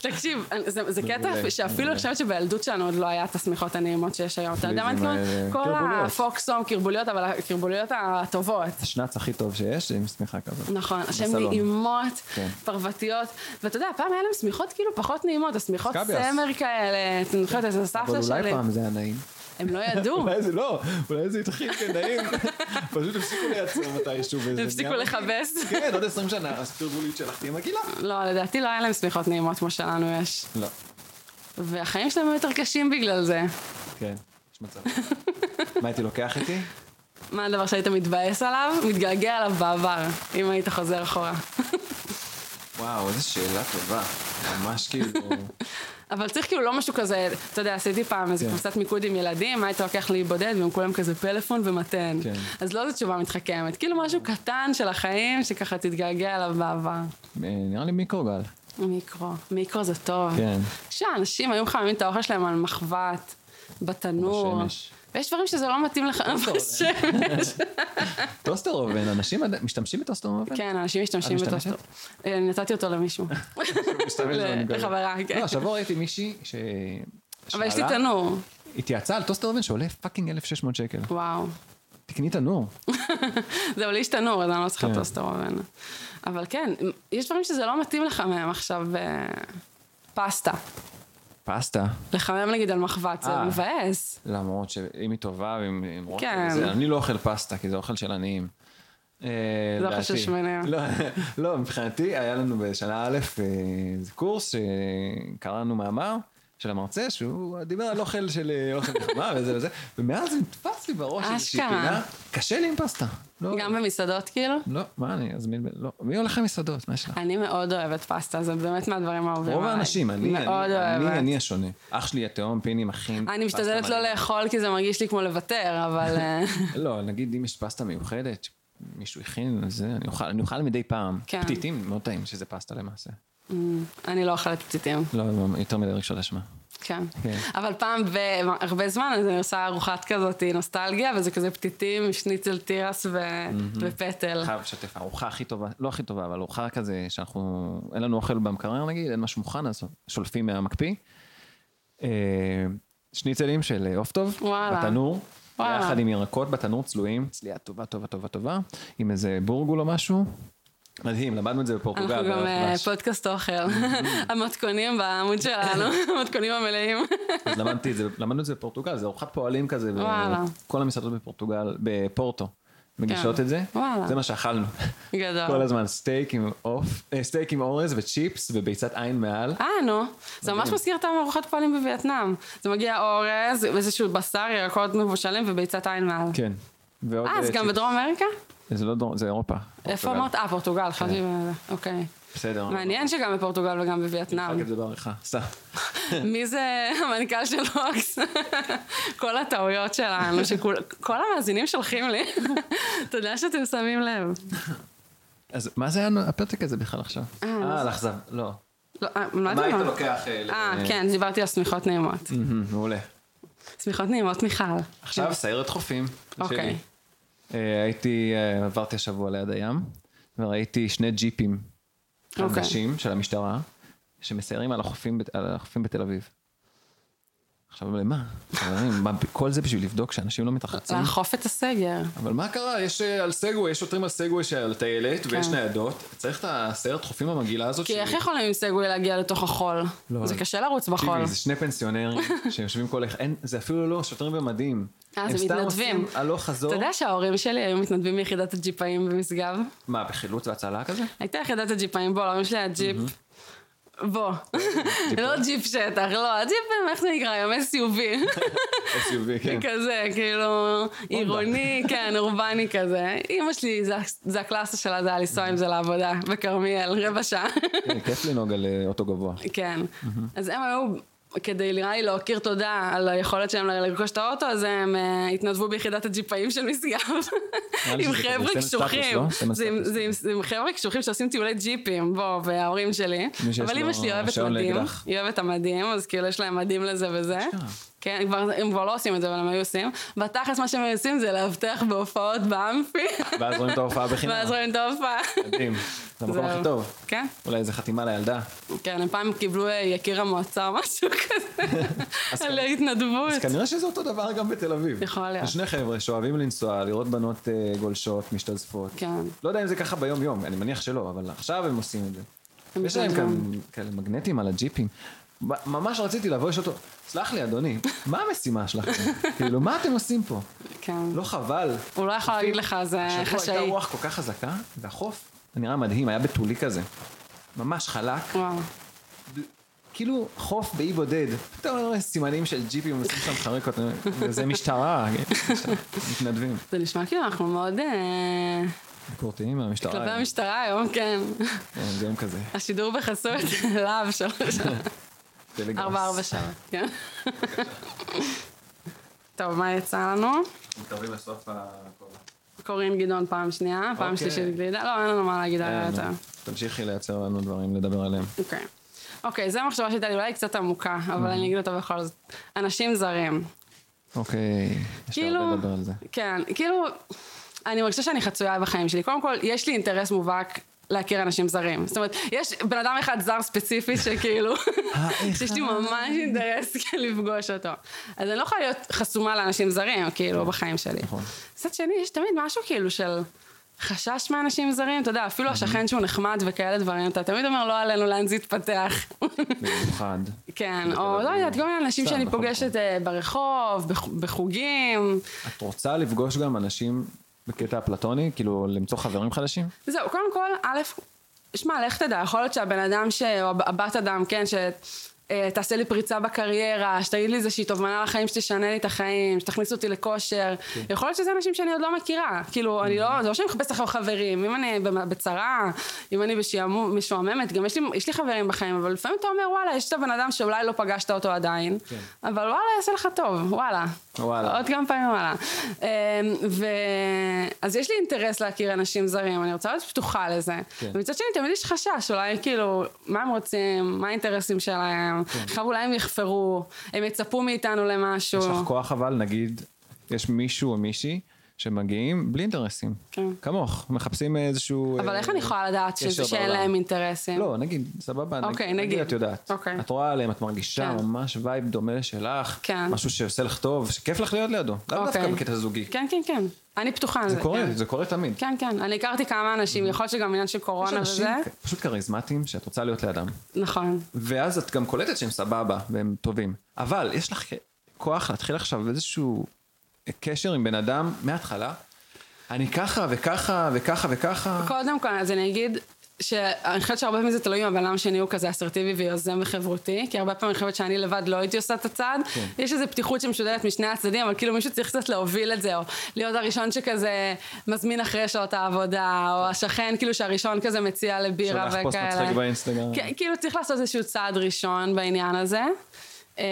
B: תקשיב, זה, זה קטע
A: מעולה,
B: שאפילו
A: מעולה.
B: אני חושבת שבילדות שלנו עוד לא היה את השמיכות הנעימות שיש היום. אתה יודע מה אני
A: פליזים האלה,
B: מתכוונת? כל
A: קרבוליות.
B: הפוקסום, קרבוליות, אבל הקרבוליות הטובות.
A: השנץ הכי טוב שיש, עם שמיכה כזאת.
B: נכון, שהן
A: בסלון.
B: נעימות,
A: כן.
B: פרוותיות, ואתה יודע, פעם היה להם שמיכות כאילו פחות נעימות, השמיכות
A: סקאביאס.
B: סמר כאלה, אתה זוכר את זה,
A: אבל
B: סבתא
A: אולי
B: שלי,
A: פעם זה היה נעים.
B: הם לא ידעו,
A: אולי זה לא, אולי זה התחיל כנעים. פשוט הפסיקו לייצר מתישהו. וזה
B: הם הפסיקו
A: נהיה-
B: לכבס.
A: כן, עוד 20 שנה, אז תרגולית שלך תהיה מגעילה.
B: לא, לדעתי לא היה להם שמיכות נעימות כמו שלנו יש,
A: לא,
B: והחיים שלהם היו יותר קשים בגלל זה.
A: כן, יש מצב. מה הייתי לוקח איתי?
B: מה הדבר שהיית מתבאס עליו? מתגעגע עליו בעבר, אם היית חוזר אחורה.
A: וואו, איזו שאלה טובה. ממש כאילו...
B: אבל צריך כאילו לא משהו כזה, אתה יודע, עשיתי פעם איזה
A: כן.
B: קבוצת מיקוד עם ילדים, מה היית לוקח לי בודד, והם כולם כזה פלאפון ומתן.
A: כן.
B: אז לא זו תשובה מתחכמת, כאילו משהו קטן של החיים, שככה תתגעגע אליו בעבר.
A: אה, נראה לי מיקרוגל.
B: מיקרו, מיקרו זה טוב.
A: כן.
B: כשאנשים היו מחממים את האוכל שלהם על מחבת, בתנור.
A: בשמש.
B: ויש דברים שזה לא מתאים לך בשמש.
A: טוסטר אובן, אנשים עדיין- משתמשים אה, בטוסטר אובן?
B: כן, אנשים משתמשים
A: את
B: בטוסטר. אה, נתתי אותו למישהו.
A: משתמש
B: ל-
A: בו, אני
B: לחברה,
A: מגלה.
B: כן.
A: לא, השבוע ראיתי מישהי ש...
B: אבל יש לי
A: שאלה-
B: תנור.
A: התייעצה על טוסטר אובן שעולה פאקינג 1,600 שקל.
B: וואו.
A: תקני תנור.
B: זהו, לי יש תנור, אז אני לא צריכה
A: כן.
B: טוסטר אובן. אבל כן, יש דברים שזה לא מתאים לך מהם עכשיו. אה, פסטה.
A: פסטה.
B: לחמם נגיד על מחבת, זה
A: אה.
B: מבאס.
A: למרות שאם היא טובה ואם אם רוטב
B: כן.
A: וזה, אני לא אוכל פסטה, כי זה אוכל של עניים. אה,
B: זה אוכל
A: לדעתי.
B: של שמנים.
A: לא, לא, מבחינתי, היה לנו בשנה א' אה, איזה קורס שקראנו מאמר של המרצה, שהוא דיבר על אוכל של אה, אוכל נחמה וזה וזה, ומאז נתפס לי בראש איזושהי
B: אשכרה.
A: פינה, קשה לי עם פסטה. לא,
B: גם במסעדות כאילו.
A: לא, מה אני אזמין, ב- לא, מי הולך למסעדות? מה יש לך?
B: אני מאוד אוהבת פסטה, זה באמת מהדברים האהובים
A: רוב
B: עליי.
A: האנשים, אני, אני,
B: מאוד
A: אני,
B: אוהבת.
A: אני השונה. אח שלי התהום פיני מכין.
B: אני
A: פסטה
B: משתדלת לא
A: מדהימה.
B: לאכול כי זה מרגיש לי כמו לוותר, אבל... אה,
A: לא, נגיד אם יש פסטה מיוחדת, מישהו הכין, אז זה, אני אוכל, אני אוכל מדי פעם.
B: כן.
A: פתיתים, מאוד טעים שזה פסטה למעשה.
B: אני לא אוכלת פציטים.
A: לא, לא, יותר מדי רגשות אשמה.
B: כן.
A: כן.
B: אבל פעם בהרבה זמן אז אני עושה ארוחת כזאת נוסטלגיה, וזה כזה פתיתים, שניצל תירס ו- ופטל.
A: חייב לשתף, הארוחה הכי טובה, לא הכי טובה, אבל ארוחה כזה שאנחנו, אין לנו אוכל במקרר נגיד, אין משהו מוכן, אז שולפים מהמקפיא. אה, שניצלים של עוף טוב,
B: וואלה.
A: בתנור,
B: וואלה.
A: יחד עם ירקות בתנור צלויים, צליעה טובה טובה טובה טובה, עם איזה בורגול או משהו. מדהים, למדנו את זה
B: אנחנו
A: בפורטוגל.
B: גם אה,
A: ממש.
B: פודקאסט אוכל.
A: Mm-hmm.
B: המתכונים בעמוד שלנו, המתכונים המלאים.
A: אז למדתי את זה, למדנו את זה בפורטוגל, זה ארוחת פועלים כזה, ב-
B: וואלה.
A: כל המסעדות בפורטוגל, בפורטו, מגישות
B: כן.
A: את זה,
B: וואלה.
A: זה מה שאכלנו.
B: גדול.
A: כל הזמן סטייק עם עוף, אה, סטייק עם אורז וצ'יפס וביצת עין מעל.
B: אה, נו. זה ממש מזכיר את הארוחות פועלים בווייטנאם. זה מגיע אורז, איזשהו בשר, ירקות מבושלים וביצת עין מעל.
A: כן. ועוד
B: אה, אז
A: אה,
B: גם
A: צ'יפס.
B: בדרום אמריקה?
A: זה לא דרום, זה אירופה.
B: איפה
A: פורטוגל.
B: אמרת? אה, פורטוגל, חשבתי...
A: כן.
B: ב- אוקיי.
A: בסדר.
B: מעניין שגם בפורטוגל וגם
A: נעם.
B: בווייטנאם.
A: את זה בעריכה, סע.
B: מי זה המנכ"ל של אוקס? כל הטעויות שלנו, שכל כל המאזינים שולחים לי. תודה שאתם שמים לב.
A: אז מה זה היה הפתק הזה בכלל עכשיו? אה, על אכזב, לא.
B: לא, אה, לא יודעת
A: מה היית לוקח? אה, ל-
B: אה, כן, דיברתי על שמיכות נעימות.
A: מהמם, מעולה.
B: שמיכות נעימות, מיכל.
A: עכשיו סיירת חופים. שלי.
B: אוקיי.
A: אה, הייתי, אה, עברתי השבוע ליד הים, וראיתי שני ג'יפים
B: אוקיי.
A: חדשים של המשטרה, שמסיירים על החופים, בת- על החופים בתל אביב. עכשיו, למה? חברים, מה, כל זה בשביל לבדוק שאנשים לא מתרחצים?
B: לאכוף את הסגר.
A: אבל מה קרה? יש אה, על סגווי, יש שוטרים על סגווי שעל טיילת, ויש ניידות. צריך את הסיירת חופים המגעילה הזאת.
B: כן. כי
A: שהיא-
B: איך יכולים עם סגווי להגיע לתוך החול?
A: לא,
B: זה
A: לא.
B: קשה לרוץ בחול.
A: תקשיבי, זה שני פנסיונרים שיושבים כל אחד, אין- זה אפילו לא שוטרים במדים.
B: אה,
A: הם
B: זה
A: סתם
B: מתנדבים.
A: עושים הלוך חזור.
B: אתה יודע שההורים שלי היו מתנדבים מיחידת הג'יפאים במשגב?
A: מה, בחילוץ והצלה כזה?
B: הייתה יחידת הג'יפאים, בוא, להורים שלי היה ג'יפ. בוא. לא ג'יפ שטח, לא, הג'יפים, איך זה נקרא היום? SUV.
A: SUV, כן.
B: כזה, כאילו, עירוני, כן, אורבני כזה. אימא שלי, זה- זה הקלאסה שלה, זה היה לנסוע עם זה לעבודה, בכרמיאל, רבע שעה.
A: כן, כיף לנהוג על אה, אוטו גבוה.
B: כן.
A: Mm-hmm.
B: אז הם היו, כדי נראה לי להכיר תודה על היכולת שלהם לרכוש את האוטו, אז הם אה, התנדבו ביחידת הג'יפאים של משגב.
A: נראה לי
B: עם
A: שזה כזה
B: חבר'ה
A: סמל סטטוס,
B: קשוחים.
A: לא? סמל
B: זה עם-
A: סטטוס.
B: זה עם- זה עם חבר'ה קשוחים שעושים טיולי ג'יפים, בוא, וההורים שלי.
A: מי שיש
B: אבל
A: לו
B: אמא שלי אוהבת
A: רישיון
B: מדים,
A: לאקדח.
B: היא אוהבת את המדים, אז כאילו יש להם מדים לזה וזה.
A: אשכרה.
B: כן, כבר- הם כבר לא עושים את זה, אבל הם היו עושים. בתכלס מה שהם היו עושים זה לאבטח בהופעות באמפי,
A: ואז רואים את ההופעה בחינם.
B: ואז רואים את ההופעה.
A: מדהים. זה המקום
B: זהו.
A: הכי טוב.
B: כן.
A: אולי איזה חתימה לילדה.
B: כן, הם פעם קיבלו אה, יקיר המועצה או משהו כזה, על
A: אז
B: התנדבות.
A: כנראה שזה אותו דבר גם בתל אביב.
B: יכול להיות.
A: זה שני חבר'ה שאוהבים לנסוע, לראות בנות אה, גולשות, משתזפות.
B: כן.
A: לא יודע אם זה ככה ביום-יום, אני מניח שלא, אבל עכשיו הם עושים את זה.
B: הם
A: יש להם
B: גם-
A: כאן כאלה מגנטים על הג'יפים. ב- ממש רציתי לבוא לשאול אותו, סלח לי אדוני, מה המשימה שלכם? כאילו, מה אתם עושים פה?
B: כן.
A: לא חבל?
B: הוא לא יכול להגיד לך, זה
A: השבוע הייתה
B: חשאי.
A: רוח כל כך חזקה, והחוף זה נראה מדהים, היה בתולי כזה. ממש חלק,
B: וואו.
A: כאילו חוף באי בודד. אתה רואה סימנים של ג'יפים, עושים שם חריקות, זה משטרה, משטרה, מתנדבים.
B: זה נשמע כאילו אנחנו מאוד אה,
A: ביקורתיים מהמשטרה.
B: כלפי המשטרה היום, כן.
A: כן, זה יום כזה.
B: השידור בחסות להב שלוש,
A: טלגראס.
B: ארבע ארבע שעות, כן. טוב, מה יצא לנו?
A: מתקרבים לסוף ה...
B: קורין גדעון פעם שנייה, פעם
A: אוקיי.
B: שלישית גלידה, לא, אין לנו מה להגיד עליה יותר.
A: כן, תמשיכי לייצר לנו דברים לדבר עליהם.
B: אוקיי. אוקיי, זו המחשבה שהייתה לי, אולי קצת עמוקה, אבל אני אגיד אותה בכל זאת. אנשים זרים.
A: אוקיי, יש לי הרבה לדבר על זה.
B: כן, כאילו, אני מרגישה שאני חצויה בחיים שלי. קודם כל, יש לי אינטרס מובהק להכיר אנשים זרים. זאת אומרת, יש בן אדם אחד זר ספציפי שכאילו, שיש לי ממש אינטרס כן לפגוש אותו. אז אני לא יכולה להיות חסומה לאנשים זרים, כאילו, בחיים שלי.
A: נכון.
B: מצד שני, יש תמיד משהו כאילו של... חשש מאנשים זרים, אתה יודע, אפילו השכן שהוא נחמד וכאלה דברים, אתה תמיד אומר, לא עלינו לאן זה יתפתח.
A: במיוחד.
B: כן,
A: בתל
B: או
A: אביב.
B: לא יודעת, כל מיני אנשים
A: סתם,
B: שאני
A: בכל
B: פוגשת אה, ברחוב, בח- בחוגים.
A: את רוצה לפגוש גם אנשים בקטע אפלטוני? כאילו, למצוא חברים חדשים?
B: זהו, קודם כל, א', שמע, לך תדע, יכול להיות שהבן אדם, ש... או הב- הבת אדם, כן, ש... אה, תעשה לי פריצה בקריירה, שתגיד לי איזושהי תובנה לחיים שתשנה לי את החיים, שתכניס אותי לכושר. יכול להיות שזה אנשים שאני עוד לא מכירה. כאילו, אני לא, זה לא שאני מחפשת עכשיו חברים. אם אני במ- בצרה, אם אני בשעמו- משועממת, גם יש לי, יש לי חברים בחיים, אבל לפעמים אתה אומר, וואלה, יש את הבן אדם שאולי לא פגשת אותו עדיין, אבל וואלה, יעשה לך טוב, וואלה.
A: וואלה.
B: עוד כמה פעמים וואלה. אמ, ו... אז יש לי אינטרס להכיר אנשים זרים, אני רוצה להיות פתוחה לזה.
A: כן.
B: ומצד שני, תמיד יש חשש, אולי כאילו, מה הם רוצים, מה האינטרסים שלהם,
A: כן.
B: עכשיו אולי הם יחפרו, הם יצפו מאיתנו למשהו.
A: יש לך כוח אבל, נגיד, יש מישהו או מישהי שמגיעים בלי אינטרסים.
B: כן.
A: כמוך, מחפשים איזשהו...
B: אבל
A: אה,
B: איך אני יכולה לדעת
A: קשר
B: שזה- שאין
A: בעולם.
B: להם אינטרסים?
A: לא, נגיד, סבבה, נגיד-
B: אוקיי,
A: נגיד
B: נגיד.
A: את יודעת.
B: אוקיי.
A: את רואה עליהם, את מרגישה
B: כן.
A: ממש וייב דומה לשלך.
B: כן.
A: משהו שעושה לך טוב, שכיף לך להיות לידו. לאו
B: אוקיי.
A: דווקא בקטע זוגי.
B: כן, כן, כן. אני פתוחה לזה.
A: זה קורה,
B: כן.
A: זה קורה תמיד.
B: כן, כן. אני הכרתי כמה אנשים, יכול להיות שגם עניין של
A: יש
B: קורונה
A: אנשים
B: וזה.
A: כ- פשוט כריזמטיים שאת רוצה להיות לידם.
B: נכון.
A: ואז את גם קולטת שהם סבבה והם טובים. אבל יש לך כוח להתחיל עכשיו איזשהו קשר עם בן אדם מההתחלה. אני ככה וככה וככה וככה.
B: קודם כל, אז אני אגיד שאני חושבת שהרבה פעמים זה תלוי אם הבן אדם שני הוא כזה אסרטיבי ויוזם וחברותי, כי הרבה פעמים אני חושבת שאני לבד לא הייתי עושה את הצעד.
A: כן.
B: יש איזו פתיחות שמשודרת משני הצדדים, אבל כאילו מישהו צריך קצת להוביל את זה, או להיות הראשון שכזה מזמין אחרי שעות העבודה, או השכן כאילו שהראשון כזה מציע לבירה
A: שולח
B: וכאלה.
A: לא פוסט מצחיק באינסטגרם.
B: כן, כאילו צריך לעשות איזשהו צעד ראשון בעניין הזה. אמ,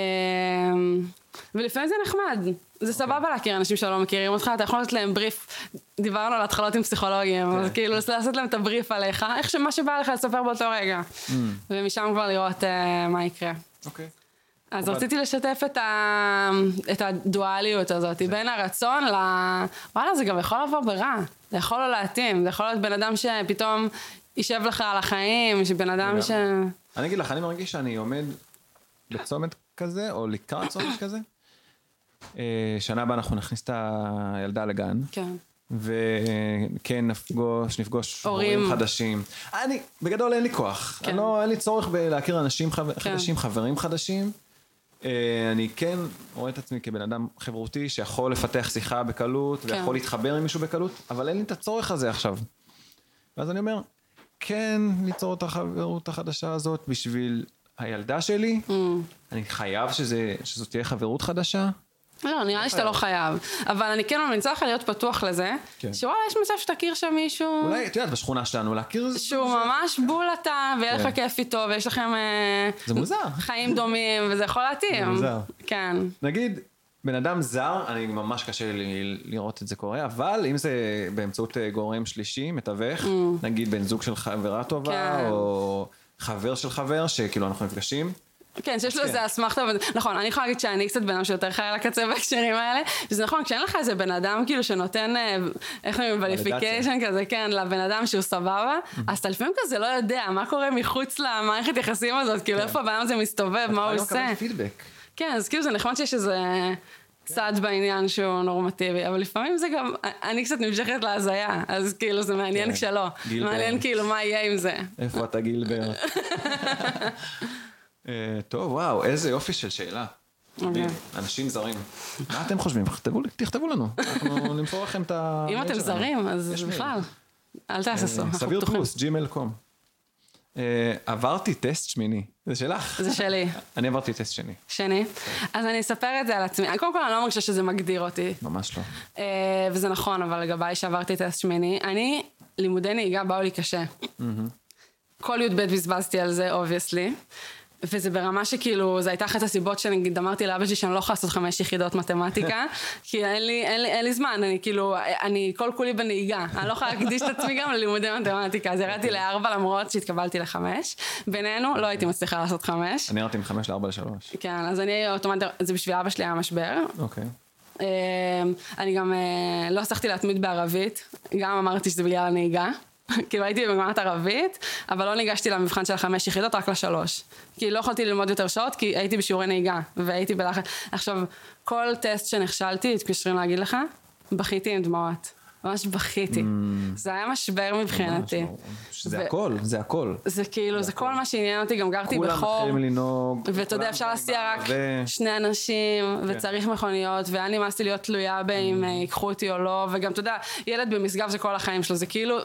B: ולפעמים זה נחמד.
A: אוקיי.
B: זה סבבה להכיר אנשים שלא מכירים אותך, אתה יכול לעשות להם בריף. דיברנו על התחלות עם פסיכולוגים,
A: כן,
B: אז כאילו לעשות להם את הבריף עליך, איך שמה שבא לך לספר באותו רגע.
A: Mm.
B: ומשם כבר לראות אה, מה יקרה.
A: אוקיי.
B: אז
A: אבל-
B: רציתי לשתף את, ה... את הדואליות
A: כן.
B: הזאת, בין הרצון ל... וואלה, זה גם יכול לבוא ברע. זה יכול לא להתאים, זה יכול להיות בן אדם שפתאום יישב לך על החיים, שבן אדם ש...
A: לגמרי. אני אגיד לך, אני מרגיש שאני עומד בצומת כזה, או לקראת צומת כזה. אה, שנה הבאה אנחנו נכניס את הילדה לגן.
B: כן.
A: וכן נפגוש, נפגוש
B: הורים.
A: הורים חדשים. אני, בגדול אין לי כוח.
B: כן.
A: אני לא, אין לי צורך בלהכיר אנשים חו... חדשים, חברים חדשים. אה, אני כן רואה את עצמי כבן אדם חברותי שיכול לפתח שיחה בקלות,
B: כן.
A: ויכול להתחבר עם מישהו בקלות, אבל אין לי את הצורך הזה עכשיו. ואז אני אומר, כן ליצור את החברות החדשה הזאת בשביל הילדה שלי.
B: Mm.
A: אני חייב שזה, שזאת תהיה חברות חדשה.
B: לא, נראה לי שאתה לא חייב. אבל אני כן ממליצה לך להיות פתוח לזה,
A: כן.
B: שוואלה, יש מצב שתכיר שם מישהו...
A: אולי, את יודעת, בשכונה שלנו להכיר איזה...
B: שהוא ממש בול אתה, ויהיה לך
A: כן.
B: כיף איתו, ויש לכם... אה,
A: זה מוזר.
B: חיים דומים, וזה יכול להתאים.
A: זה מוזר.
B: כן.
A: נגיד, בן אדם זר, אני ממש קשה לי לראות את זה קורה, אבל אם זה באמצעות אה, גורם שלישי, מתווך, נגיד בן זוג של חברה טובה,
B: Mm. כן.
A: או חבר של חבר, שכאילו אנחנו נפגשים,
B: כן, שיש לו
A: כן.
B: איזה אסמכתה, אבל- נכון, אני יכולה להגיד שאני קצת בן אדם שיותר חי על הקצה בהקשרים האלה, וזה נכון, כשאין לך איזה בן אדם כאילו שנותן, אה, איך אומרים,
A: ולידציה.
B: וליפיקיישן כזה, כן, לבן אדם שהוא סבבה, אז אתה לפעמים כזה לא יודע מה קורה מחוץ למערכת יחסים הזאת, כאילו איפה הבן אדם הזה מסתובב, מה
A: אני
B: הוא
A: כן. לא
B: עושה.
A: מקבל פידבק.
B: כן, אז כאילו זה נחמד שיש איזה צד בעניין שהוא נורמטיבי, אבל לפעמים זה גם, אני קצת נמשכת להזיה, אז כאילו זה מעניין
A: כן.
B: כשלא.
A: גיל אה,
B: מעניין
A: בין.
B: כאילו מה יהיה עם זה.
A: איפה אתה גילברט? אה, טוב, וואו, איזה יופי של שאלה.
B: אוקיי.
A: מדהים. אנשים זרים. מה אתם חושבים? תכתבו, לי- תכתבו לנו. אנחנו נמסור לכם את ה...
B: אם
A: מייל
B: אתם
A: שלנו.
B: זרים, אז
A: יש מייל.
B: בכלל, אל תהססו, אנחנו
A: סביר
B: פתוחים.
A: פלוס, ג'ימל קום. אה, עברתי טסט שמיני. זה שלך.
B: זה שלי,
A: אני עברתי טסט שני.
B: שני. אז אני אספר את זה על עצמי. קודם כל, אני לא מרגישה שזה מגדיר אותי,
A: ממש לא.
B: אה, וזה נכון, אבל לגביי שעברתי טסט שמיני, אני, לימודי נהיגה באו לי קשה. כל י"ב בזבזתי על זה, אובייסלי. וזה ברמה שכאילו, זו הייתה אחת הסיבות שנגיד אמרתי לאבא שלי שאני לא יכולה לעשות חמש יחידות מתמטיקה, כי אין לי, אין, לי, אין לי זמן, אני כאילו, אני כל כולי בנהיגה, אני לא יכולה להקדיש את עצמי גם ללימודי מתמטיקה, אז ירדתי לארבע למרות שהתקבלתי לחמש. בינינו, לא הייתי מצליחה לעשות חמש.
A: אני ירדתי מחמש לארבע לשלוש.
B: כן, אז אני אוטומטית, זה בשביל אבא שלי היה משבר,
A: אוקיי.
B: אמ, אני גם אה, לא הצלחתי להתמיד בערבית, גם אמרתי שזה בגלל הנהיגה. כאילו הייתי במגמת ערבית, אבל לא ניגשתי למבחן של החמש יחידות, רק לשלוש. כי לא יכולתי ללמוד יותר שעות, כי הייתי בשיעורי נהיגה, והייתי בלחץ. עכשיו, כל טסט שנכשלתי, מתקשרים להגיד לך, בכיתי עם דמעות. ממש בכיתי.
A: Mm.
B: זה היה משבר מבחינתי. כן,
A: לא.
B: ו-
A: זה הכל, זה הכל.
B: זה כאילו, זה כל מה שעניין אותי, גם גרתי
A: נכון. כולם
B: בחור.
A: מתחילים לנהוג.
B: ואתה יודע,
A: כולם
B: אפשר להסיע רק
A: ו- כן.
B: שני אנשים, וצריך מכוניות, והיה נמאס לי להיות תלויה
A: Mm.
B: באם אה, ייקחו אותי או לא, וגם, אתה יודע, ילד במשגב זה כל החיים שלו, זה כאילו,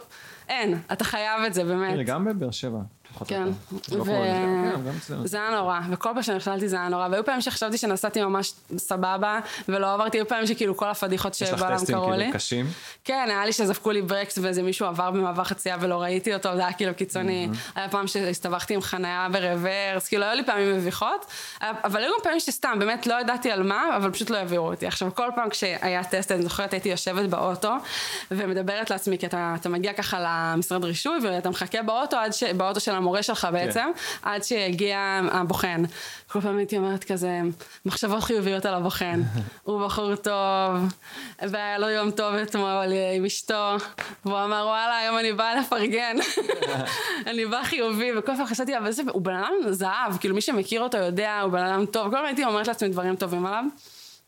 B: אין, אתה חייב את זה,
A: תראי,
B: באמת.
A: גם בבאר שבע. פחות או
B: כן,
A: יותר. זה לא
B: ו-
A: קורה, גם- לא גם אצלנו.
B: זה היה נורא, וכל פעם שנכשלתי זה היה נורא, והיו פעמים שחשבתי שנסעתי ממש סבבה, ולא עברתי, היו פעמים שכאילו כל הפדיחות
A: יש לך
B: שבעולם
A: טסטים
B: קראו לי.
A: כאילו קשים.
B: כן, היה לי שזפקו לי ברקס ואיזה מישהו עבר במעבר חצייה ולא ראיתי אותו, זה היה כאילו קיצוני. היה פעם שהסתבכתי עם חניה ברוורס, כאילו היו לי פעמים מביכות, אבל היו גם פעמים שסתם, באמת לא ידעתי על מה, אבל פשוט לא העבירו אותי. עכשיו, כל פעם כשהיה טסט, אני זוכרת, הייתי יושבת באוטו ומדברת לעצמי, כי אתה, אתה מגיע ככה למשרד רישוי ואתה מחכה באוטו, עד ש, באוטו של המורה שלך בעצם, עד שיגיע הבוחן. כל פעם הייתי אומרת כזה, מחשבות חיוביות על הבוחן. הוא בחור טוב, והיה לו יום טוב אתמול עם אשתו, והוא אמר, וואלה, היום אני באה לפרגן. אני באה חיובי, וכל פעם חשבתי, אבל זה, הוא בן אדם זהב, כאילו מי שמכיר אותו יודע, הוא בן אדם טוב. כל פעם הייתי אומרת לעצמי דברים טובים עליו.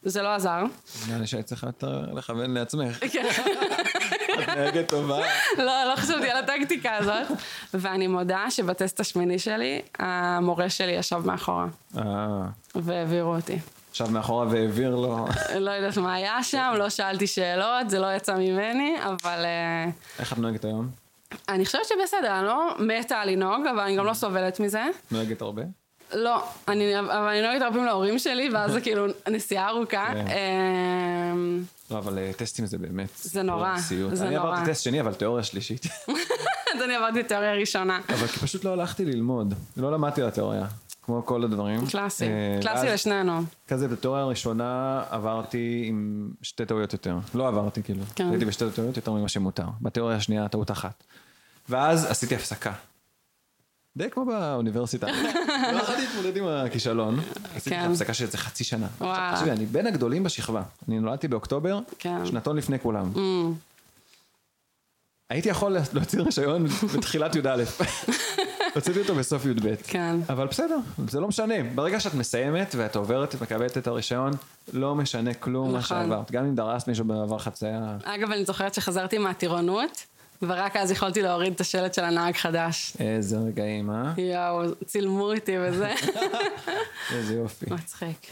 B: זה לא עזר.
A: נראה לי שהיית צריכה יותר לכוון לעצמך.
B: כן.
A: את נהגת טובה.
B: לא, לא חשבתי על הטקטיקה הזאת. ואני מודה שבטסט השמיני שלי, המורה שלי ישב מאחורה,
A: אה,
B: והעבירו אותי.
A: ישב מאחורה והעביר לו.
B: לא יודעת מה היה שם, לא שאלתי שאלות, זה לא יצא ממני, אבל אה,
A: איך את נוהגת היום?
B: אני חושבת שבסדר, אני לא מתה לנהוג, אבל אני גם לא סובלת מזה.
A: נוהגת הרבה?
B: לא, אני, אבל אני נוהגת הרבה פעמים להורים שלי, ואז זה כאילו נסיעה ארוכה.
A: כן.
B: אה,
A: לא, אבל אה, טסטים זה באמת... סיפור
B: נורא,
A: סיוט.
B: זה
A: אני
B: נורא.
A: עברתי טסט שני, אבל תיאוריה שלישית.
B: אז אני עברתי תיאוריה ראשונה.
A: אבל כי פשוט לא הלכתי ללמוד. לא למדתי על התיאוריה. כמו כל הדברים.
B: קלאסי,
A: אה,
B: קלאסי
A: ואז
B: לשנינו.
A: כזה בתיאוריה הראשונה עברתי עם שתי טעויות יותר. לא עברתי כאילו.
B: כן.
A: הייתי בשתי טעויות יותר ממה שמותר. בתיאוריה השנייה טעות אחת. ואז עשיתי הפסקה. די כמו באוניברסיטה. לא יכולתי להתמודד עם הכישלון. עשיתי
B: כן.
A: הפסקה של איזה חצי שנה.
B: וואו.
A: עכשיו, תקשיבי, אני בין הגדולים בשכבה. אני נולדתי באוקטובר,
B: כן.
A: שנתון לפני כולם.
B: אמ,
A: הייתי יכול להוציא רישיון בתחילת י"א. הוצאתי אותו בסוף י"ב.
B: כן.
A: אבל בסדר, זה לא משנה. ברגע שאת מסיימת ואת עוברת ומקבלת את הרישיון, לא משנה כלום מה
B: נכון.
A: שעברת. גם אם דרסת מישהו במעבר חצייה,
B: אגב, אני זוכרת שחזרתי מהטירונות, ורק אז יכולתי להוריד את השלט של הנהג חדש.
A: איזה רגעים, אה?
B: יואו, צילמו אותי וזה.
A: איזה יופי.
B: מצחיק.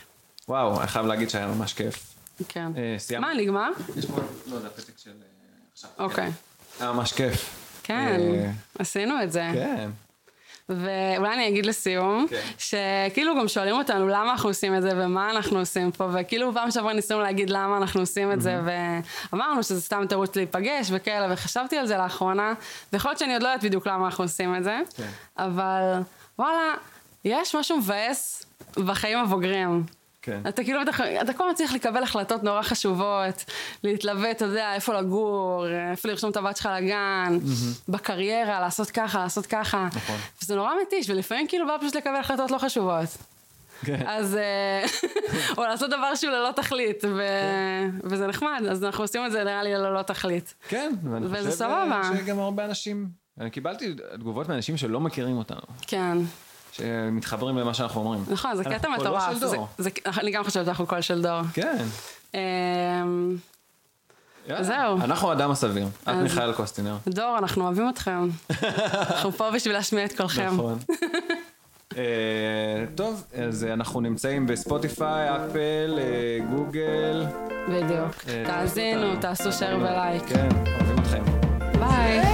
A: וואו, אני חייב להגיד שהיה ממש כיף.
B: כן.
A: אה, סיימנו.
B: מה, נגמר?
A: יש פה, לא יודע, פתק של עכשיו.
B: אוקיי.
A: היה ממש כיף.
B: כן,
A: אה,
B: עשינו את זה.
A: כן.
B: ואולי אני אגיד לסיום,
A: כן.
B: שכאילו גם שואלים אותנו למה אנחנו עושים את זה ומה אנחנו עושים פה, וכאילו פעם שעברה ניסינו להגיד למה אנחנו עושים את זה, ואמרנו שזה סתם תירוץ להיפגש וכאלה, וחשבתי על זה לאחרונה, ויכול להיות שאני עוד לא יודעת בדיוק למה אנחנו עושים את זה,
A: כן.
B: אבל וואלה, יש משהו מבאס בחיים הבוגרים.
A: כן.
B: אתה כאילו, אתה, אתה כל הזמן צריך לקבל החלטות נורא חשובות, להתלבט, אתה יודע, איפה לגור, איפה לרשום את הבת שלך לגן, בקריירה, לעשות ככה, לעשות ככה.
A: נכון.
B: וזה נורא מתיש, ולפעמים כאילו בא פשוט לקבל החלטות לא חשובות.
A: כן.
B: אז... אה, או לעשות דבר שהוא ללא תכלית, ו... וזה נחמד, אז אנחנו עושים את זה נראה לי ללא תכלית.
A: כן, ואני
B: וזה
A: חושב
B: סבבה.
A: אה, שגם הרבה אנשים... אני קיבלתי תגובות מאנשים שלא מכירים אותנו,
B: כן.
A: שמתחברים למה שאנחנו אומרים.
B: נכון, זה
A: אנחנו
B: קטע
A: קולו של
B: מטורף. זה-
A: דור.
B: זה- אני גם חושבת שאנחנו קול של דור.
A: כן.
B: אמ,
A: יאללה.
B: זהו.
A: אנחנו האדם הסביר. את
B: אז-
A: מיכל קוסטינר.
B: דור, אנחנו אוהבים אתכם. אנחנו פה בשביל להשמיע את קולכם.
A: נכון. אה, טוב, אז אנחנו נמצאים בספוטיפיי, אפל, אה, גוגל.
B: בדיוק.
A: אה,
B: תאזינו, תעשו שייר ולייק.
A: כן, אוהבים אתכם.
B: ביי.